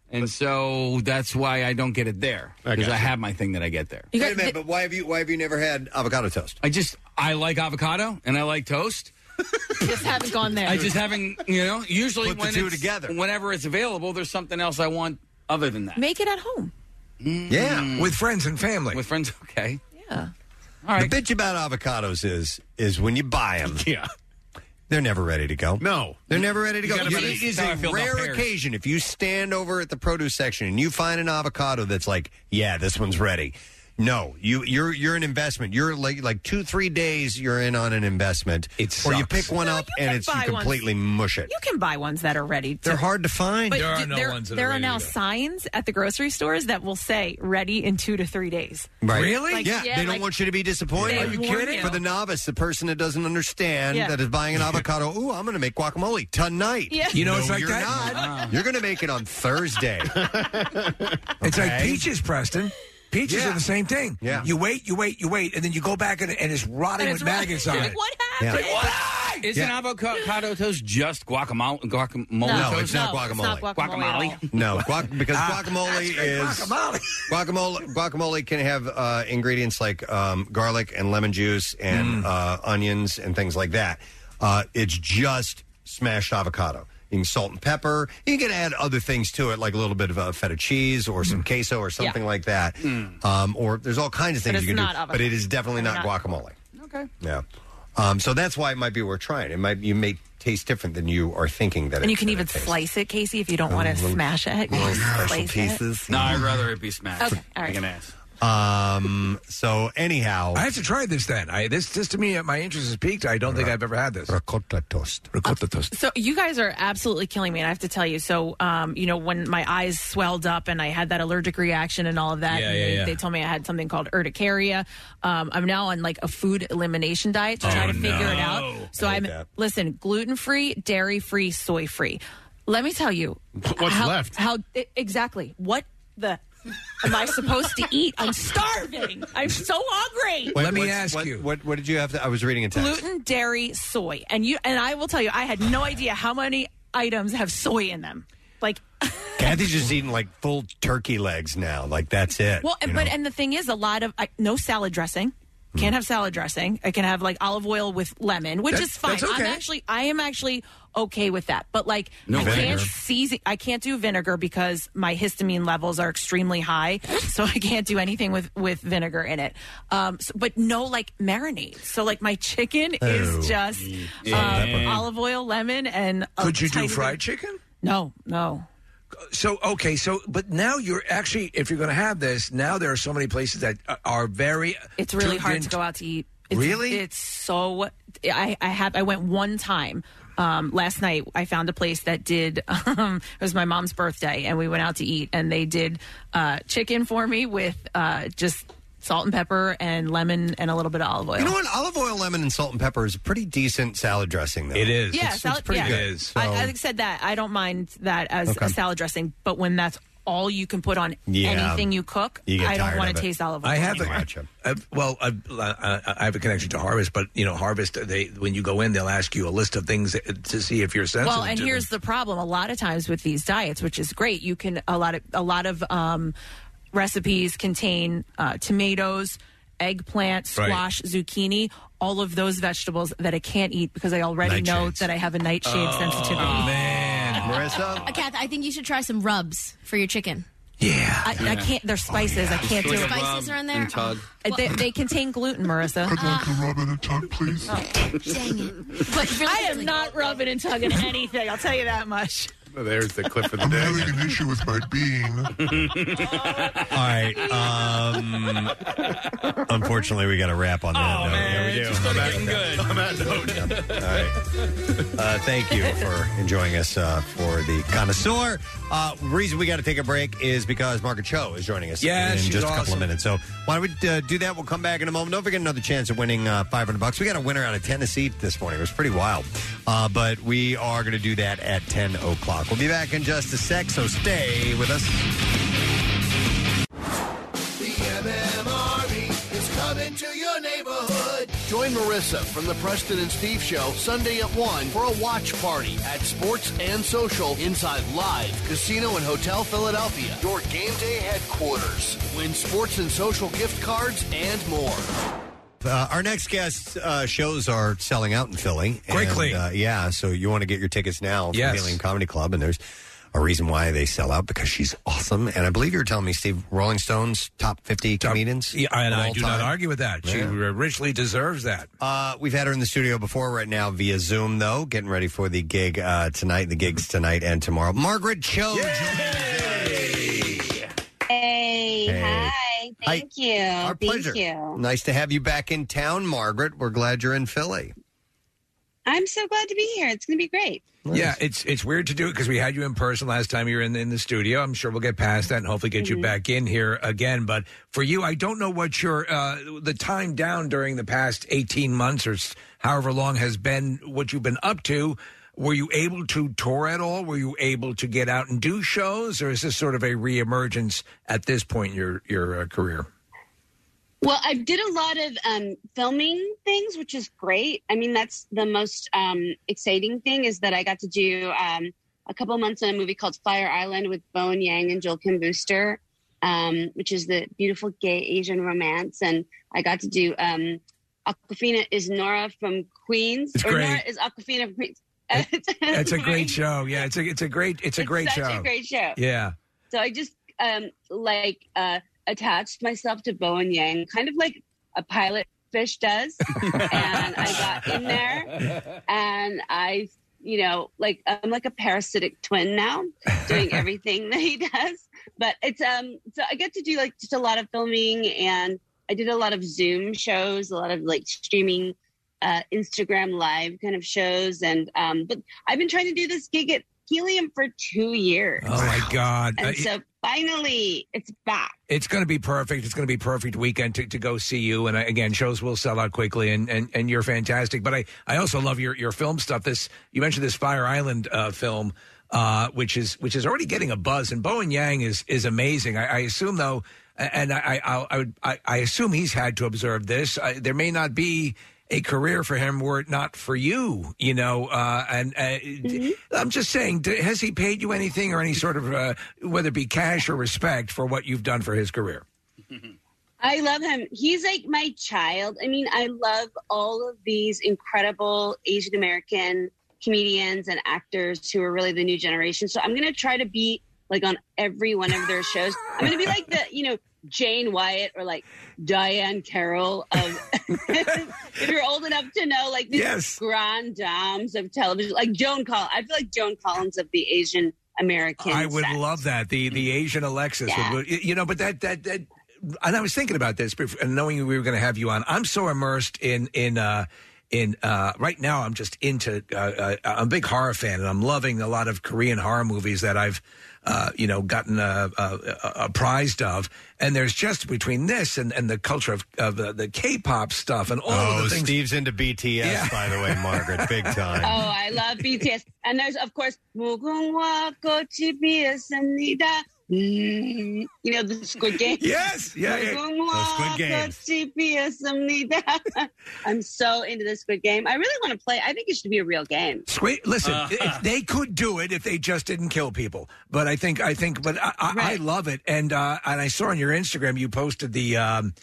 And so that's why I don't get it there because I, have my thing that I get there. Wait a minute, but why have you why have you never had avocado toast? I just I like avocado and I like toast. Just haven't gone there. I just haven't, you know. Usually Put the when two it's, together. whenever it's available, there's something else I want other than that. Mm. Make it at home. Yeah, with friends and family. With friends, okay. Yeah. The bitch about avocados is is when you buy them, yeah, they're never ready to go. No, they're never ready to go. You gotta It be- is That's a how I feel about rare pears. occasion if you stand over at the produce section and you find an avocado that's like, yeah, this one's ready. No, you you're you're an investment. You're like like two three days you're in on an investment. It's or you sucks. pick one No, up you and can it's you buy ones. completely mush it. You can buy ones that are ready. To, They're hard to find. But d- there, there are now signs at the grocery stores that will say "ready in two to three days." Right. Like, yeah, they don't like- want you to be disappointed. They warn you. For the novice, the person that doesn't understand Yeah. that is buying an avocado, ooh, I'm going to make guacamole tonight. Yeah. You know, no, it's like you're that- Not. You're going to make it on Thursday. It's like Okay. peaches, Preston. Peaches Yeah. are the same thing. Yeah. You wait, you wait, you wait, and then you go back and, and it's rotting And it's with maggots rotting. on Like, it. what Yeah. happened? Like, Isn't Yeah. avocado toast just guacamole? Guacamole? Oh, No, toast? it's not No, it's not guacamole. Guacamole. No, guac- because Ah, guacamole that's great is guacamole. guacamole. Guacamole can have uh, ingredients like um, garlic and lemon juice Mm. and uh, onions and things like that. Uh, it's just smashed avocado. You can salt and pepper. You can add other things to it, like a little bit of uh, feta cheese or Mm. some queso or something like that. Um, or there's all kinds of But things it's you can not do, avocado. but it is definitely They're not, not. guacamole. Okay. Yeah. Um, so that's why it might be worth trying. It might you may taste different than you are thinking that. it, And you can that even it tastes. slice it, Casey, if you don't Oh, want to little- smash it. little slice pieces. No, I'd rather it be smashed. Okay, all right. Like an ass. Um. So anyhow, I have to try this then. I this this to me, uh, my interest is piqued. I don't think I've ever had this ricotta toast. Ricotta toast. So you guys are absolutely killing me, and I have to tell you. So, um, you know, when my eyes swelled up and I had that allergic reaction and all of that, Yeah, and yeah, they, yeah. they told me I had something called urticaria. Um, I'm now on like a food elimination diet to Oh, try to figure it no. out. So I hate I'm that. listen, gluten free, dairy free, soy free. Let me tell you, What's how, left? How e- exactly? What the am I supposed to eat? I'm starving. I'm so hungry. Wait, what's- what, you. What, what did you have? To, I was reading a text. gluten, dairy, soy, and you and I will tell you, I had no idea how many items have soy in them. Like, Kathy's just eating like full turkey legs now. Like that's it. well, you and, but know? Hmm. and the thing is, a lot of I, no salad dressing. Can't have salad dressing. I can have like olive oil with lemon, which That- is fine. that's I'm okay. actually, I am actually okay with that. But like, No I vinegar. can't season. I can't do vinegar because my histamine levels are extremely high, so I can't do anything with with vinegar in it. Um, so- but no like marinade. So like my chicken Oh. is just Yeah. um, olive oil, lemon, and a Could you do tiny bit- fried chicken? No, no. So okay, so but now you're actually if you're going to have this, now there are so many places that uh, are very. It's really tuned hard in- to go out to eat. It's, Really? It's so. I, I have. I went one time um, last night I found a place that did. Um, it was my mom's birthday, and we went out to eat, and they did uh, chicken for me with uh, just salt and pepper and lemon and a little bit of olive oil. You know what? Olive oil, lemon, and salt and pepper is a pretty decent salad dressing, though. It is. Yeah, salad, yeah. I, I said that. I don't mind that as Okay. a salad dressing, but when that's all you can put on Yeah. anything you cook, I don't want to taste olive oil. I have a, I've- uh, well, I've, I, I- I have a connection to Harvest, but you know, Harvest. They when you go in, they'll ask you a list of things that- to see if you're sensitive. Well, and to them. here's the problem: a lot of times with these diets, which is great, you can a lot of a lot of um, recipes contain uh, tomatoes, eggplant, Right. squash, zucchini, all of those vegetables that I can't eat because I already know that I have a nightshade Oh, sensitivity. man, Oh, Marissa. Uh, Kath, I think you should try some rubs for your chicken. I, I can't. Oh, They're spices. I can't do it. Spices are in there. Uh, Uh, They, they contain gluten, Marissa. I'd like to rub it and tug, please. uh, Oh, dang it! But I am not rubbing and tugging anything. I'll tell you that much. oh, There's the clip for the I'm day. having an issue with my bean. All right. Um, unfortunately, we got to wrap on Oh, that. note. yeah, we do. good. I'm out All right. Uh, thank you for enjoying us uh, for the connoisseur. Uh, reason we got to take a break is because Margaret Cho is joining us Yeah, in she's just a couple awesome. of minutes. So why don't we uh, do that? We'll come back in a moment. Don't forget another chance of winning uh, 500 bucks. We got a winner out of Tennessee this morning. It was pretty wild. Uh, but we are going to do that at 10 o'clock. We'll be back in just a sec, so stay with us. The MM Army is coming to your neighborhood. Join Marissa from the Preston and Steve Show Sunday at 1 for a watch party at Sports and Social inside Live Casino and Hotel Philadelphia, your game day headquarters. Win sports and social gift cards and more. Uh, our next guest uh, shows are selling out in Philly Quickly. And, uh, yeah, so you want to get your tickets now from Yes. Helium Comedy Club, and there's a reason why they sell out because she's awesome. And I believe you were telling me, Steve, Rolling Stones top fifty comedians. Yeah, and of I all do time. not argue with that. She Yeah. richly deserves that. Uh, we've had her in the studio before, right now via Zoom, though. Getting ready for the gig uh, tonight, the gigs tonight and tomorrow. Margaret Cho. Hey, Hey. hi. Thank you. Our Thank pleasure. you. Nice to have you back in town, Margaret. We're glad you're in Philly. I'm so glad to be here. It's going to be great. Yeah, it's it's weird to do it because we had you in person last time you were in in the studio. I'm sure we'll get past that and hopefully get you Mhm. back in here again. But for you, I don't know what your uh, the time down during the past 18 months or s- however long has been what you've been up to. Were you able to tour at all? Were you able to get out and do shows, or is this sort of a reemergence at this point in your your uh, career? Well, I did a lot of um, filming things, which is great. I mean, that's the most um, exciting thing is that I got to do um, a couple months on a movie called Fire Island with Bowen Yang and Joel Kim Booster, um, which is the beautiful gay Asian romance. And I got to do um, Aquafina is Nora from Queens. It's or great. Nora is Aquafina from Queens. That's a great show. Yeah, it's a it's a great it's a great such a show. great show. Yeah. So I just um like uh attached myself to Bo and Yang, kind of like a pilot fish does. and I got in there and I you know, like I'm like a parasitic twin now, doing everything that he does. But it's um so I get to do like just a lot of filming and I did a lot of Zoom shows, a lot of like streaming uh Instagram live kind of shows and um but I've been trying to do this gig at Helium for two years. Oh my God! Uh, And so finally, it's back. It's going to be perfect. It's going to be perfect weekend to, to go see you. And I, again, shows will sell out quickly, and, and, and you're fantastic. But I, I also love your, your film stuff. This you mentioned this Fire Island uh, film, uh, which is which is already getting a buzz. And Bowen Yang is is amazing. I, I assume though, and I I, I, would, I I assume he's had to observe this. Uh, there may not be a career for him were it not for you. You know, uh, and uh, d- I'm just saying, d- has he paid you anything or any sort of uh, whether it be cash or respect for what you've done for his career? I love him. He's like my child. I mean, I love all of these incredible Asian American comedians and actors who are really the new generation. So I'm going to try to be like on every one of their shows. I'm going to be like the, you know, Jane Wyatt or like Diane Carroll of if you're old enough to know like these Yes. grand dames of television like Joan Collins. I feel like Joan Collins of the Asian American I would set. love that. The the Asian Alexis Yeah. would, you know, but that that that and I was thinking about this before, and knowing we were going to have you on. I'm so immersed in in uh in uh, right now I'm just into uh, uh, I'm a big horror fan and I'm loving a lot of Korean horror movies that I've uh, you know gotten uh, uh, uh, apprised of and there's just between this and, and the culture of, of uh, the K-pop stuff and all oh, of the things Steve's into BTS, by the way, Margaret, big Oh, time. I love BTS. And there's, of course, 무궁화 꽃이 피었습니다. Mm, you know, the Squid Game? Yes, yeah, yeah. 무궁화 The Squid Game. 꽃이 피었습니다. I'm so into the Squid Game. I really want to play. I think it should be a real game. Squid, listen, Uh. it- it- they could do it if they just didn't kill people. But I think, I think, but I, I, I love it. And uh, and I saw on your Instagram you posted the um,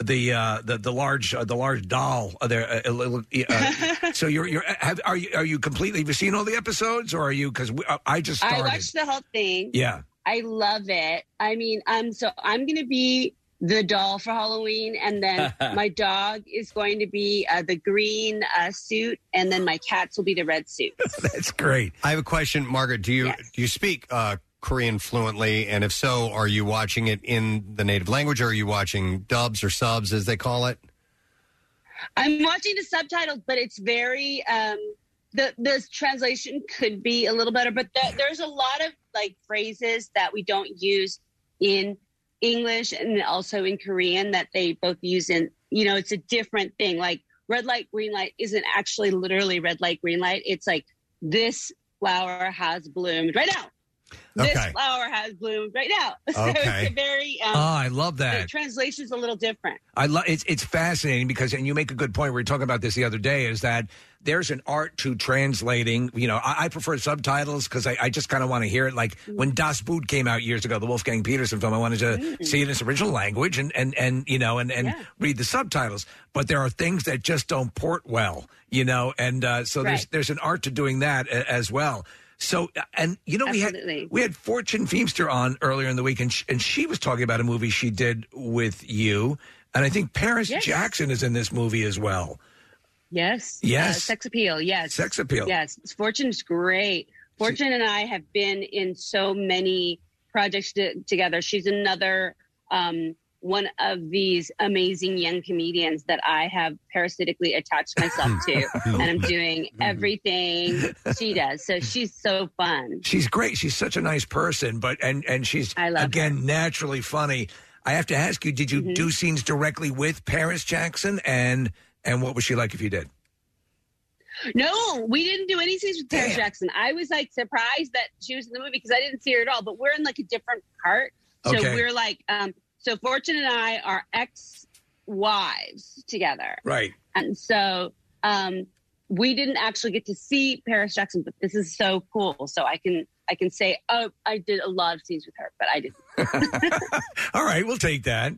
the, uh, the the large uh, the large doll uh, there. Uh, a little, uh, so you're you're have, are you are you completely? Have you seen all the episodes, or are you? Because uh, I just started. I watched the whole thing. yeah. I love it. I mean, I'm so I'm going to be the doll for Halloween, and then my dog is going to be uh, the green uh, suit, and then my cats will be the red suit. That's great. I have a question, Margaret. Do you do you speak uh, Korean fluently? And if so, are you watching it in the native language, or are you watching dubs or subs, as they call it? I'm watching the subtitles, but it's very um, the the translation could be a little better. But the, there's a lot of like phrases that we don't use in English and also in Korean that they both use in. You know, it's a different thing. Like red light, green light isn't actually literally red light, green light. It's like this flower has bloomed right now. This Okay. flower has bloomed right now. So Okay. it's a very um, Oh, I love The that. translation's a little different. I love it's it's fascinating because and you make a good point. We were talking about this the other day. Is that there's an art to translating. You know, I, I prefer subtitles because I, I just kind of want to hear it. Like when Das Boot came out years ago, the Wolfgang Peterson film, I wanted to see it in its original language and and and you know and and read the subtitles. But there are things that just don't port well. You know, and uh, so there's Right. there's an art to doing that a, as well. So uh, and you know we Absolutely. had we had Fortune Feemster on earlier in the week, and she, and she was talking about a movie she did with you, and I think Paris Yes. Jackson is in this movie as well. Yes. Yes. Uh, sex appeal. Yes. Sex appeal. Yes. Fortune's great. Fortune and I have been in so many projects t- together. She's another um, one of these amazing young comedians that I have parasitically attached myself to, and I'm doing everything she does. So she's so fun. She's great. She's such a nice person, but and and she's I love Mm-hmm. again naturally funny. I have to ask you: Did you do scenes directly with Paris Jackson, and and what was she like if you did? No, we didn't do any scenes with Paris Jackson. I was like surprised that she was in the movie because I didn't see her at all. But we're in like a different part, so Okay. we're like, um, so Fortune and I are ex-wives together, Right. and so um, we didn't actually get to see Paris Jackson. But this is so cool, so I can I can say, oh, I did a lot of scenes with her, but I didn't. All right, we'll take that.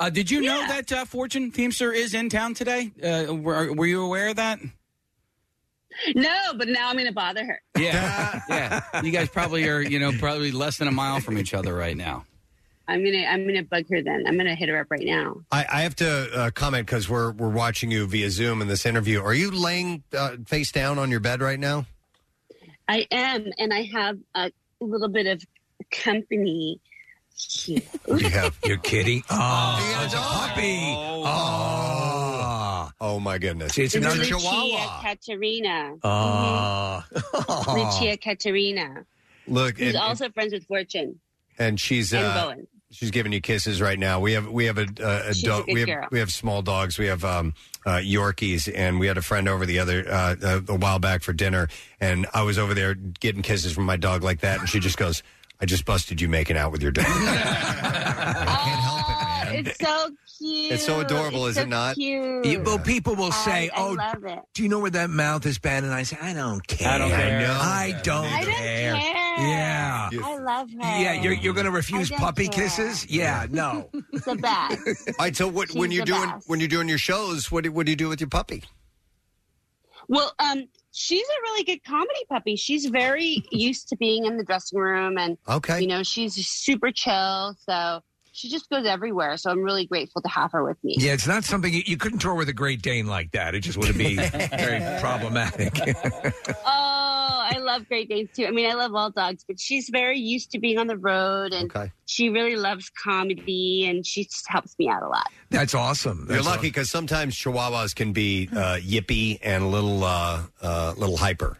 Uh, did you know that uh, Fortune Teamster is in town today? Uh, were, were you aware of that? No, but now I'm going to bother her. Yeah, yeah. You guys probably are, you know, probably less than a mile from each other right now. I'm gonna I'm gonna bug her then. I'm gonna hit her up right now. I, I have to uh, comment because we're we're watching you via Zoom in this interview. Are you laying uh, face down on your bed right now? I am, and I have a little bit of company. here. You have your kitty. Oh, it's a puppy. Ah. Oh, oh my goodness! It's It's another Lucia chihuahua. Katerina. Ah, Lucia Katerina. look, Who's and, also friends with Fortune. and she's and uh, Bowen. she's giving you kisses right now. We have we have a, a, a She's a dog. good We girl. have we have small dogs. We have um, uh, Yorkies, and we had a friend over the other uh, a, a while back for dinner, and I was over there getting kisses from my dog like that, and she just goes, "I just busted you making out with your dog." Oh, it's so cute. It's so adorable, It's is it so not? Cute. Yeah, well, people will I- say, I "Oh, love it. do you know where that mouth is been?" And I say, "I don't care. don't care. know. I I don't, don't care. care. Yeah, You- I love her. yeah. You're you're gonna refuse I don't puppy care. kisses? Yeah, no. the best. All right, so what, when She's you're the doing best. when you're doing your shows, what do, what do you do with your puppy? Well, um, she's a really good comedy puppy. She's very used to being in the dressing room, and Okay. you know she's super chill. So she just goes everywhere. So I'm really grateful to have her with me. Yeah, it's not something you, you couldn't tour with a Great Dane like that. It just would be very problematic. Oh, I love love Great Danes too. I mean, I love all dogs, but she's very used to being on the road, and Okay. she really loves comedy, and she just helps me out a lot. That's awesome. You're That's lucky because sometimes Chihuahuas can be uh, yippy and a little uh, uh, little hyper.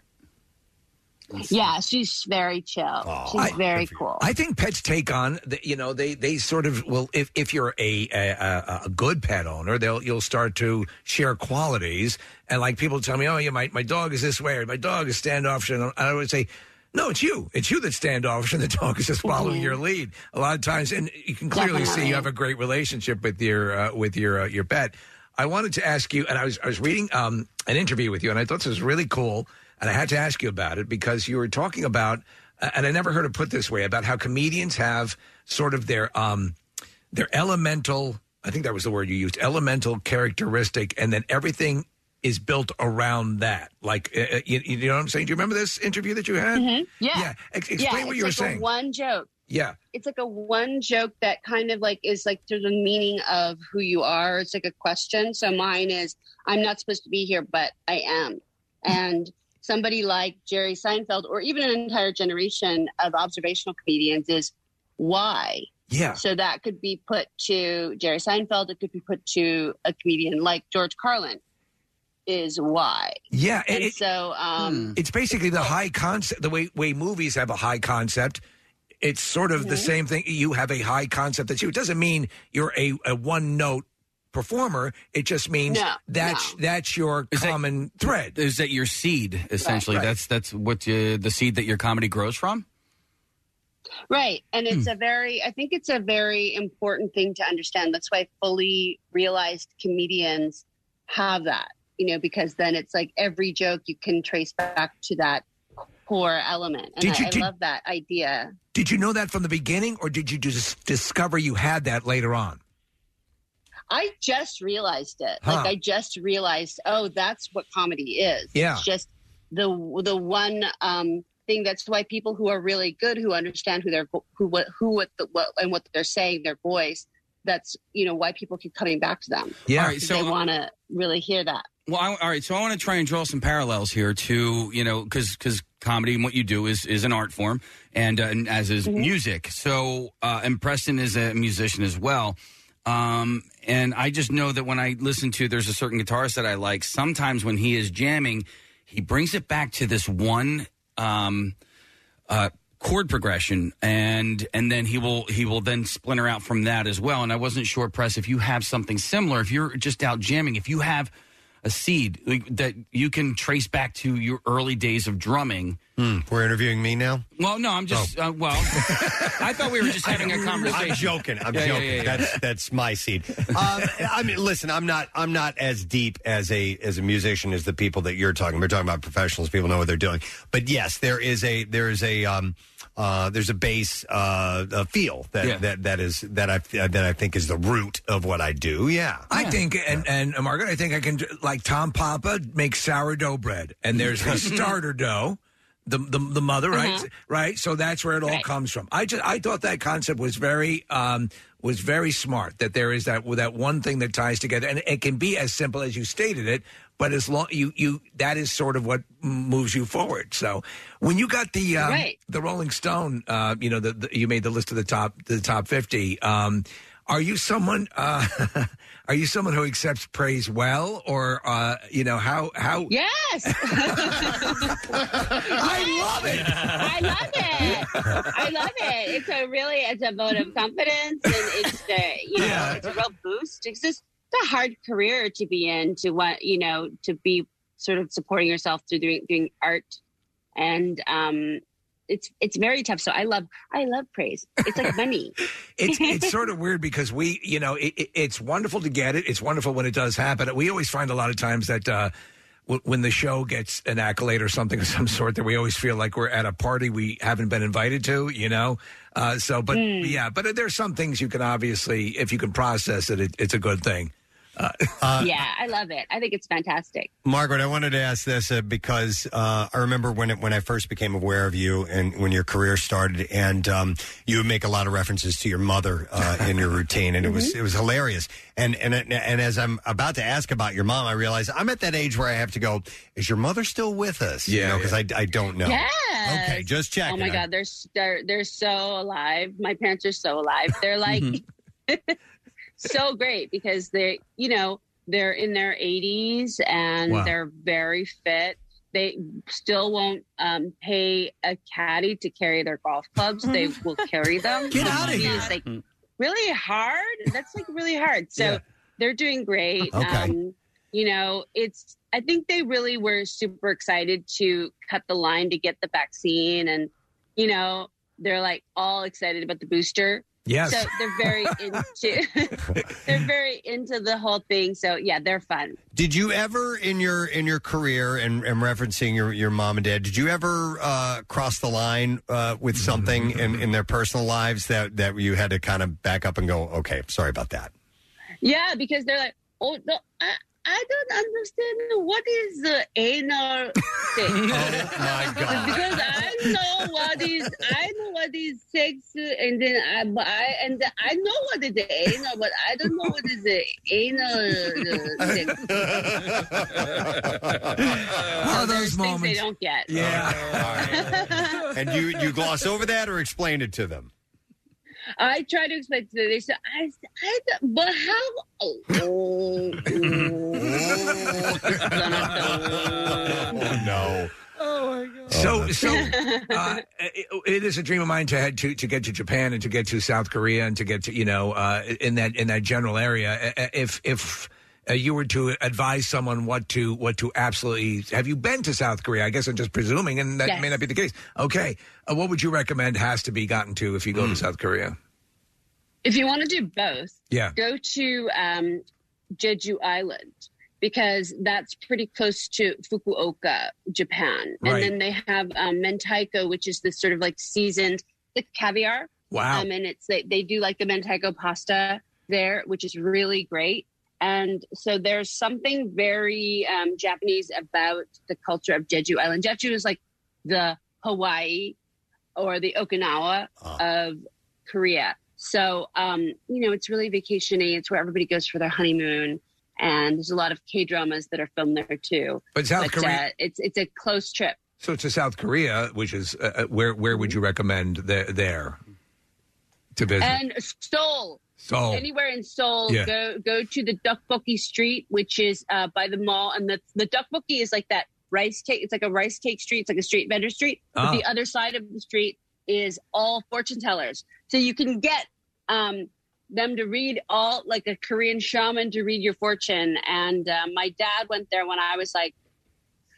Yeah, she's very chill. she's very cool. I think pets take on, the, you know, they they sort of will. If, if you're a, a a- a good pet owner, they'll you'll start to share qualities. And like people tell me, oh, yeah, my my dog is this way, or my dog is standoffish, and I would say. No, it's you. It's you that's standoffish, and the dog is just following your lead. A lot of times, and you can clearly see you have a great relationship with your uh, with your uh, your pet. I wanted to ask you, and I was I was reading um, an interview with you, and I thought this was really cool, and I had to ask you about it because you were talking about, and I never heard it put this way, about how comedians have sort of their um, their elemental. I think that was the word you used, elemental characteristic, and then everything is built around that. Like, uh, uh, you, you know what I'm saying? Do you remember this interview that you had? Mhm. Yeah. Yeah. Ex- explain Yeah, what it's you were like a saying. one joke. yeah. It's like a one joke that kind of like is like through the meaning of who you are. It's like a question. So mine is, I'm not supposed to be here, but I am. And somebody like Jerry Seinfeld, or even an entire generation of observational comedians, is why. Yeah. So that could be put to Jerry Seinfeld. It could be put to a comedian like George Carlin. Is why. Yeah, And it- hmm. so um, It's basically the high concept, the way way movies have a high concept. It's sort of the Mm-hmm. same thing. You have a high concept that you. It doesn't mean you're a, a one note performer. It just means No, that's that's your common thread. Is that your seed essentially? Right. That's that's what you, the seed that your comedy grows from. Right. And it's Hmm. a very, I think it's a very important thing to understand. That's why fully realized comedians have that, you know, because then it's like every joke you can trace back to that core element. And Did I, you- I did- love that idea. Did you know that from the beginning, or did you just discover you had that later on? I just realized it. Huh. Like I just realized, oh, that's what comedy is. Yeah. It's just the the one um, thing. That's why people who are really good, who understand who they're who what who what, the, what and what they're saying, their voice. That's you know why people keep coming back to them. Yeah. All right, Because so- they want to really hear that. Well, I, all right. So I want to try and draw some parallels here to you know because because comedy and what you do is is an art form and, uh, and as is music. So uh, and Preston is a musician as well. Um, and I just know that when I listen to there's a certain guitarist that I like. Sometimes when he is jamming, he brings it back to this one. Um, uh, chord progression and and then he will he will then splinter out from that as well and i wasn't sure press if you have something similar if you're just out jamming if you have a seed like, that you can trace back to your early days of drumming we're interviewing me now well no i'm just Oh. uh, well i thought we were just having a conversation I'm joking. I'm Yeah, yeah, joking. yeah, yeah. That's that's my seed. Um, I mean, listen, I'm not I'm not as deep as a as a musician as the people that you're talking. We're talking about professionals. People know what they're doing. But yes, there is a there is a um, uh, there's a base uh, a feel that, Yeah. that that is that I that I think is the root of what I do. Yeah, I think, and and uh, Margaret, I think I can do- like Tom Papa makes sourdough bread, and there's the starter dough, the the, the mother, right, Uh-huh. right. So that's where it all comes from. I just I thought that concept was very um was very smart. That there is that that one thing that ties together, and it can be as simple as you stated it. But as long you you that is sort of what moves you forward. So when you got the um, Right. the Rolling Stone, uh, you know, the, the, you made the list of the top the top fifty. Um, are you someone? Uh, are you someone who accepts praise well, or uh, you know how how? Yes, I love it. I love it. I love it. It's a really it's a vote of confidence, and it's a you know it's a real boost. It's just a hard career to be in to what you know to be sort of supporting yourself through doing, doing art, and um, it's it's very tough. So I love I love praise. It's like money. It's it's sort of weird because we you know it, it, it's wonderful to get it. It's wonderful when it does happen. We always find a lot of times that. Uh, w- when the show gets an accolade or something of some sort, that we always feel like we're at a party we haven't been invited to, you know. Uh, so, but yeah, but there's some things you can obviously, if you can process it, it it's a good thing. Uh, yeah, I love it. I think it's fantastic. Margaret, I wanted to ask this uh, because uh, I remember when it, when I first became aware of you and when your career started, and um, you would make a lot of references to your mother uh, in your routine, and it was Mm-hmm. it was hilarious. And and and as I'm about to ask about your mom, I realize I'm at that age where I have to go. Is your mother still with us? Yeah, because I I don't know. Yeah. Okay, just checking. Oh my I- god, they're s- they're they're so alive. My parents are so alive. They're like Mm-hmm. so great because they, you know, they're in their 80s and Wow. they're very fit. They still won't um, pay a caddy to carry their golf clubs. They will carry them. Get outta It is, here. like really hard. That's like really hard. So Yeah. they're doing great. Okay. Um, you know, it's. I think they really were super excited to cut the line to get the vaccine, and you know, they're like all excited about the booster. Yes. So they're very into they're very into the whole thing. So yeah, they're fun. Did you ever in your in your career and, and referencing your, your mom and dad? Did you ever uh, cross the line uh, with something in, in their personal lives that that you had to kind of back up and go, okay, sorry about that. Yeah, because they're like, oh no, I, I don't understand what is the anal thing. oh my god! Because I know what is I know what is sex, and then I, but I and I know what is the anal, but I don't know what is the anal. Uh, sex. Oh, those There's things they moments. don't get. Yeah. And you you gloss over that or explain it to them? I try to explain to them. They said, I, I, but how? Oh, oh, Oh no! oh my God. So, so uh, it, it is a dream of mine to head to to get to Japan and to get to South Korea and to get to you know uh, in that in that general area. Uh, uh, If if uh, you were to advise someone what to what to absolutely have you been to South Korea? I guess I'm just presuming, and that Yes. may not be the case. Okay, uh, what would you recommend has to be gotten to if you go to South Korea? If you want to do both, Yeah. go to um, Jeju Island because that's pretty close to Fukuoka, Japan. Right. And then they have um, mentaiko, which is this sort of like seasoned like caviar. Wow. Um, and it's they, they do like the mentaiko pasta there, which is really great. And so there's something very um, Japanese about the culture of Jeju Island. Jeju is like the Hawaii or the Okinawa Ah. of Korea. So, um, you know, it's really vacationy. It's where everybody goes for their honeymoon. And there's a lot of K dramas that are filmed there too. But South Korea- uh, it's, it's a close trip. So to South Korea, which is uh, uh, where where would you recommend the, there to visit? And Seoul. Seoul. Anywhere in Seoul, Yeah. go go to the Dokboki Street, which is uh, by the mall, and the the Dokboki is like that rice cake. It's like a rice cake street. It's like a street vendor street. Ah. But the other side of the street is all fortune tellers, so you can get um, them to read all like a Korean shaman to read your fortune. And uh, my dad went there when I was like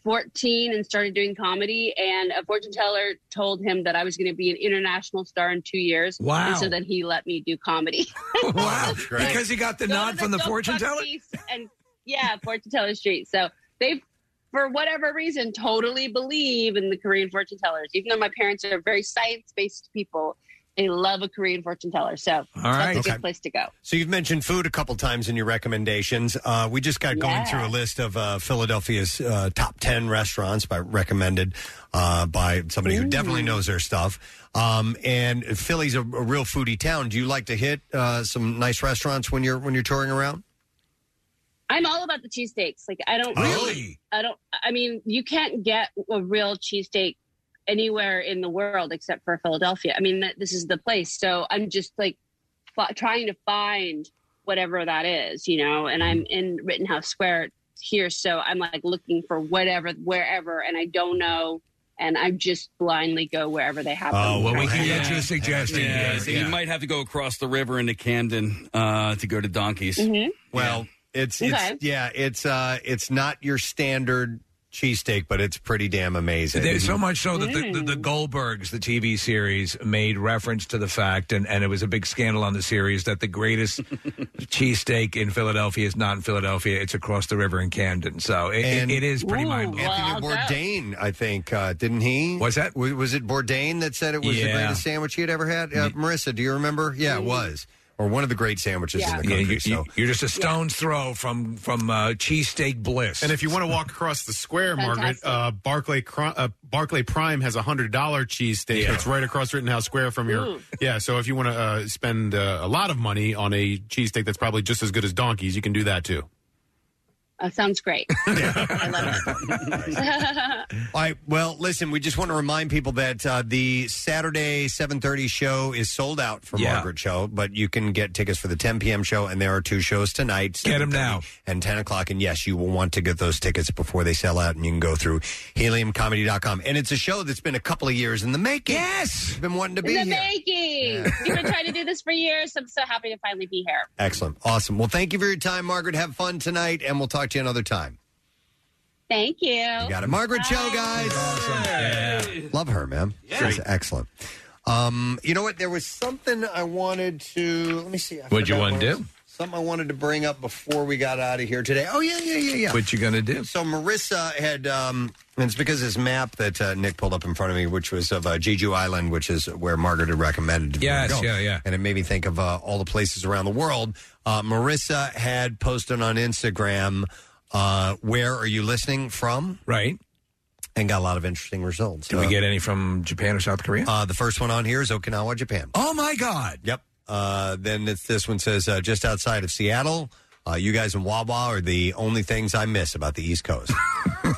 14 and started doing comedy and a fortune teller told him that i was going to be an international star in two years Wow. and so then he let me do comedy wow, because he got the Go to nod from the Dog fortune Buck teller. Feast and yeah fortune teller street so they for whatever reason totally believe in the korean fortune tellers even though my parents are very science-based people they love a korean fortune teller so right. that's a Okay. good place to go So you've mentioned food a couple times in your recommendations. Uh, we just got going Yeah. through a list of uh, Philadelphia's uh, top ten restaurants by recommended uh, by somebody who definitely knows their stuff. Um, and Philly's a, a real foodie town. Do you like to hit uh, some nice restaurants when you're when you're touring around? I'm all about the cheesesteaks. Like I don't Really? I don't. I mean, you can't get a real cheesesteak anywhere in the world except for Philadelphia. I mean, th- this is the place. So I'm just like f- trying to find whatever that is, you know. And I'm in Rittenhouse Square here, so I'm like looking for whatever, wherever, and I don't know. And I just blindly go wherever they have Oh, Oh, them. suggestion. Yeah, so you might have to go across the river into Camden uh, to go to Donkeys. Mm-hmm. Mhm. Well, it's it's Okay. yeah, it's uh, it's not your standard cheesesteak, but it's pretty damn amazing. There's so much so that the, the, the Goldbergs, the TV series, made reference to the fact, and, and it was a big scandal on the series that the greatest cheesesteak in Philadelphia is not in Philadelphia; it's across the river in Camden. So it, And- it, it is pretty mind blowing. Anthony Bourdain, I think, uh, didn't he? Was that? Was, it Bourdain that said it was the Yeah. greatest sandwich he had ever had? Uh, Marissa, do you remember? Yeah, it was. or one of the great sandwiches in the country. so You're just a stone's throw from from uh, cheesesteak bliss. And if you want to walk across the square, Margaret, Fantastic. uh, Barclay Cro- uh, Barclay Prime has a hundred dollar cheesesteak. It's right across Rittenhouse Square from your Ooh. yeah. So if you want to uh, spend uh, a lot of money on a cheesesteak that's probably just as good as Donkey's, you can do that too. Uh, sounds great. All right. Well, listen, we just want to remind people that uh, the Saturday 7:30 show is sold out for Yeah. Margaret show, but you can get tickets for the 10 p.m. show, and there are two shows tonight. Get 'em 7:30 now. and 10 o'clock. And yes, you will want to get those tickets before they sell out, and you can go through heliumcomedy.com. And it's a show that's been a couple of years in the making. Yes, been wanting to In be the here. making. You've been trying to do this for years. I'm so happy to finally be here. Excellent, awesome. Well, thank you for your time, Margaret. Have fun tonight, and we'll talk to you another time. Thank you. You got it. Margaret Cho, guys. Love her, man. She's excellent. Um, you know what? There was something I wanted to. Let me see. I What'd you forgot wanna what it do? was. Something I wanted to bring up before we got out of here today. Oh yeah, yeah, yeah, yeah. What you gonna do? So Marissa had, um, and it's because this map that uh, Nick pulled up in front of me, which was of uh, Jeju Island, which is where Margaret had recommended. Yes, we go. yeah, yeah. And it made me think of uh, all the places around the world. Uh, Marissa had posted on Instagram, uh, "Where are you listening from?" Right. And got a lot of interesting results. Did we get any from Japan or South Korea? Uh, the first one on here is Okinawa, Japan. Oh my God! Yep. Uh, then it's, this one says uh, just outside of Seattle. Uh, you guys in Wawa are the only things I miss about the East Coast.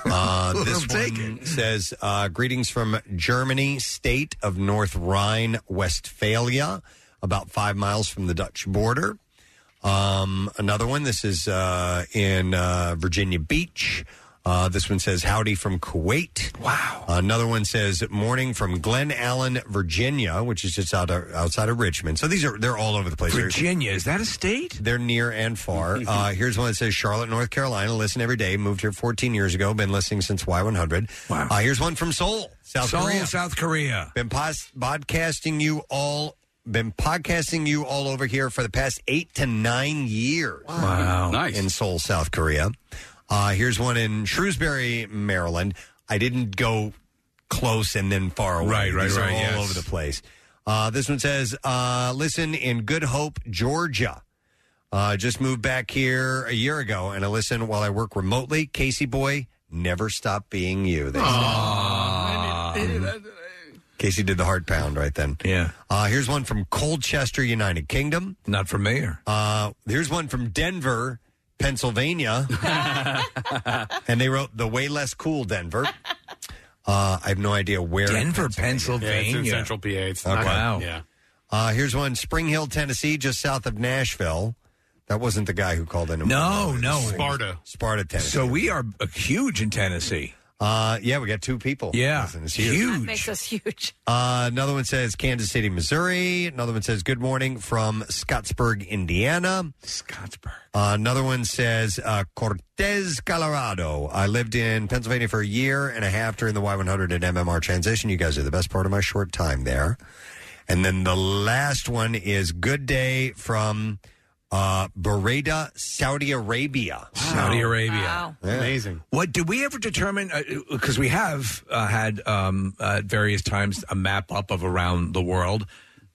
Uh, this one says uh, greetings from Germany, state of North Rhine Westphalia, about five miles from the Dutch border. Um, another one. This is uh, in uh, Virginia Beach. Uh, this one says howdy from Kuwait. Wow. Another one says morning from Glen Allen, Virginia, which is just out of, outside of Richmond. So these are they're all over the place. They're- Virginia is that a state? They're near and far. uh, here's one that says Charlotte, North Carolina. Listen every day. Moved here 14 years ago. Been listening since Y100. Wow. Uh, here's one from Seoul, South Seoul, Korea. South Korea. Been pos- podcasting you all. Been podcasting you all over here for the past eight to nine years. Wow, nice in Seoul, South Korea. Uh, here's one in Shrewsbury, Maryland. I didn't go close and then far away. Right, right, These are right, All yes. over the place. Uh, this one says, uh, "Listen in Good Hope, Georgia." Uh, just moved back here a year ago, and I listen while I work remotely. Casey boy, never stop being you. They say. Casey did the heart pound right then. Yeah. Uh, here's one from Colchester, United Kingdom. Not from mayor. Uh, here's one from Denver, Pennsylvania. and they wrote The Way Less Cool Denver. Uh, I have no idea where. in Denver, Yeah, it's in Pennsylvania. Central PA. It's not Okay. wow. Yeah. Uh, here's one Spring Hill, Tennessee, just south of Nashville. That wasn't the guy who called in. No, no. Sparta. Sparta, Tennessee. So we are uh, huge in Tennessee. Uh, yeah, we got two people. Yeah, Listen, it's huge. huge. makes us huge. Uh, another one says Kansas City, Missouri. Another one says good morning from Scottsburg, Indiana. Scottsburg. Uh, another one says uh, Cortez, Colorado. I lived in Pennsylvania for a year and a half during the Y100 and MMR transition. You guys are the best part of my short time there. And then the last one is good day from uh, Bereda, Saudi Arabia. Saudi Arabia. Yeah. What did we ever determine? Because we have uh, had um, at various times a map up of around the world.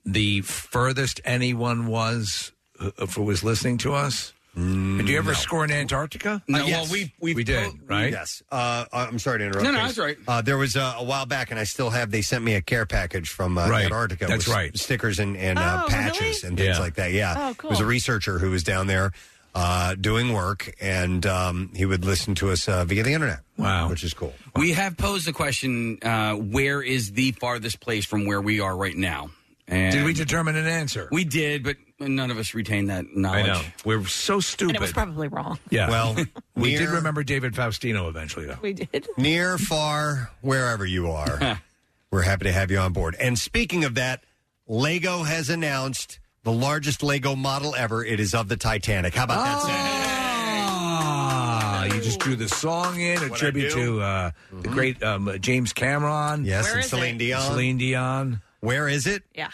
The furthest anyone was uh, who was listening to us. did you ever Mm, no. score in Antarctica? No, Uh, yes. well, we- we did right. Yes. Uh, I'm sorry to interrupt. No, no, Case. that's right. Uh, there was uh, a while back, and I still have. They sent me a care package from uh, Right. Antarctica. That's with right. Stickers and and uh, Oh, patches and things Yeah. like that. Yeah. Oh, It was a cool. researcher who was down there uh, doing work, and um, he would listen to us uh, via the internet. Wow, which is cool. We have posed the question: uh, Where is the farthest place from where we are right now? And Did we determine an answer? We did, but none of us retained that knowledge. I know. We're so And stupid. it was probably wrong. yeah. Well, we did near- remember David Faustino eventually, though. We did. Near, far, wherever you are, we're happy to have you on board. And speaking of that, Lego has announced the largest Lego model ever. It is of the Titanic. How about that? Sam? Ah, you just drew the song in, a What I tribute do? Mm-hmm. to uh, the great um, uh, James Cameron. Yes, Where and is Celine it? Dion. Celine Dion. Where is it? Yeah.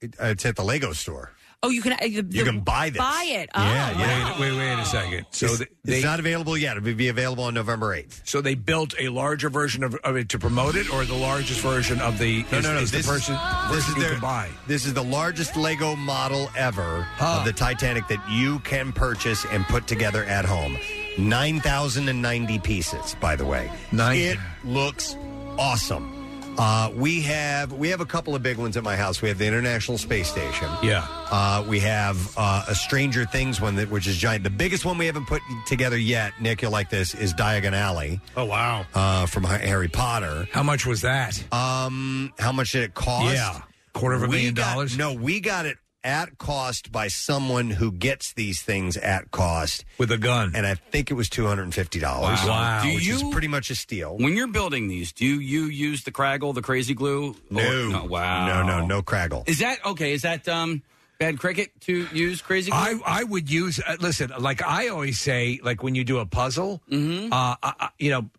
It- uh, It's at the Lego store. Oh, you can. uh, The, You the- can buy this. Buy it. Oh, Yeah, yeah. wow. Wait, wait a second. So it's, they- it's they- not available yet. It'll be available on November eighth. So they built a larger version of, of it to promote it, or the largest version of the No, is, no, no. is this the person this version is you their- can buy. This is the largest Lego model ever of the Titanic that you can purchase and put together at home. Nine thousand and ninety pieces, by the way. Nine. It looks awesome. Uh, we have we have a couple of big ones at my house. We have the International Space Station. Yeah. Uh, we have uh, a Stranger Things one that which is giant. The biggest one we haven't put together yet. Nick, you'll like this. Is Diagon Alley. Oh wow! Uh, from Ha- Harry Potter. How much was that? Um, how much did it cost? Yeah. Quarter of a We million got- dollars? No, we got it at cost by someone who gets these things at cost with a gun, and I think it was two hundred and fifty dollars. Wow. Do which is you- pretty much a steal. When you're building these, do you use the craggle, the crazy glue? No, Or- no. Wow. no, no, no craggle. Is that okay? Is that um bad cricket to use crazy glue? I, I would use uh, listen like I always say like when you do a puzzle, Mm-hmm. uh, I, I- you know,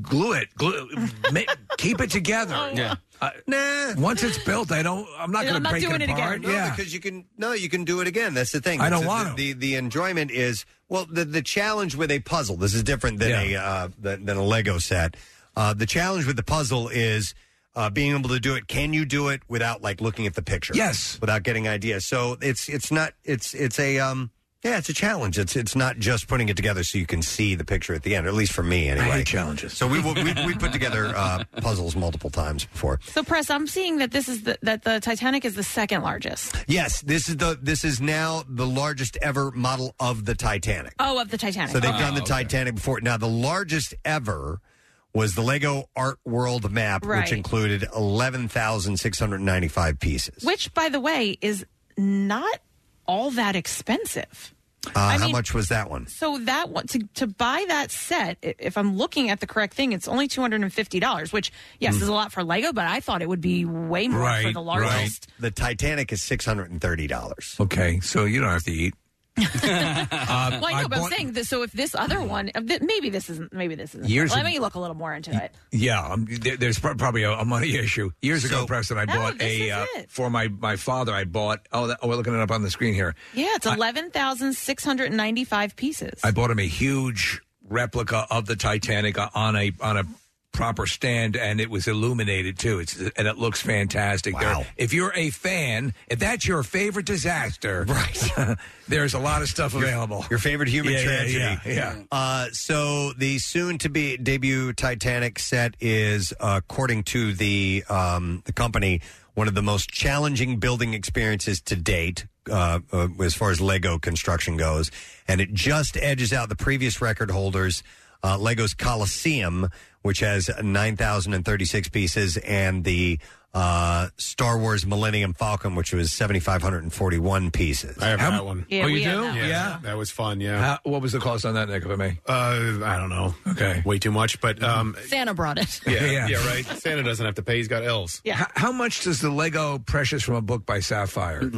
glue it, glue, ma- keep it together. Yeah. Uh, nah. Once it's built, I don't. I'm not Yeah, going to I'm not break doing it again. apart. No, yeah. because you can. No, you can do it again. That's the thing. I don't It's- want the, the the enjoyment is well the the challenge with a puzzle. This is different than a uh, than, than a Lego set. Uh, the challenge with the puzzle is. Uh, being able to do it, can you do it without like looking at the picture? Yes, without getting ideas. So it's it's not it's it's a um yeah it's a challenge. It's it's not just putting it together so you can see the picture at the end. Or at least for me, anyway. challenges. So we we, we put together uh, puzzles multiple times before. So, press. I'm seeing that this is the, that the Titanic is the second largest. Yes, this is the this is now the largest ever model of the Titanic. Oh, of the Titanic. So they've Okay. done the Titanic before. Now the largest ever was the Lego Art World map, Right. which included eleven thousand six hundred ninety five pieces. Which, by the way, is not all that expensive. Uh, how much was that one? So that one to to buy that set, i- if I'm looking at the correct thing, it's only two hundred and fifty dollars. Which, yes, Hmm. Mm. is a lot for Lego, but I thought it would be way more for the largest. The Titanic is six hundred and thirty dollars. Okay, so you don't have to eat. Uh, well, I I know, but bought- Hmm. I'm saying this. So if this other one, uh, th- maybe this isn't. Maybe this isn't. Years Let ago- me look a little more into it. Yeah, um, there, there's pro- probably a, a money issue. Years ago, Preston, I bought a uh, for my my father. I bought oh, that, oh, we're looking it up on the screen here. Yeah, it's eleven thousand six hundred ninety-five pieces. I bought him a huge replica of the Titanic on a on a proper stand, and it was illuminated too. It's and it looks fantastic. There, if you're a fan, if that's your favorite disaster, right? there's a lot of stuff available. Your favorite human Yeah, yeah, tragedy. yeah, yeah. Uh, so the soon-to-be debut Titanic set is, uh, according to the um, the company, one of the most challenging building experiences to date. Uh, uh, as far as Lego construction goes, and it just edges out the previous record holders, uh, Lego's Colosseum, which has 9,036 pieces, and the uh, Star Wars Millennium Falcon, which was 7,541 pieces. I have that one. Yeah, oh, you we do? have that yeah, one. that was fun. Yeah. How- what was the cost on that, Nick? If I may. Uh, I don't know. Okay, way too much, but um, Santa brought it. yeah, yeah, right. Santa doesn't have to pay. He's got L's. Yeah. How, how much does the Lego Precious from a book by Sapphire?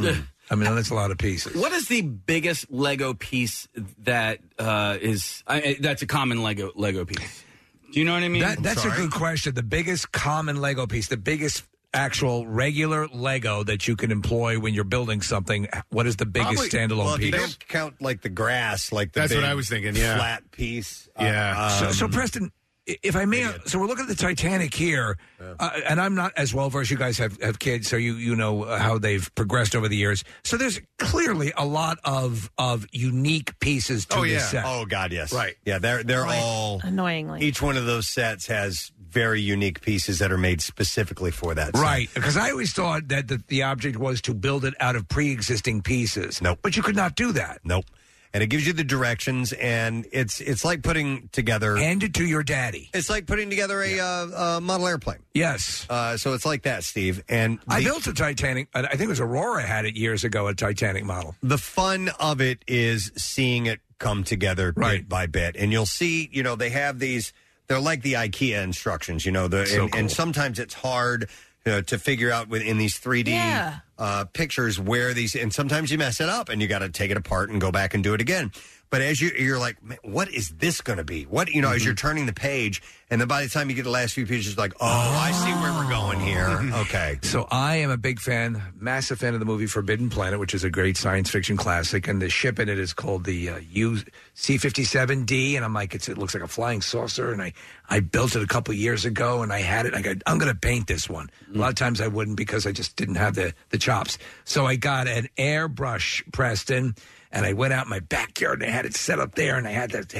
I mean, that's a lot of pieces. What is the biggest Lego piece that uh, is I, I- that's a common Lego Lego piece? Do you know what I mean? That, that's a good question. The biggest common Lego piece, the biggest actual regular Lego that you can employ when you're building something. What is the biggest standalone well, if piece? You don't count like the grass, like the That's what big I was thinking, yeah. flat piece. Uh, um, so, so Preston, i- if I may, so we're looking at the Titanic here, uh, and I'm not as well versed. You guys have, have kids, so you you know uh, how they've progressed over the years. So there's clearly a lot of of unique pieces to oh this yeah. set. Oh god, yes. Right. Yeah, they're they're Annoying- all annoyingly. Each one of those sets has very unique pieces that are made specifically for that. set. Right, because I always thought that the, the object was to build it out of pre-existing pieces. No, but you could not do that. Nope. And it gives you the directions, and it's it's like putting together. Hand it to your daddy. It's like putting together a uh, uh, model airplane. Yes. Uh, so it's like that, Steve. And I built a Titanic. I I think it was Aurora had it years ago, a Titanic model. the fun of it is seeing it come together bit by bit and you'll see you know they have these they're like the ikea instructions you know the So and, and cool. sometimes it's hard uh, to figure out within these 3d Yeah. uh, pictures where these, and sometimes you mess it up and you got to take it apart and go back and do it again. But as you, you're like, "Man, what is this going to be? What, you know, Mm-hmm. as you're turning the page, and then by the time you get the last few pages, it's like, oh, I see where we're going Oh, here. Okay. So I am a big fan, massive fan of the movie Forbidden Planet, which is a great science fiction classic, and the ship in it is called the uh, U C fifty seven D, and I'm like, it's, it looks like a flying saucer, and I I built it a couple years ago, and I had it. I got, I'm going to paint this one. A lot of times I wouldn't because I just didn't have the the chops. So I got an airbrush, Preston, and I went out in my backyard and I had it set up there, and I had that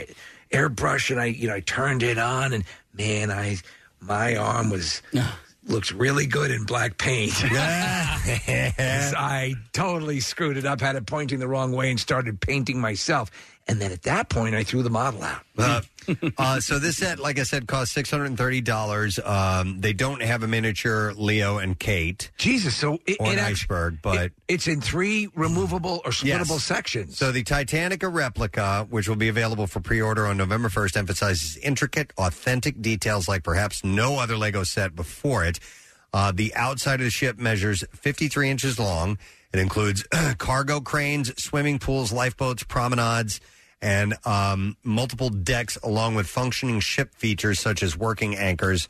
airbrush, and I you know I turned it on, and man, I my arm was looks really good in black paint. Yes, I totally screwed it up, had it pointing the wrong way, and started painting myself. And then at that point, I threw the model out. Uh, uh, so this set, like I said, cost six hundred and thirty dollars. Um, they don't have a miniature Leo and Kate. Jesus, so it, or it an act- iceberg, but it- it's in three removable or splittable sections. So the Titanica replica, which will be available for pre-order on November 1st, emphasizes intricate, authentic details like perhaps no other Lego set before it. Uh, the outside of the ship measures 53 inches long. It includes cargo cranes, swimming pools, lifeboats, promenades, and um, multiple decks, along with functioning ship features such as working anchors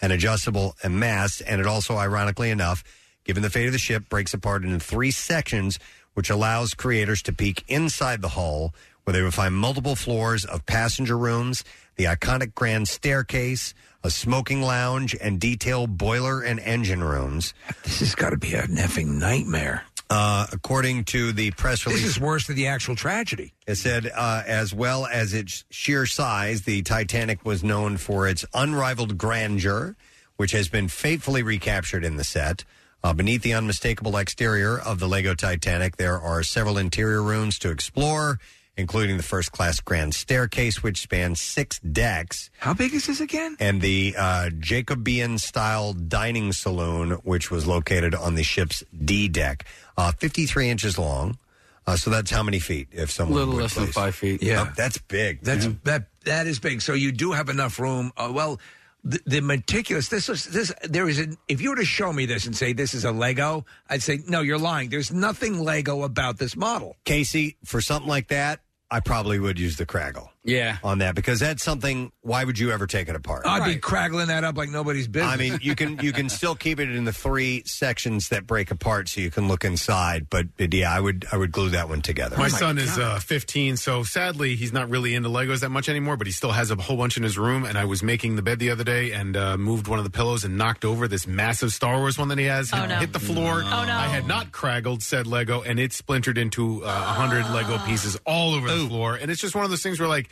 and adjustable and masts. And it also, ironically enough, given the fate of the ship, breaks apart into three sections, which allows creators to peek inside the hull, where they will find multiple floors of passenger rooms, the iconic grand staircase, a smoking lounge, and detailed boiler and engine rooms. This has got to be a effing nightmare. Uh, according to the press release, This is worse than the actual tragedy. It said, uh, as well as its sheer size, the Titanic was known for its unrivaled grandeur, which has been faithfully recaptured in the set. Uh, beneath the unmistakable exterior of the Lego Titanic, there are several interior rooms to explore, including the first class grand staircase, which spans six decks. How big is this again? And the uh, Jacobean style dining saloon, which was located on the ship's D deck, uh, 53 inches long. Uh, so that's how many feet? If someone Little would less than place- five feet. Yeah, Yeah. that's big. That's Yeah. that that is big. So you do have enough room. Uh, well, the, the meticulous. This is this. There is an. If you were to show me this and say this is a Lego, I'd say no, you're lying. There's nothing Lego about this model. Casey, for something like that, I probably would use the craggle. Yeah. On that because that's something. Why would you ever take it apart? I'd be craggling that up like nobody's business. I mean, you can you can still keep it in the three sections that break apart, so you can look inside. But yeah, I would I would glue that one together. My, son is uh, 15, so sadly he's not really into Legos that much anymore. But he still has a whole bunch in his room. And I was making the bed the other day and uh, moved one of the pillows and knocked over this massive Star Wars one that he has. Oh, It no. Hit the floor. Oh no! I had not craggled said Lego, and it splintered into uh, a hundred Lego pieces all over the floor. And it's just one of those things where like.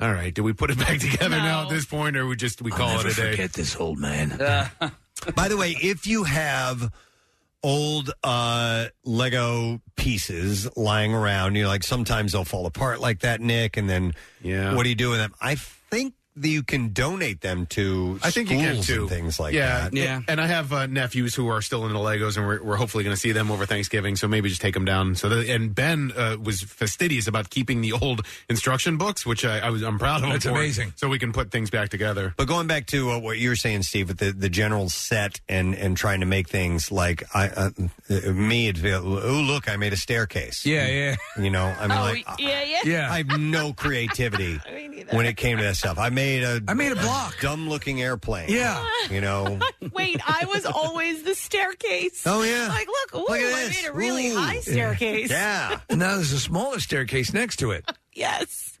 All right, do we put it back together now at this point, or we just we call never it a day? forget this old man. By the way, if you have old uh, Lego pieces lying around, you know, like sometimes they'll fall apart like that, Nick, and then yeah. what do you do with them? I think that you can donate them to I think you can schools too. and things like yeah, that. Yeah, and I have uh, nephews who are still into Legos, and we're, we're hopefully going to see them over Thanksgiving. So maybe just take them down. So that, and Ben uh, was fastidious about keeping the old instruction books, which I, I was I'm proud of. him That's for, amazing. So we can put things back together. But going back to uh, what you were saying, Steve, with the, the general set and, and trying to make things like I uh, uh, me, it'd be, oh look, I made a staircase. Yeah, yeah. You know, I mean, Oh, like, uh, I- yeah, yeah. Yeah. I have no creativity when it came to that stuff. I made a I made a block. dumb looking airplane. Yeah. you know, Wait, I was always the staircase. Oh, yeah. Like, look, ooh, Look at I this. made a really Ooh. high staircase. Yeah. And now there's a smaller staircase next to it. yes.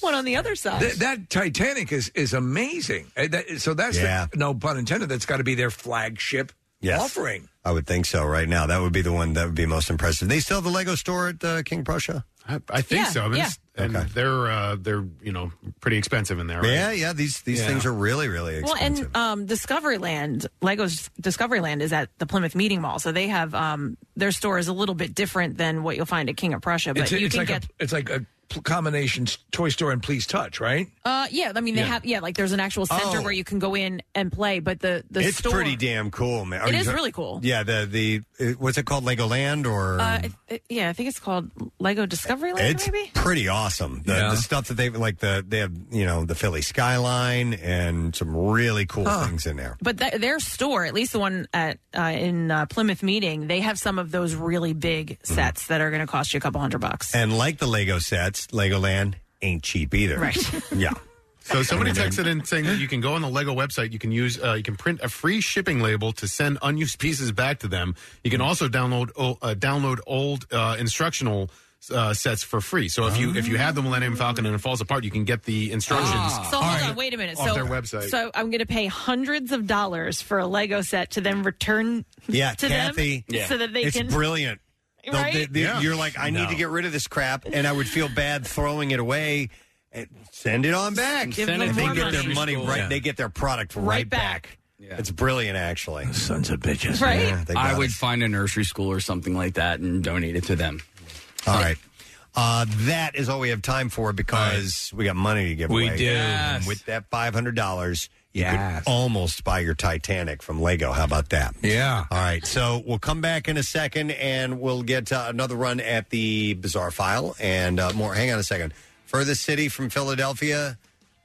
One on the other side. Th- that Titanic is is amazing. Uh, that- so that's the- Yeah. no pun intended. That's got to be their flagship Yes. offering. I would think so. Right now, that would be the one that would be most impressive. They still have the Lego store at uh, King Prussia. I, I think Yeah, so. I mean, yeah. it's- and they're uh, they're you know pretty expensive in there. Right? Yeah, yeah. These these Yeah. things are really really Well, expensive. and um, Discoveryland, Lego's Discoveryland is at the Plymouth Meeting Mall, so they have um, their store is a little bit different than what you'll find at King of Prussia, but It's, you it's can like get a, it's like a pl- combination s- toy store and please touch, right? Uh, yeah, I mean they Yeah. have yeah, like there's an actual center Oh. where you can go in and play, but the the it's store, pretty damn cool, man. Are It you is tra- really cool. Yeah, the the uh, what's it called, Legoland or? Uh, I th- yeah, I think it's called Lego Discovery Land. it's pretty awesome. The, the stuff that they've like the they have you know the Philly skyline and some really cool things in there. But th- their store, at least the one at uh, in uh, Plymouth Meeting, they have some of those really big Mm-hmm. sets that are going to cost you a couple hundred bucks. And like the Lego sets, Legoland ain't cheap either. Right. Yeah. So somebody I mean, texted in saying that you can go on the Lego website. You can use uh, you can print a free shipping label to send unused pieces back to them. You can also download o- uh, download old uh, instructional. Uh, sets for free. So if you if you have the Millennium Falcon and it falls apart, you can get the instructions. Ah. Ah. So hold on, wait a minute. Off so, their website. So I'm going to pay hundreds of dollars for a Lego set to then return Yeah, to Kathy. them so that they it's can. brilliant. They'll- Right? they- they- Yeah. You're like, I need No. to get rid of this crap, and I would feel bad throwing it away. And send it on back. Give And them they more get their money. money right. Yeah. They get their product right, back. It's brilliant, actually. Sons of bitches. Right? Yeah, they I got would find a nursery school or something like that and donate it to them. All right. Uh, that is all we have time for because we got money to give We away. do. And With that $500, you Yes. could almost buy your Titanic from Lego. How about that? Yeah. All right. So we'll come back in a second and we'll get uh, another run at the Bizarre File and uh, more. Hang on a second. Furthest city from Philadelphia?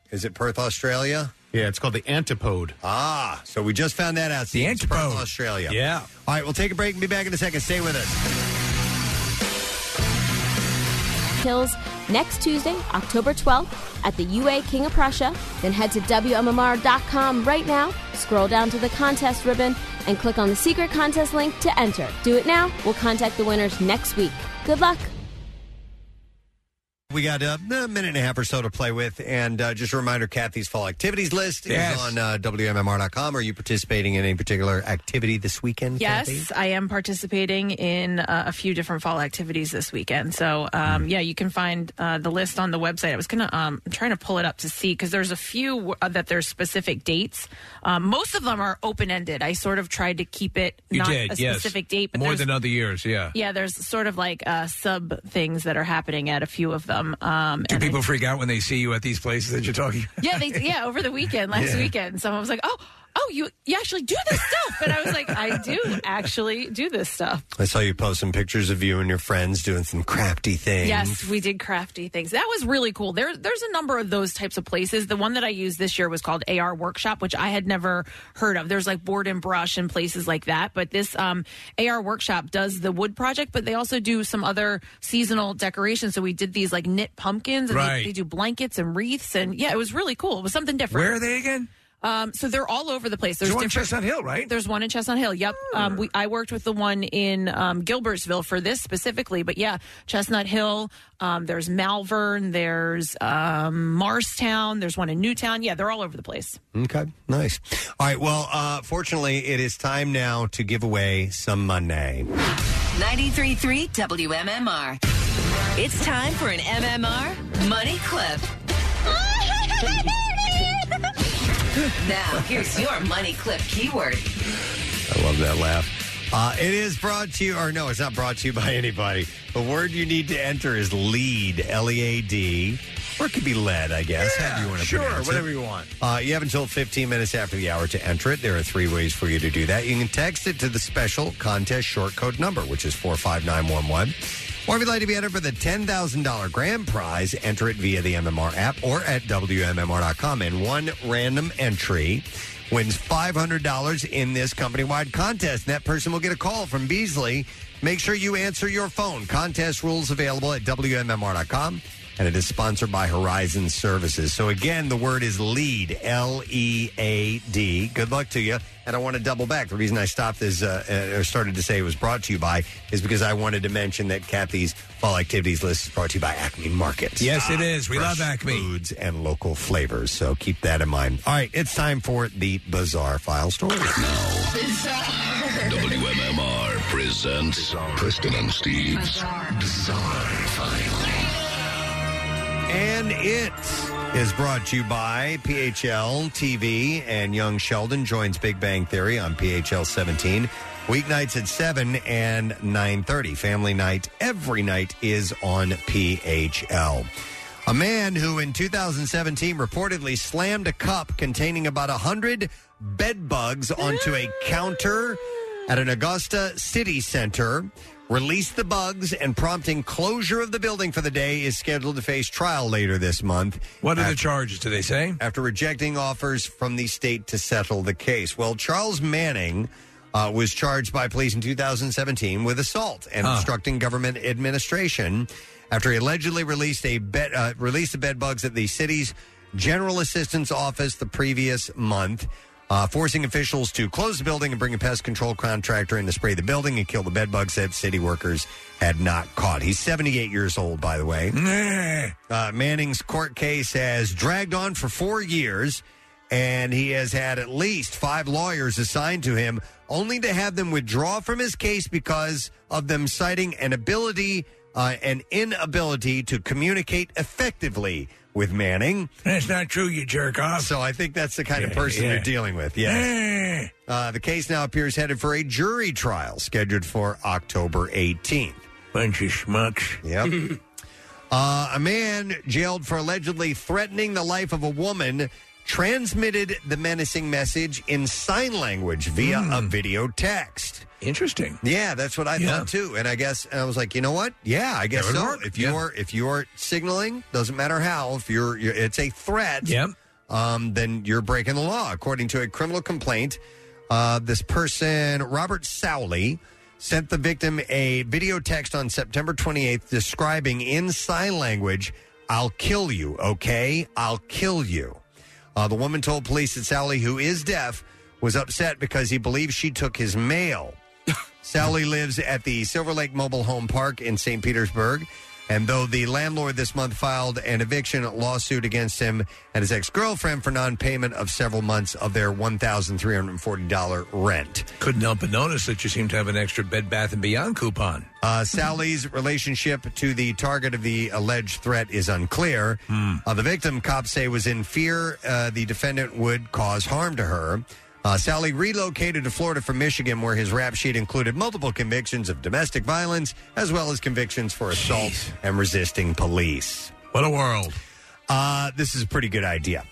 Is it Perth, Australia? Yeah, it's called the Antipode. Ah, so we just found that out. The Antipode. Perth, Australia. Yeah. All right. We'll take a break and be back in a second. Stay with us. Kills next Tuesday, October 12th, at the UA King of Prussia. Then head to WMMR.com right now, scroll down to the contest ribbon, and click on the secret contest link to enter. Do it now. We'll contact the winners next week. Good luck. We got uh, a minute and a half or so to play with. And uh, just a reminder Kathy's fall activities list Yes. is on uh, WMMR.com. Are you participating in any particular activity this weekend? Kathy? Yes, I am participating in uh, a few different fall activities this weekend. So, um, yeah, you can find uh, the list on the website. I was gonna, um, I'm trying to pull it up to see because there's a few uh, that there's specific dates. Um, most of them are open ended. I sort of tried to keep it You not did, a yes. specific date, but More there's than other years, yeah. yeah, there's sort of like uh, sub things that are happening at a few of them. Um, Do people freak out when they see you at these places that you're talking? yeah, they, yeah. Over the weekend, last Yeah. weekend, someone was like, "Oh, oh, you you actually do this stuff," and I was like, "I do actually do this stuff." I saw you post some pictures of you and your friends doing some crafty things. Yes, we did crafty things. That was really cool. There, there's a number of those types of places. The one that I used this year was called AR Workshop, which I had never heard of. There's like board and brush and places like that. But this um, AR Workshop does the wood project, but they also do some other seasonal decorations. So we did these like knit pumpkins, and they- Right. they, do blankets and wreaths, and yeah, it was really cool. It was something different. Where are they again? Um, so they're all over the place. There's There's one in different- Chestnut Hill, right? Hmm. There's one in Chestnut Hill. Yep. Um, we I worked with the one in um, Gilbertsville for this specifically, but yeah, Chestnut Hill. Um, there's Malvern. There's um, Marstown. There's one in Newtown. Yeah, they're all over the place. Okay, nice. All right, well, uh, fortunately, it is time now to give away some money. 93.3 WMMR. It's time for an MMR money clip. now, here's your money clip keyword. I love that laugh. Uh, it is brought to you, or no, it's not brought to you by anybody. The word you need to enter is lead, L E A D, or it could be lead, I guess. however you want to sure, pronounce it. whatever you want. Uh, you have until 15 minutes after the hour to enter it. There are three ways for you to do that. You can text it to the special contest short code number, which is 45911. Or if you'd like to be entered for the $10,000 grand prize, enter it via the MMR app or at WMMR.com. And one random entry wins $500 in this company wide contest. And that person will get a call from Beasley. Make sure you answer your phone. Contest rules available at WMMR.com and it is sponsored by Horizon Services. So again, the word is lead, L E A D. Good luck to you. And I want to double back. The reason I stopped is uh, uh, or started to say it was brought to you by is because I wanted to mention that Kathy's fall activities list is brought to you by Acme Markets. Yes, it Ah, is. We fresh love Acme. foods and local flavors. So keep that in mind. All right, it's time for the bizarre file story. WMMR presents Preston and Steve's Bizarre, File. And it is brought to you by PHL TV and Young Sheldon joins Big Bang Theory on PHL 17. Weeknights at 7 and 9.30. Family night every night is on PHL. A man who in 2017 reportedly slammed a cup containing about 100 bed bugs onto a counter at an Augusta city center released the bugs and prompting closure of the building for the day is scheduled to face trial later this month. What are the charges, do they say? After rejecting offers from the state to settle the case. Well, Charles Manning uh, was charged by police in 2017 with assault and obstructing government administration after he allegedly released a bed, uh, released the bed bugs at the city's general assistance office the previous month. Uh, forcing officials to close the building and bring a pest control contractor in to spray the building and kill the bed bugs that city workers had not caught. He's 78 years old, by the way. Uh, Manning's court case has dragged on for four years, and he has had at least five lawyers assigned to him, only to have them withdraw from his case because of them citing an ability, uh, an inability to communicate effectively with Manning. That's not true, you jerk off. So I think that's the kind of Yeah, person yeah. you're dealing with. Yes. Uh, the case now appears headed for a jury trial scheduled for October 18th. Bunch of schmucks. Yep. uh, a man jailed for allegedly threatening the life of a woman transmitted the menacing message in sign language via a video text. Hmm. Interesting. Yeah, that's what I thought too. And I guess and I was like, you know what? Yeah, I guess That would so. work. If you're if you're signaling, doesn't matter how. If you're, you're it's a threat. Yep. Um, then you're breaking the law, according to a criminal complaint. Uh, this person, Robert Sowley, sent the victim a video text on September 28th describing in sign language, "I'll kill you, okay? I'll kill you." Uh, the woman told police that Sally, who is deaf, was upset because he believes she took his mail. Sally lives at the Silver Lake Mobile Home Park in St. Petersburg. And though the landlord this month filed an eviction lawsuit against him and his ex girlfriend for non payment of several months of their $1,340 rent. Couldn't help but notice that you seem to have an extra Bed Bath and Beyond coupon. Uh, Sally's relationship to the target of the alleged threat is unclear. Uh, the victim, cops say, was in fear uh, the defendant would cause harm to her. Uh, Sally relocated to Florida from Michigan, where his rap sheet included multiple convictions of domestic violence, as well as convictions for assault and resisting police. What a world! Uh, this is a pretty good idea.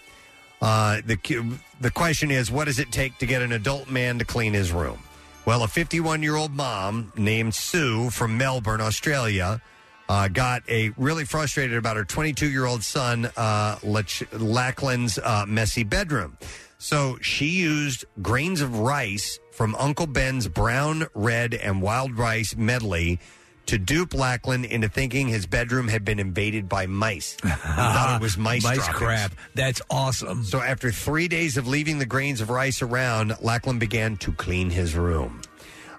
Uh, the cu- the question is, what does it take to get an adult man to clean his room? Well, a 51 year old mom named Sue from Melbourne, Australia, uh, got a really frustrated about her 22 year old son uh, Lach- Lackland's uh, messy bedroom. So she used grains of rice from Uncle Ben's brown, red, and wild rice medley to dupe Lackland into thinking his bedroom had been invaded by mice. He thought it was mice. Mice droppings. crap. That's awesome. So after three days of leaving the grains of rice around, Lackland began to clean his room.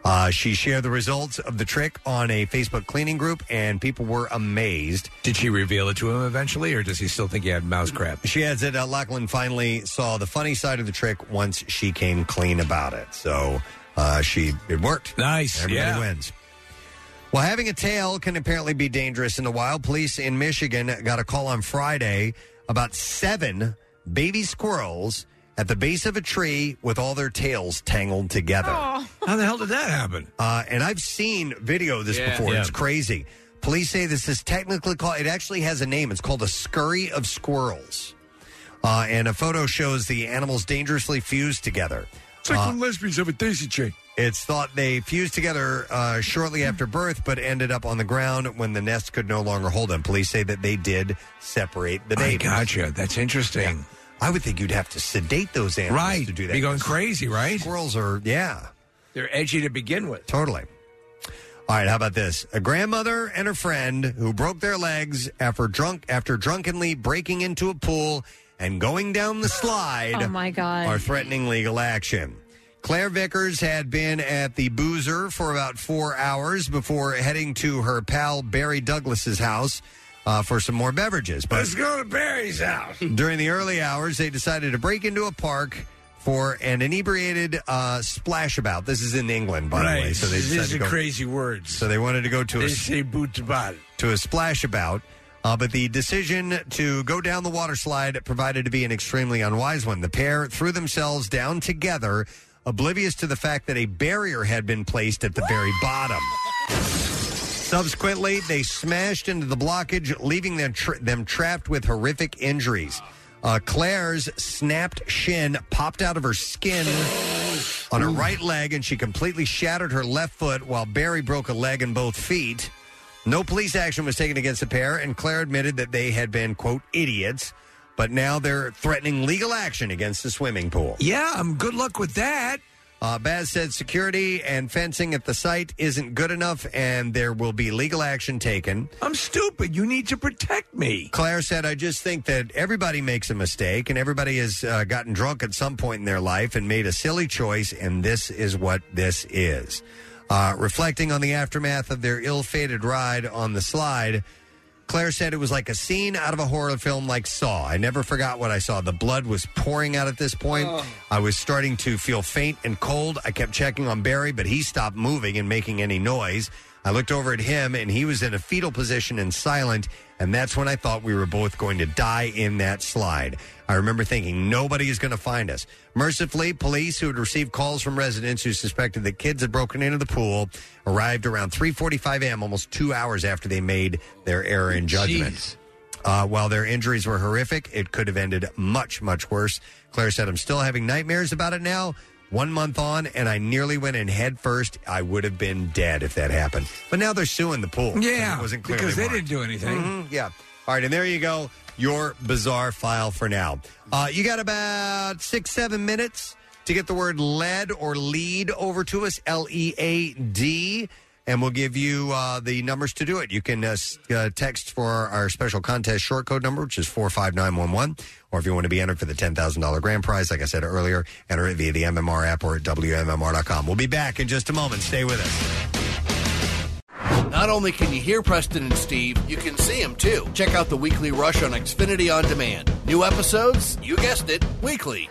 Uh, she shared the results of the trick on a Facebook cleaning group, and people were amazed. Did she reveal it to him eventually, or does he still think he had mouse crap? She adds that uh, Lachlan finally saw the funny side of the trick once she came clean about it. So uh, she it worked. Nice. Everybody yeah. wins. Well, having a tail can apparently be dangerous in the wild. Police in Michigan got a call on Friday about seven baby squirrels at the base of a tree with all their tails tangled together. How the hell did that happen? Uh, and I've seen video of this Yeah. before. Yeah. It's crazy. Police say this is technically called, it actually has a name. It's called a scurry of squirrels. Uh, and a photo shows the animals dangerously fused together. It's like Uh, when lesbians have a daisy chain. it's thought they fused together uh, shortly after birth, but ended up on the ground when the nest could no longer hold them. Police say that they did separate the babies. gotcha. That's interesting. I would think you'd have to sedate those animals Right. to do that. Be going crazy, right? Squirrels are, yeah. They're edgy to begin with. Totally. All right, how about this? A grandmother and her friend who broke their legs after drunk after drunkenly breaking into a pool and going down the slide Oh, my God. are threatening legal action. Claire Vickers had been at the Boozer for about four hours before heading to her pal Barry Douglas's house uh, for some more beverages. But Let's go to Barry's house. during the early hours, they decided to break into a park for an inebriated uh, splash about. This is in England, by the way. So they decided These to are go- crazy words. So they wanted to go to a They say boot to bottom. to a splash about. Uh, but the decision to go down the water slide provided to be an extremely unwise one. The pair threw themselves down together, oblivious to the fact that a barrier had been placed at the very bottom. Subsequently, they smashed into the blockage, leaving them, tra- them trapped with horrific injuries. Uh, Claire's snapped shin popped out of her skin on her right leg, and she completely shattered her left foot, while Barry broke a leg and both feet. No police action was taken against the pair, and Claire admitted that they had been, quote, idiots, but now they're threatening legal action against the swimming pool. Yeah, um, good luck with that. Uh, Baz said security and fencing at the site isn't good enough, and there will be legal action taken. I'm stupid. You need to protect me. Claire said, I just think that everybody makes a mistake, and everybody has uh, gotten drunk at some point in their life and made a silly choice, and this is what this is. Uh, reflecting on the aftermath of their ill fated ride on the slide, Claire said it was like a scene out of a horror film like Saw. I never forgot what I saw. The blood was pouring out at this point. I was starting to feel faint and cold. I kept checking on Barry, but he stopped moving and making any noise. I looked over at him, and he was in a fetal position and silent. And that's when I thought we were both going to die in that slide. I remember thinking, nobody is going to find us. Mercifully, police who had received calls from residents who suspected that kids had broken into the pool arrived around 3.45 a.m., almost two hours after they made their error in judgment. Uh, while their injuries were horrific, it could have ended much, much worse. Claire said, I'm still having nightmares about it now. One month on, and I nearly went in head first. I would have been dead if that happened. But now they're suing the pool. Yeah, It wasn't clear because they weren't. didn't do anything. Mhm, yeah. All right, and there you go. Your bizarre file for now. Uh, you got about six, seven minutes to get the word lead or lead over to us, L E A D, and we'll give you uh, the numbers to do it. You can uh, s- uh, text for our special contest short code number, which is 45911, or if you want to be entered for the $10,000 grand prize, like I said earlier, enter it via the MMR app or at WMMR.com. We'll be back in just a moment. Stay with us. Not only can you hear Preston and Steve, you can see them too. Check out the weekly rush on Xfinity On Demand. New episodes, you guessed it, weekly.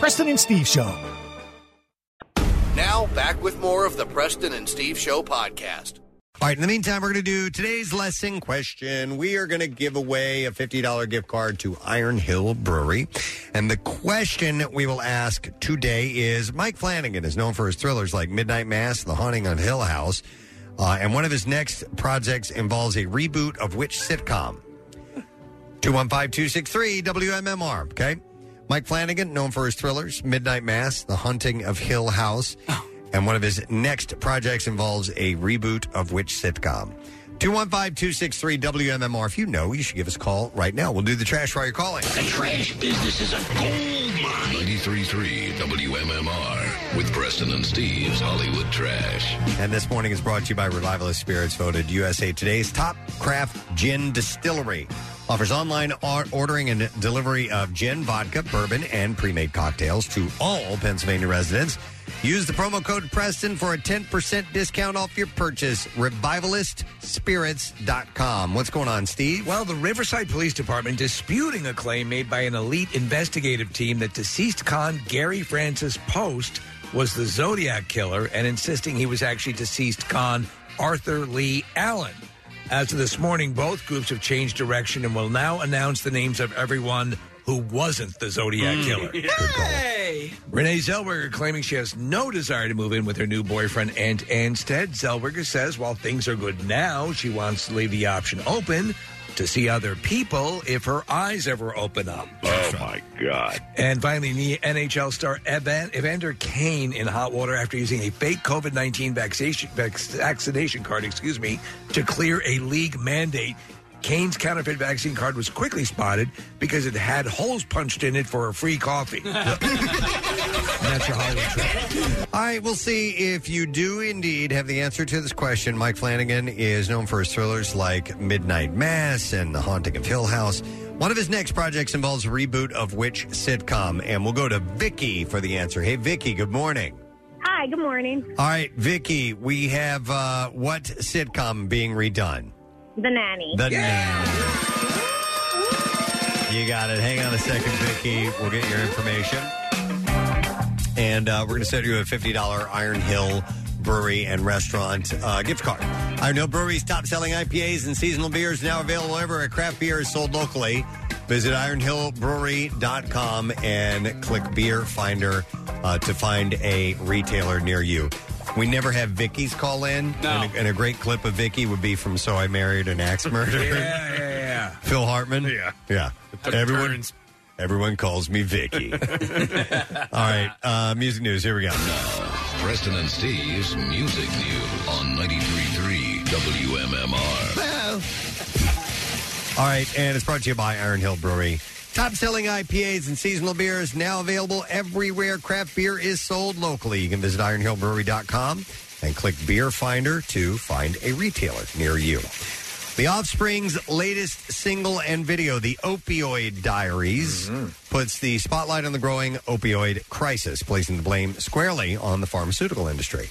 Preston and Steve Show. Now, back with more of the Preston and Steve Show podcast. All right, in the meantime, we're going to do today's lesson question. We are going to give away a $50 gift card to Iron Hill Brewery. And the question we will ask today is Mike Flanagan is known for his thrillers like Midnight Mass, The Haunting on Hill House. Uh, and one of his next projects involves a reboot of which sitcom? 215 263 WMMR. Okay. Mike Flanagan, known for his thrillers, Midnight Mass, The Hunting of Hill House, and one of his next projects involves a reboot of which sitcom? 215 263 WMMR. If you know, you should give us a call right now. We'll do the trash while you're calling. The trash business is a gold mine. 93.3 WMMR with Preston and Steve's Hollywood Trash. And this morning is brought to you by Revivalist Spirits, voted USA Today's top craft gin distillery. Offers online or- ordering and delivery of gin, vodka, bourbon, and pre made cocktails to all Pennsylvania residents. Use the promo code Preston for a 10% discount off your purchase. RevivalistSpirits.com. What's going on, Steve? Well, the Riverside Police Department disputing a claim made by an elite investigative team that deceased con Gary Francis Post was the Zodiac killer and insisting he was actually deceased con Arthur Lee Allen. As of this morning, both groups have changed direction and will now announce the names of everyone who wasn't the Zodiac Mm. killer. Hey! Renee Zellweger claiming she has no desire to move in with her new boyfriend, Ant Anstead. Zellweger says while things are good now, she wants to leave the option open to see other people if her eyes ever open up. Oh, my God. And finally, the NHL star Evan, Evander Kane in hot water after using a fake COVID 19 vaccination, vac- vaccination card, excuse me, to clear a league mandate. Kane's counterfeit vaccine card was quickly spotted because it had holes punched in it for a free coffee. That's your Hollywood trip. All right, we'll see if you do indeed have the answer to this question. Mike Flanagan is known for his thrillers like Midnight Mass and The Haunting of Hill House. One of his next projects involves a reboot of which sitcom? And we'll go to Vicky for the answer. Hey, Vicky, good morning. Hi, good morning. All right, Vicky, we have uh, what sitcom being redone? The nanny. The Nanny. You got it. Hang on a second, Vicky. We'll get your information. And uh, we're going to send you a $50 Iron Hill Brewery and Restaurant uh, gift card. Iron Hill Brewery's top selling IPAs and seasonal beers now available everywhere. Craft beer is sold locally. Visit ironhillbrewery.com and click Beer Finder uh, to find a retailer near you. We never have Vicky's call in. No. And, a, and a great clip of Vicky would be from So I Married an Axe Murderer. yeah, yeah, yeah. Phil Hartman. Yeah. Yeah. Took Everyone, everyone calls me Vicky. All right. Uh, music news. Here we go. Preston and Steve's Music News on 93.3 WMMR. All right. And it's brought to you by Iron Hill Brewery. Top selling IPAs and seasonal beers now available everywhere. Craft beer is sold locally. You can visit ironhillbrewery.com and click Beer Finder to find a retailer near you. The Offspring's latest single and video, The Opioid Diaries, puts the spotlight on the growing opioid crisis, placing the blame squarely on the pharmaceutical industry.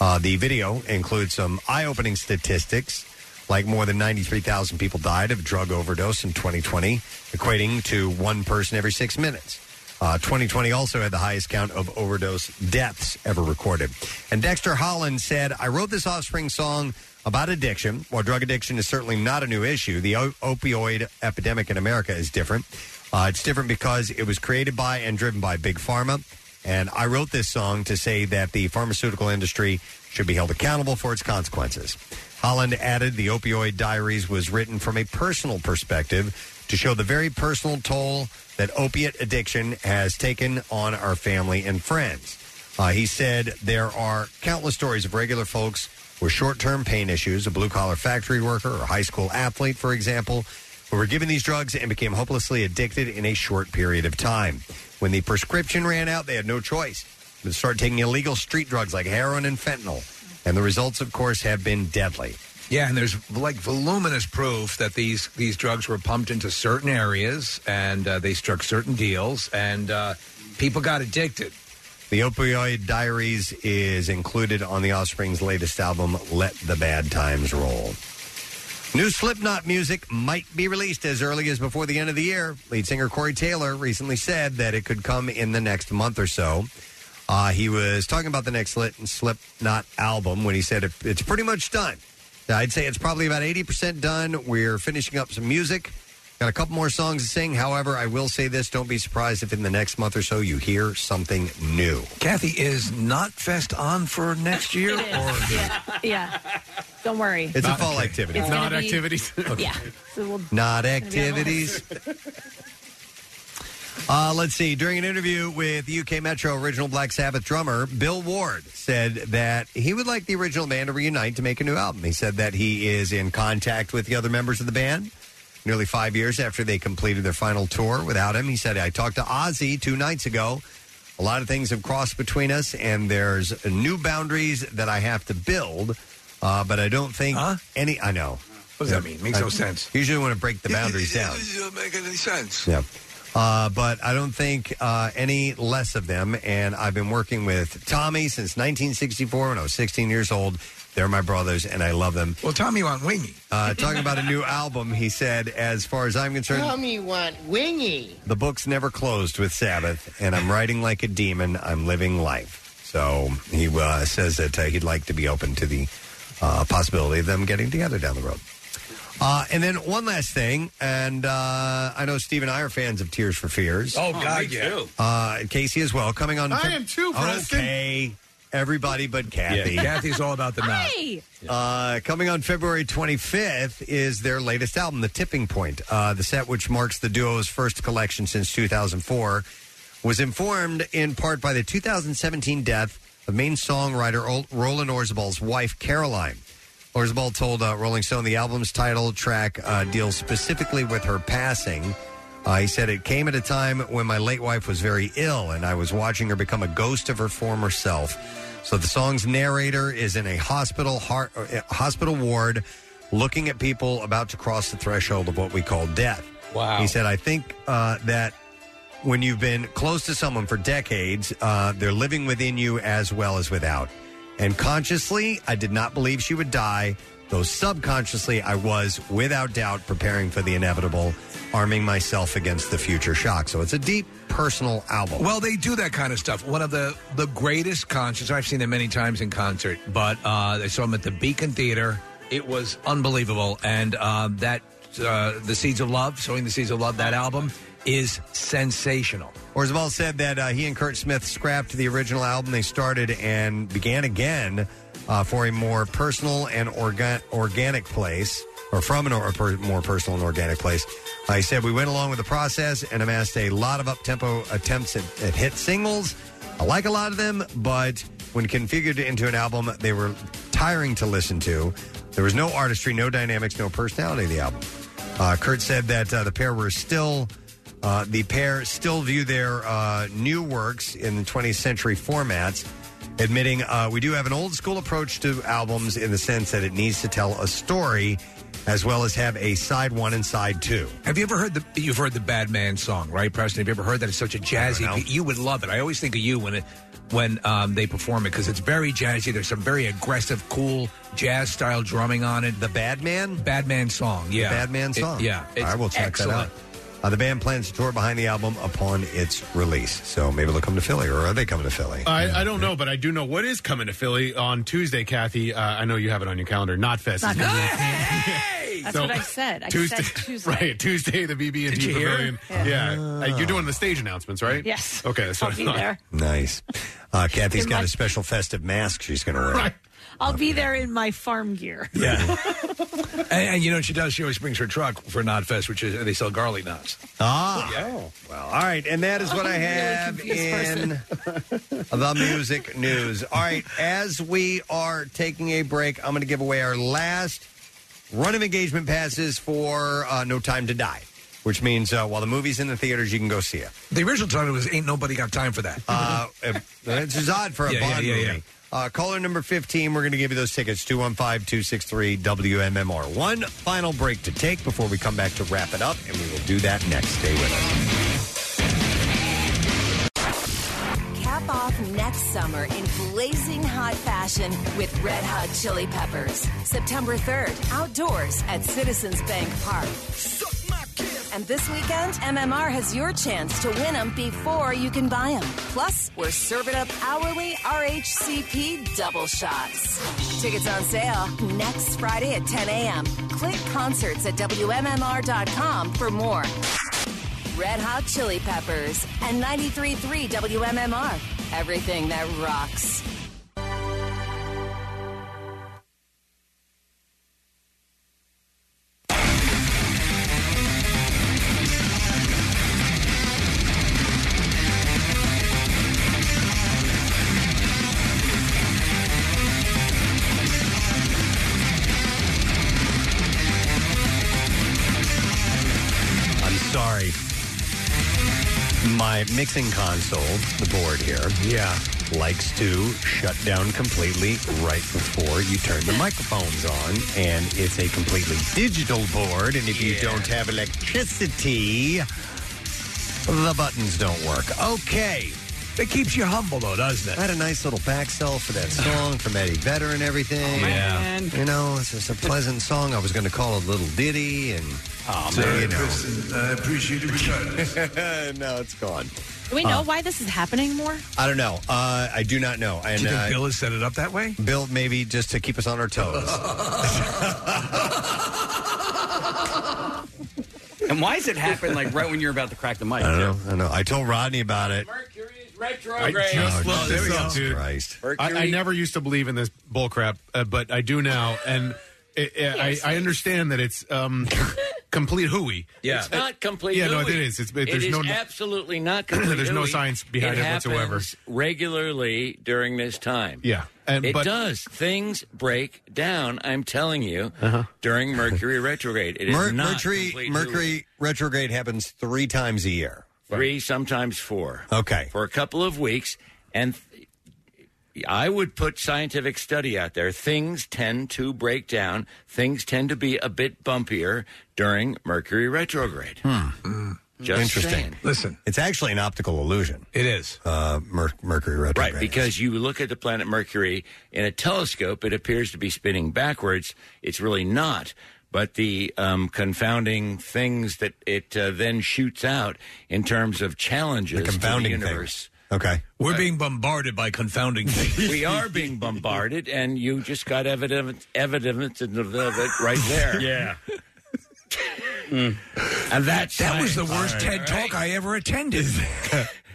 Uh, the video includes some eye opening statistics, like more than 93,000 people died of drug overdose in 2020, equating to one person every six minutes. Uh, 2020 also had the highest count of overdose deaths ever recorded. And Dexter Holland said, I wrote this offspring song about addiction. While drug addiction is certainly not a new issue, the o- opioid epidemic in America is different. Uh, it's different because it was created by and driven by Big Pharma. And I wrote this song to say that the pharmaceutical industry should be held accountable for its consequences. Holland added the opioid diaries was written from a personal perspective to show the very personal toll that opiate addiction has taken on our family and friends. Uh, he said there are countless stories of regular folks with short term pain issues, a blue collar factory worker or high school athlete, for example, who were given these drugs and became hopelessly addicted in a short period of time. When the prescription ran out, they had no choice but to start taking illegal street drugs like heroin and fentanyl. And the results, of course, have been deadly. Yeah, and there's like voluminous proof that these these drugs were pumped into certain areas and uh, they struck certain deals and uh, people got addicted. The Opioid Diaries is included on the Offspring's latest album, Let the Bad Times Roll. New Slipknot music might be released as early as before the end of the year. Lead singer Corey Taylor recently said that it could come in the next month or so. Uh, he was talking about the next Slit- Slipknot album when he said it- it's pretty much done. Now, I'd say it's probably about 80% done. We're finishing up some music. Got a couple more songs to sing. However, I will say this don't be surprised if in the next month or so you hear something new. Kathy is not fest on for next year. Or yeah. Don't worry. It's a fall activity. It's gonna be- Yeah. So we'll- Not it's gonna be on the activities. list. Uh, let's see. During an interview with UK Metro original Black Sabbath drummer Bill Ward, said that he would like the original band to reunite to make a new album. He said that he is in contact with the other members of the band. Nearly five years after they completed their final tour without him, he said, "I talked to Ozzy two nights ago. A lot of things have crossed between us, and there's new boundaries that I have to build. Uh, but I don't think any. I know. What does that mean? Makes no sense. Usually, want to break the boundaries down. doesn't make any sense. Yeah. Uh, but I don't think uh, any less of them. And I've been working with Tommy since 1964 when I was 16 years old. They're my brothers, and I love them. Well, Tommy went wingy. Uh, talking about a new album, he said, as far as I'm concerned, me what, wingy. the book's never closed with Sabbath, and I'm writing like a demon. I'm living life. So he uh, says that uh, he'd like to be open to the uh, possibility of them getting together down the road. Uh, and then one last thing, and uh, I know Steve and I are fans of Tears for Fears. Oh, God, yeah. Uh, and Casey as well, coming on. I am too, Preston. Okay, everybody but Kathy. Yeah, Kathy's all about the mouth. Hey! Uh, coming on February 25th is their latest album, The Tipping Point. Uh, the set, which marks the duo's first collection since 2004, was informed in part by the 2017 death of main songwriter Ol- Roland Orzaball's wife, Caroline. Orzabal told uh, Rolling Stone the album's title track uh, deals specifically with her passing. Uh, he said, It came at a time when my late wife was very ill, and I was watching her become a ghost of her former self. So the song's narrator is in a hospital heart, uh, hospital ward looking at people about to cross the threshold of what we call death. Wow. He said, I think uh, that when you've been close to someone for decades, uh, they're living within you as well as without. And consciously, I did not believe she would die, though subconsciously, I was without doubt preparing for the inevitable, arming myself against the future shock. So it's a deep personal album. Well, they do that kind of stuff. One of the the greatest concerts I've seen them many times in concert, but uh, I saw them at the Beacon Theater. It was unbelievable, and uh, that uh, the Seeds of Love, sowing the Seeds of Love, that album is sensational. Orzabal said that uh, he and Kurt Smith scrapped the original album they started and began again uh, for a more personal and orga- organic place, or from an or- per- more personal and organic place. Uh, he said, We went along with the process and amassed a lot of up tempo attempts at, at hit singles. I like a lot of them, but when configured into an album, they were tiring to listen to. There was no artistry, no dynamics, no personality of the album. Uh, Kurt said that uh, the pair were still. Uh, the pair still view their uh, new works in the 20th century formats, admitting uh, we do have an old school approach to albums in the sense that it needs to tell a story as well as have a side one and side two. Have you ever heard the you've heard the Bad Man song, right, Preston? Have you ever heard that? It's such a know. jazzy. You would love it. I always think of you when it when um, they perform it because it's very jazzy. There's some very aggressive, cool jazz style drumming on it. The Bad Man, Bad Man song. Yeah, The Bad Man It- song. yeah, I will check that out. Uh, the band plans to tour behind the album upon its release. So maybe they'll come to Philly, or are they coming to Oh, Philly? I, I don't know, but I do know what is coming to Philly on Tuesday, Kathy. Uh, I know you have it on your calendar. Not Fest. Not is gonna be- That's So- what I said. I Tuesday, said Tuesday. right? Tuesday, the BB and Did T you hear? Pavilion. Yeah. Yeah, Uh, you're doing the stage announcements, right? Yes. Okay, that's what I'll I be thought. there. Nice. Uh, Kathy's In got my- a special festive mask she's going to wear. I'll be there in my farm gear. Yeah. and, and you know what she does? She always brings her truck for Knot Fest, which is they sell garlic knots. Ah. Yeah. Well, all right. And that is Oh, what I have in the music news. All right. As we are taking a break, I'm going to give away our last run of engagement passes for uh, No Time to Die, which means uh, while the movie's in the theaters, you can go see it. The original title was "Ain't Nobody Got Time for That." Uh, This is odd for a Yeah, yeah, Bond yeah, yeah. movie. Uh, caller number 15, we're going to give you those tickets 215 263 WMMR. One final break to take before we come back to wrap it up, and we will do that next. Stay with us. Cap off next summer in blazing hot fashion with Red Hot Chili Peppers. September 3rd, outdoors at Citizens Bank Park. And this weekend, MMR has your chance to win them before you can buy them. Plus, we're serving up hourly RHCP double shots. Tickets on sale next Friday at 10 a.m. Click concerts at WMMR.com for more. Red Hot Chili Peppers and 93.3 WMMR. Everything that rocks. I'm sorry. My mixing console, the board here, yeah, likes to shut down completely right before you turn the microphones on, and it's a completely digital board. And if you don't have electricity, the buttons don't work. Okay. It keeps you humble, though, doesn't it? I had a nice little back sell for that song from Eddie Vedder and everything. Oh, man. You know, it's just a pleasant song. I was going to call it Little Ditty, and oh, you know. I appreciate it regardless. no, it's gone. Do we know Uh, why this is happening more? I don't know. Uh, I do not know. And Do you think uh, Bill has set it up that way? Bill, maybe just to keep us on our toes. And why does it happen like right when you're about to crack the mic? I don't know. I don't know. I told Rodney about it. Retrograde. just Oh, looked Jesus this up, dude. Christ. I, I never used to believe in this bullcrap, uh, but I do now, and it, it- I, I understand that it's um, complete hooey. Yeah. It's not complete. Yeah, no, it hooey. is. It's- it- It there's is no- absolutely not. complete There's no hooey. science behind it happens whatsoever. Regularly during this time. Yeah. And- it but- does. Things break down. I'm telling you, Uh-huh. during Mercury retrograde, it is Mer- not Mercury, complete hooey. Mercury retrograde happens three times a year. three, sometimes four. Okay. For a couple of weeks. And th- I would put scientific study out there. Things tend to break down, things tend to be a bit bumpier during Mercury retrograde. Hmm. Hmm. Just Interesting. saying. Listen, it's actually an optical illusion. It is uh, Mer- Mercury retrograde. Right, because you look at the planet Mercury in a telescope, it appears to be spinning backwards. It's really not. But the um, confounding things that it uh, then shoots out in terms of challenges confounding to things. the universe. Okay. We're being bombarded by confounding things. we are being bombarded, and you just got evidence, evidence of it right there. Yeah. Hmm. And that's that was the science. worst TED talk I ever attended.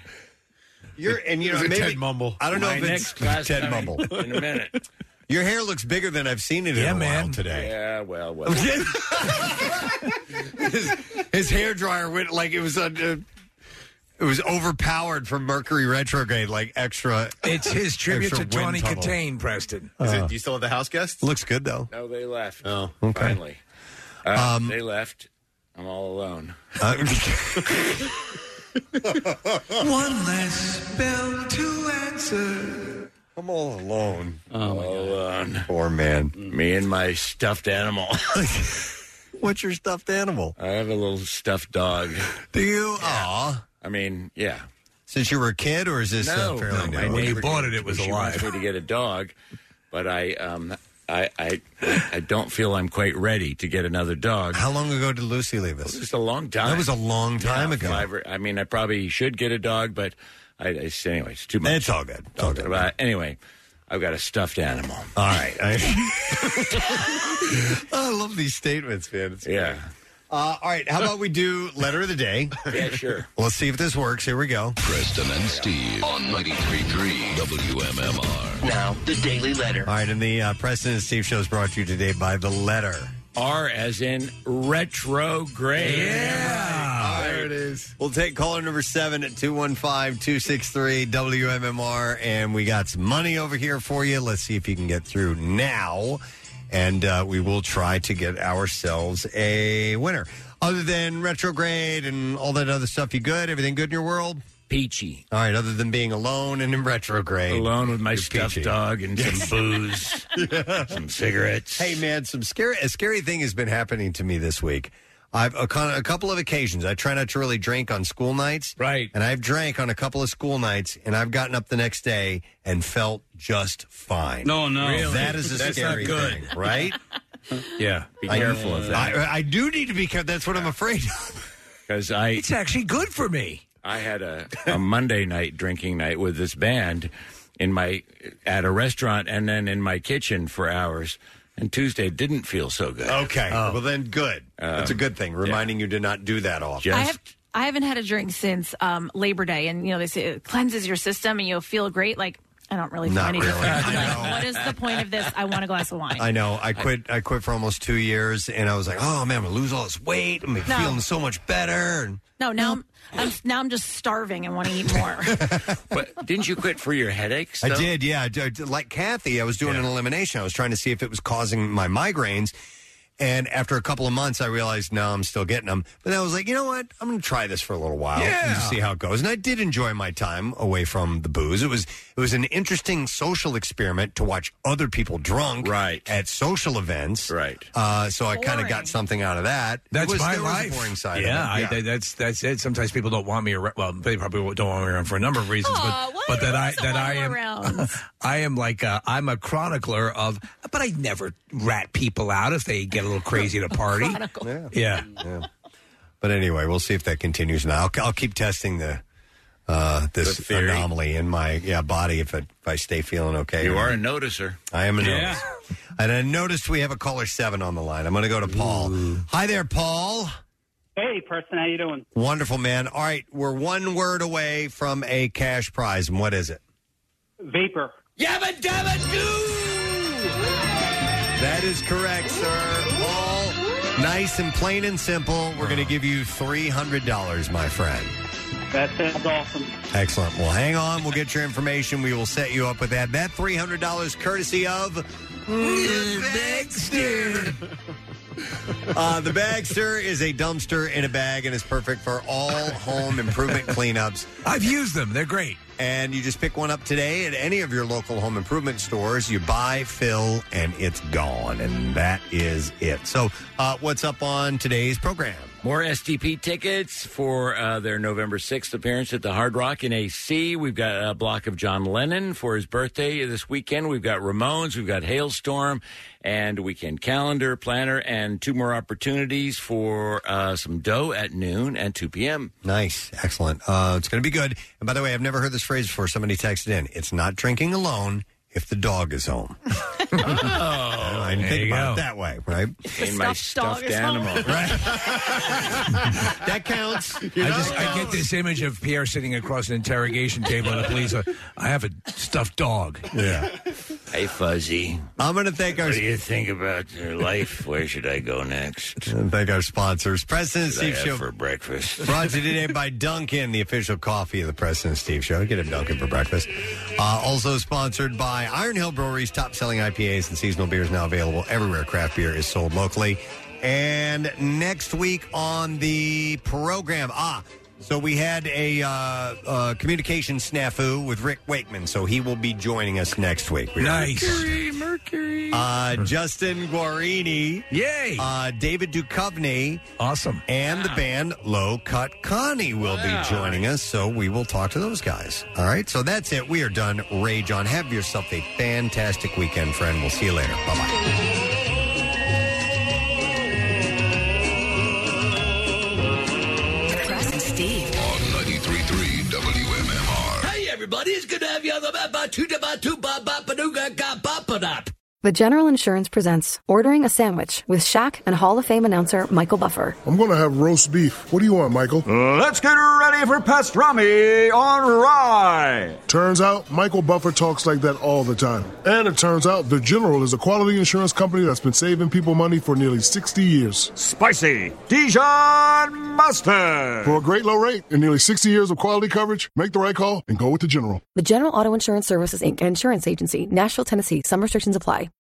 You're and you know Is it maybe, Ted Mumble? I don't know My if it's next class Ted coming Mumble in a minute. Your hair looks bigger than I've seen it in Yeah, a while man. today. Yeah, well, well. his, his hair dryer went like it was on. Uh, it was overpowered from Mercury retrograde, like extra. It's his tribute extra to Tawny wind tunnel. Catane, Preston. Is it- do you still have the house guest? Looks good though. No, they left. Oh, okay. Finally. Uh, Um, Uh, they left. I'm all alone. One less bell to answer. I'm all alone. Oh, my God. Poor man. Me and my stuffed animal. What's your stuffed animal? I have a little stuffed dog. Do you? Aw. I mean, yeah. Since you were a kid, or is this no, uh, fairly no, new? my neighbor- she wants me to get a dog, but I, um, I, I, I don't feel I'm quite ready to get another dog. How long ago did Lucy leave us? Just a long time. That was a long time Yeah, ago. five or- I mean, I probably should get a dog, but I, it's anyway, it's too much. It's all good. It's all good. But anyway, I've got a stuffed animal. All right. I, I love these statements, man. It's yeah. Oh, Uh, all right. How about we do letter of the day? Yeah, sure. Let's see if this works. Here we go. Preston and Steve on 93.3 WMMR. Now, the Daily Letter. All right, and the uh, Preston and Steve show is brought to you today by the letter. R as in retrograde. Yeah. There it is. We'll take caller number seven at 215 263 WMMR, and we got some money over here for you. Let's see if you can get through now, and uh, we will try to get ourselves a winner. Other than retrograde and all that other stuff, you good? Everything good in your world? Peachy. All right, other than being alone and in retrograde. Alone with my stuffed peachy. dog and some booze, some cigarettes. Hey man, some scary a scary thing has been happening to me this week. I've a, con- a couple of occasions. I try not to really drink on school nights, right? And I've drank on a couple of school nights, and I've gotten up the next day and felt just fine. No, no. Really? that is a That's not scary good. thing, right? Yeah, be I- careful of that I, I do need to be careful. That's what I'm afraid of. because I It's actually good for me. I had a, a Monday night drinking night with this band in my at a restaurant and then in my kitchen for hours. And Tuesday didn't feel so good. Um, Okay, Oh. well then, good. That's a good thing. Reminding you to not do that often. I have. I haven't had a drink since um, Labor Day, and you know they say it cleanses your system and you'll feel great. Like I don't really feel Not any different. really. I'm like, what is the point of this? I want a glass of wine. I know. I quit. I quit for almost two years, and I was like, "Oh man, I'm gonna lose all this weight. I'm No. feeling so much better." And No, now I'm, I'm now I'm just starving and want to eat more. But didn't you quit for your headaches? I though? did, yeah. I did- Like Kathy, I was doing an elimination. I was trying to see if it was causing my migraines. And after a couple of months, I realized, no, I'm still getting them. But I was like, you know what? I'm going to try this for a little while and just see how it goes. And I did enjoy my time away from the booze. It was it was an interesting social experiment to watch other people drunk right. at social events. Right. Uh, so I kind of got something out of that. It That's was, my there was a life. boring side of yeah, it. I, that- that's that's it. Sometimes people don't want me around. Well, they probably don't want me around for a number of reasons. Aw, but why but do you that I want that I am someone I am like uh, I'm a chronicler of. But I never rat people out if they get a little crazy at a party. Yeah. yeah. But anyway, we'll see if that continues. Now I'll, I'll keep testing the uh, this The theory. anomaly in my yeah body if, it, if I stay feeling okay. You are a noticer. I am a Yeah. notice. And I noticed we have a caller seven on the line. I'm going to go to Paul. Hi there, Paul. Hey, person, how you doing? Wonderful man. All right, we're one word away from a cash prize. And what is it? Vapor. Yabba dabba doo! That is correct, sir. Paul, Nice and plain and simple. We're going to give you $300, my friend. That sounds awesome. Excellent. Well, hang on. We'll get your information. We will set you up with that. That $300 courtesy of Baxter. Uh, the Bagster is a dumpster in a bag and is perfect for all home improvement cleanups. I've used them, they're great. And you just pick one up today at any of your local home improvement stores. You buy, fill, and it's gone. And that is it. So, uh, what's up on today's program? More SDP tickets for uh, their November 6th appearance at the Hard Rock in AC. We've got a block of John Lennon for his birthday this weekend. We've got Ramones, we've got Hailstorm, and a weekend calendar, planner, and two more opportunities for uh, some dough at noon and 2 p.m. Nice. Excellent. Uh, it's going to be good. And by the way, I've never heard this phrase before. Somebody texted in it's not drinking alone if the dog is home. Oh, I didn't think about it that way, right? And my stuffed, animal. that counts. I just I get this image of Pierre sitting across an interrogation table at a police. uh, I have a stuffed dog. Yeah. Hey, Fuzzy. I'm going to thank our. What do you think about your life? Where should I go next? And thank our sponsors, President What should I have Steve Show. for breakfast. Brought to you today by Dunkin', the official coffee of the President Steve Show. Get him Dunkin' for breakfast. Uh, also sponsored by Iron Hill Brewery's top selling IPAs and seasonal beers now available everywhere craft beer is sold locally. And next week on the program, ah, so we had a uh, uh, communication snafu with Rick Wakeman, so he will be joining us next week. We- Mercury, Mercury. uh, Justin Guarini. Yay. Uh, David Duchovny. Awesome. And the band Low Cut Connie will be joining us. So we will talk to those guys. All right. So that's it. We are done. Rage on. Have yourself a fantastic weekend, friend. We'll see you later. Bye bye. Preston and Steve. On 93.3 WMMR. Hey, everybody. It's good to have you on the Ba-ba-ba-ba-ba-ba-ba-ba-ba-ba-ba-ba-ba-ba. The General Insurance presents Ordering a Sandwich with Shaq and Hall of Fame announcer Michael Buffer. I'm going to have roast beef. What do you want, Michael? Let's get ready for pastrami on rye. Turns out Michael Buffer talks like that all the time. And it turns out The General is a quality insurance company that's been saving people money for nearly 60 years. Spicy Dijon mustard. For a great low rate and nearly 60 years of quality coverage, make the right call and go with The General. The General Auto Insurance Services, Inc., an insurance agency, Nashville, Tennessee. Some restrictions apply.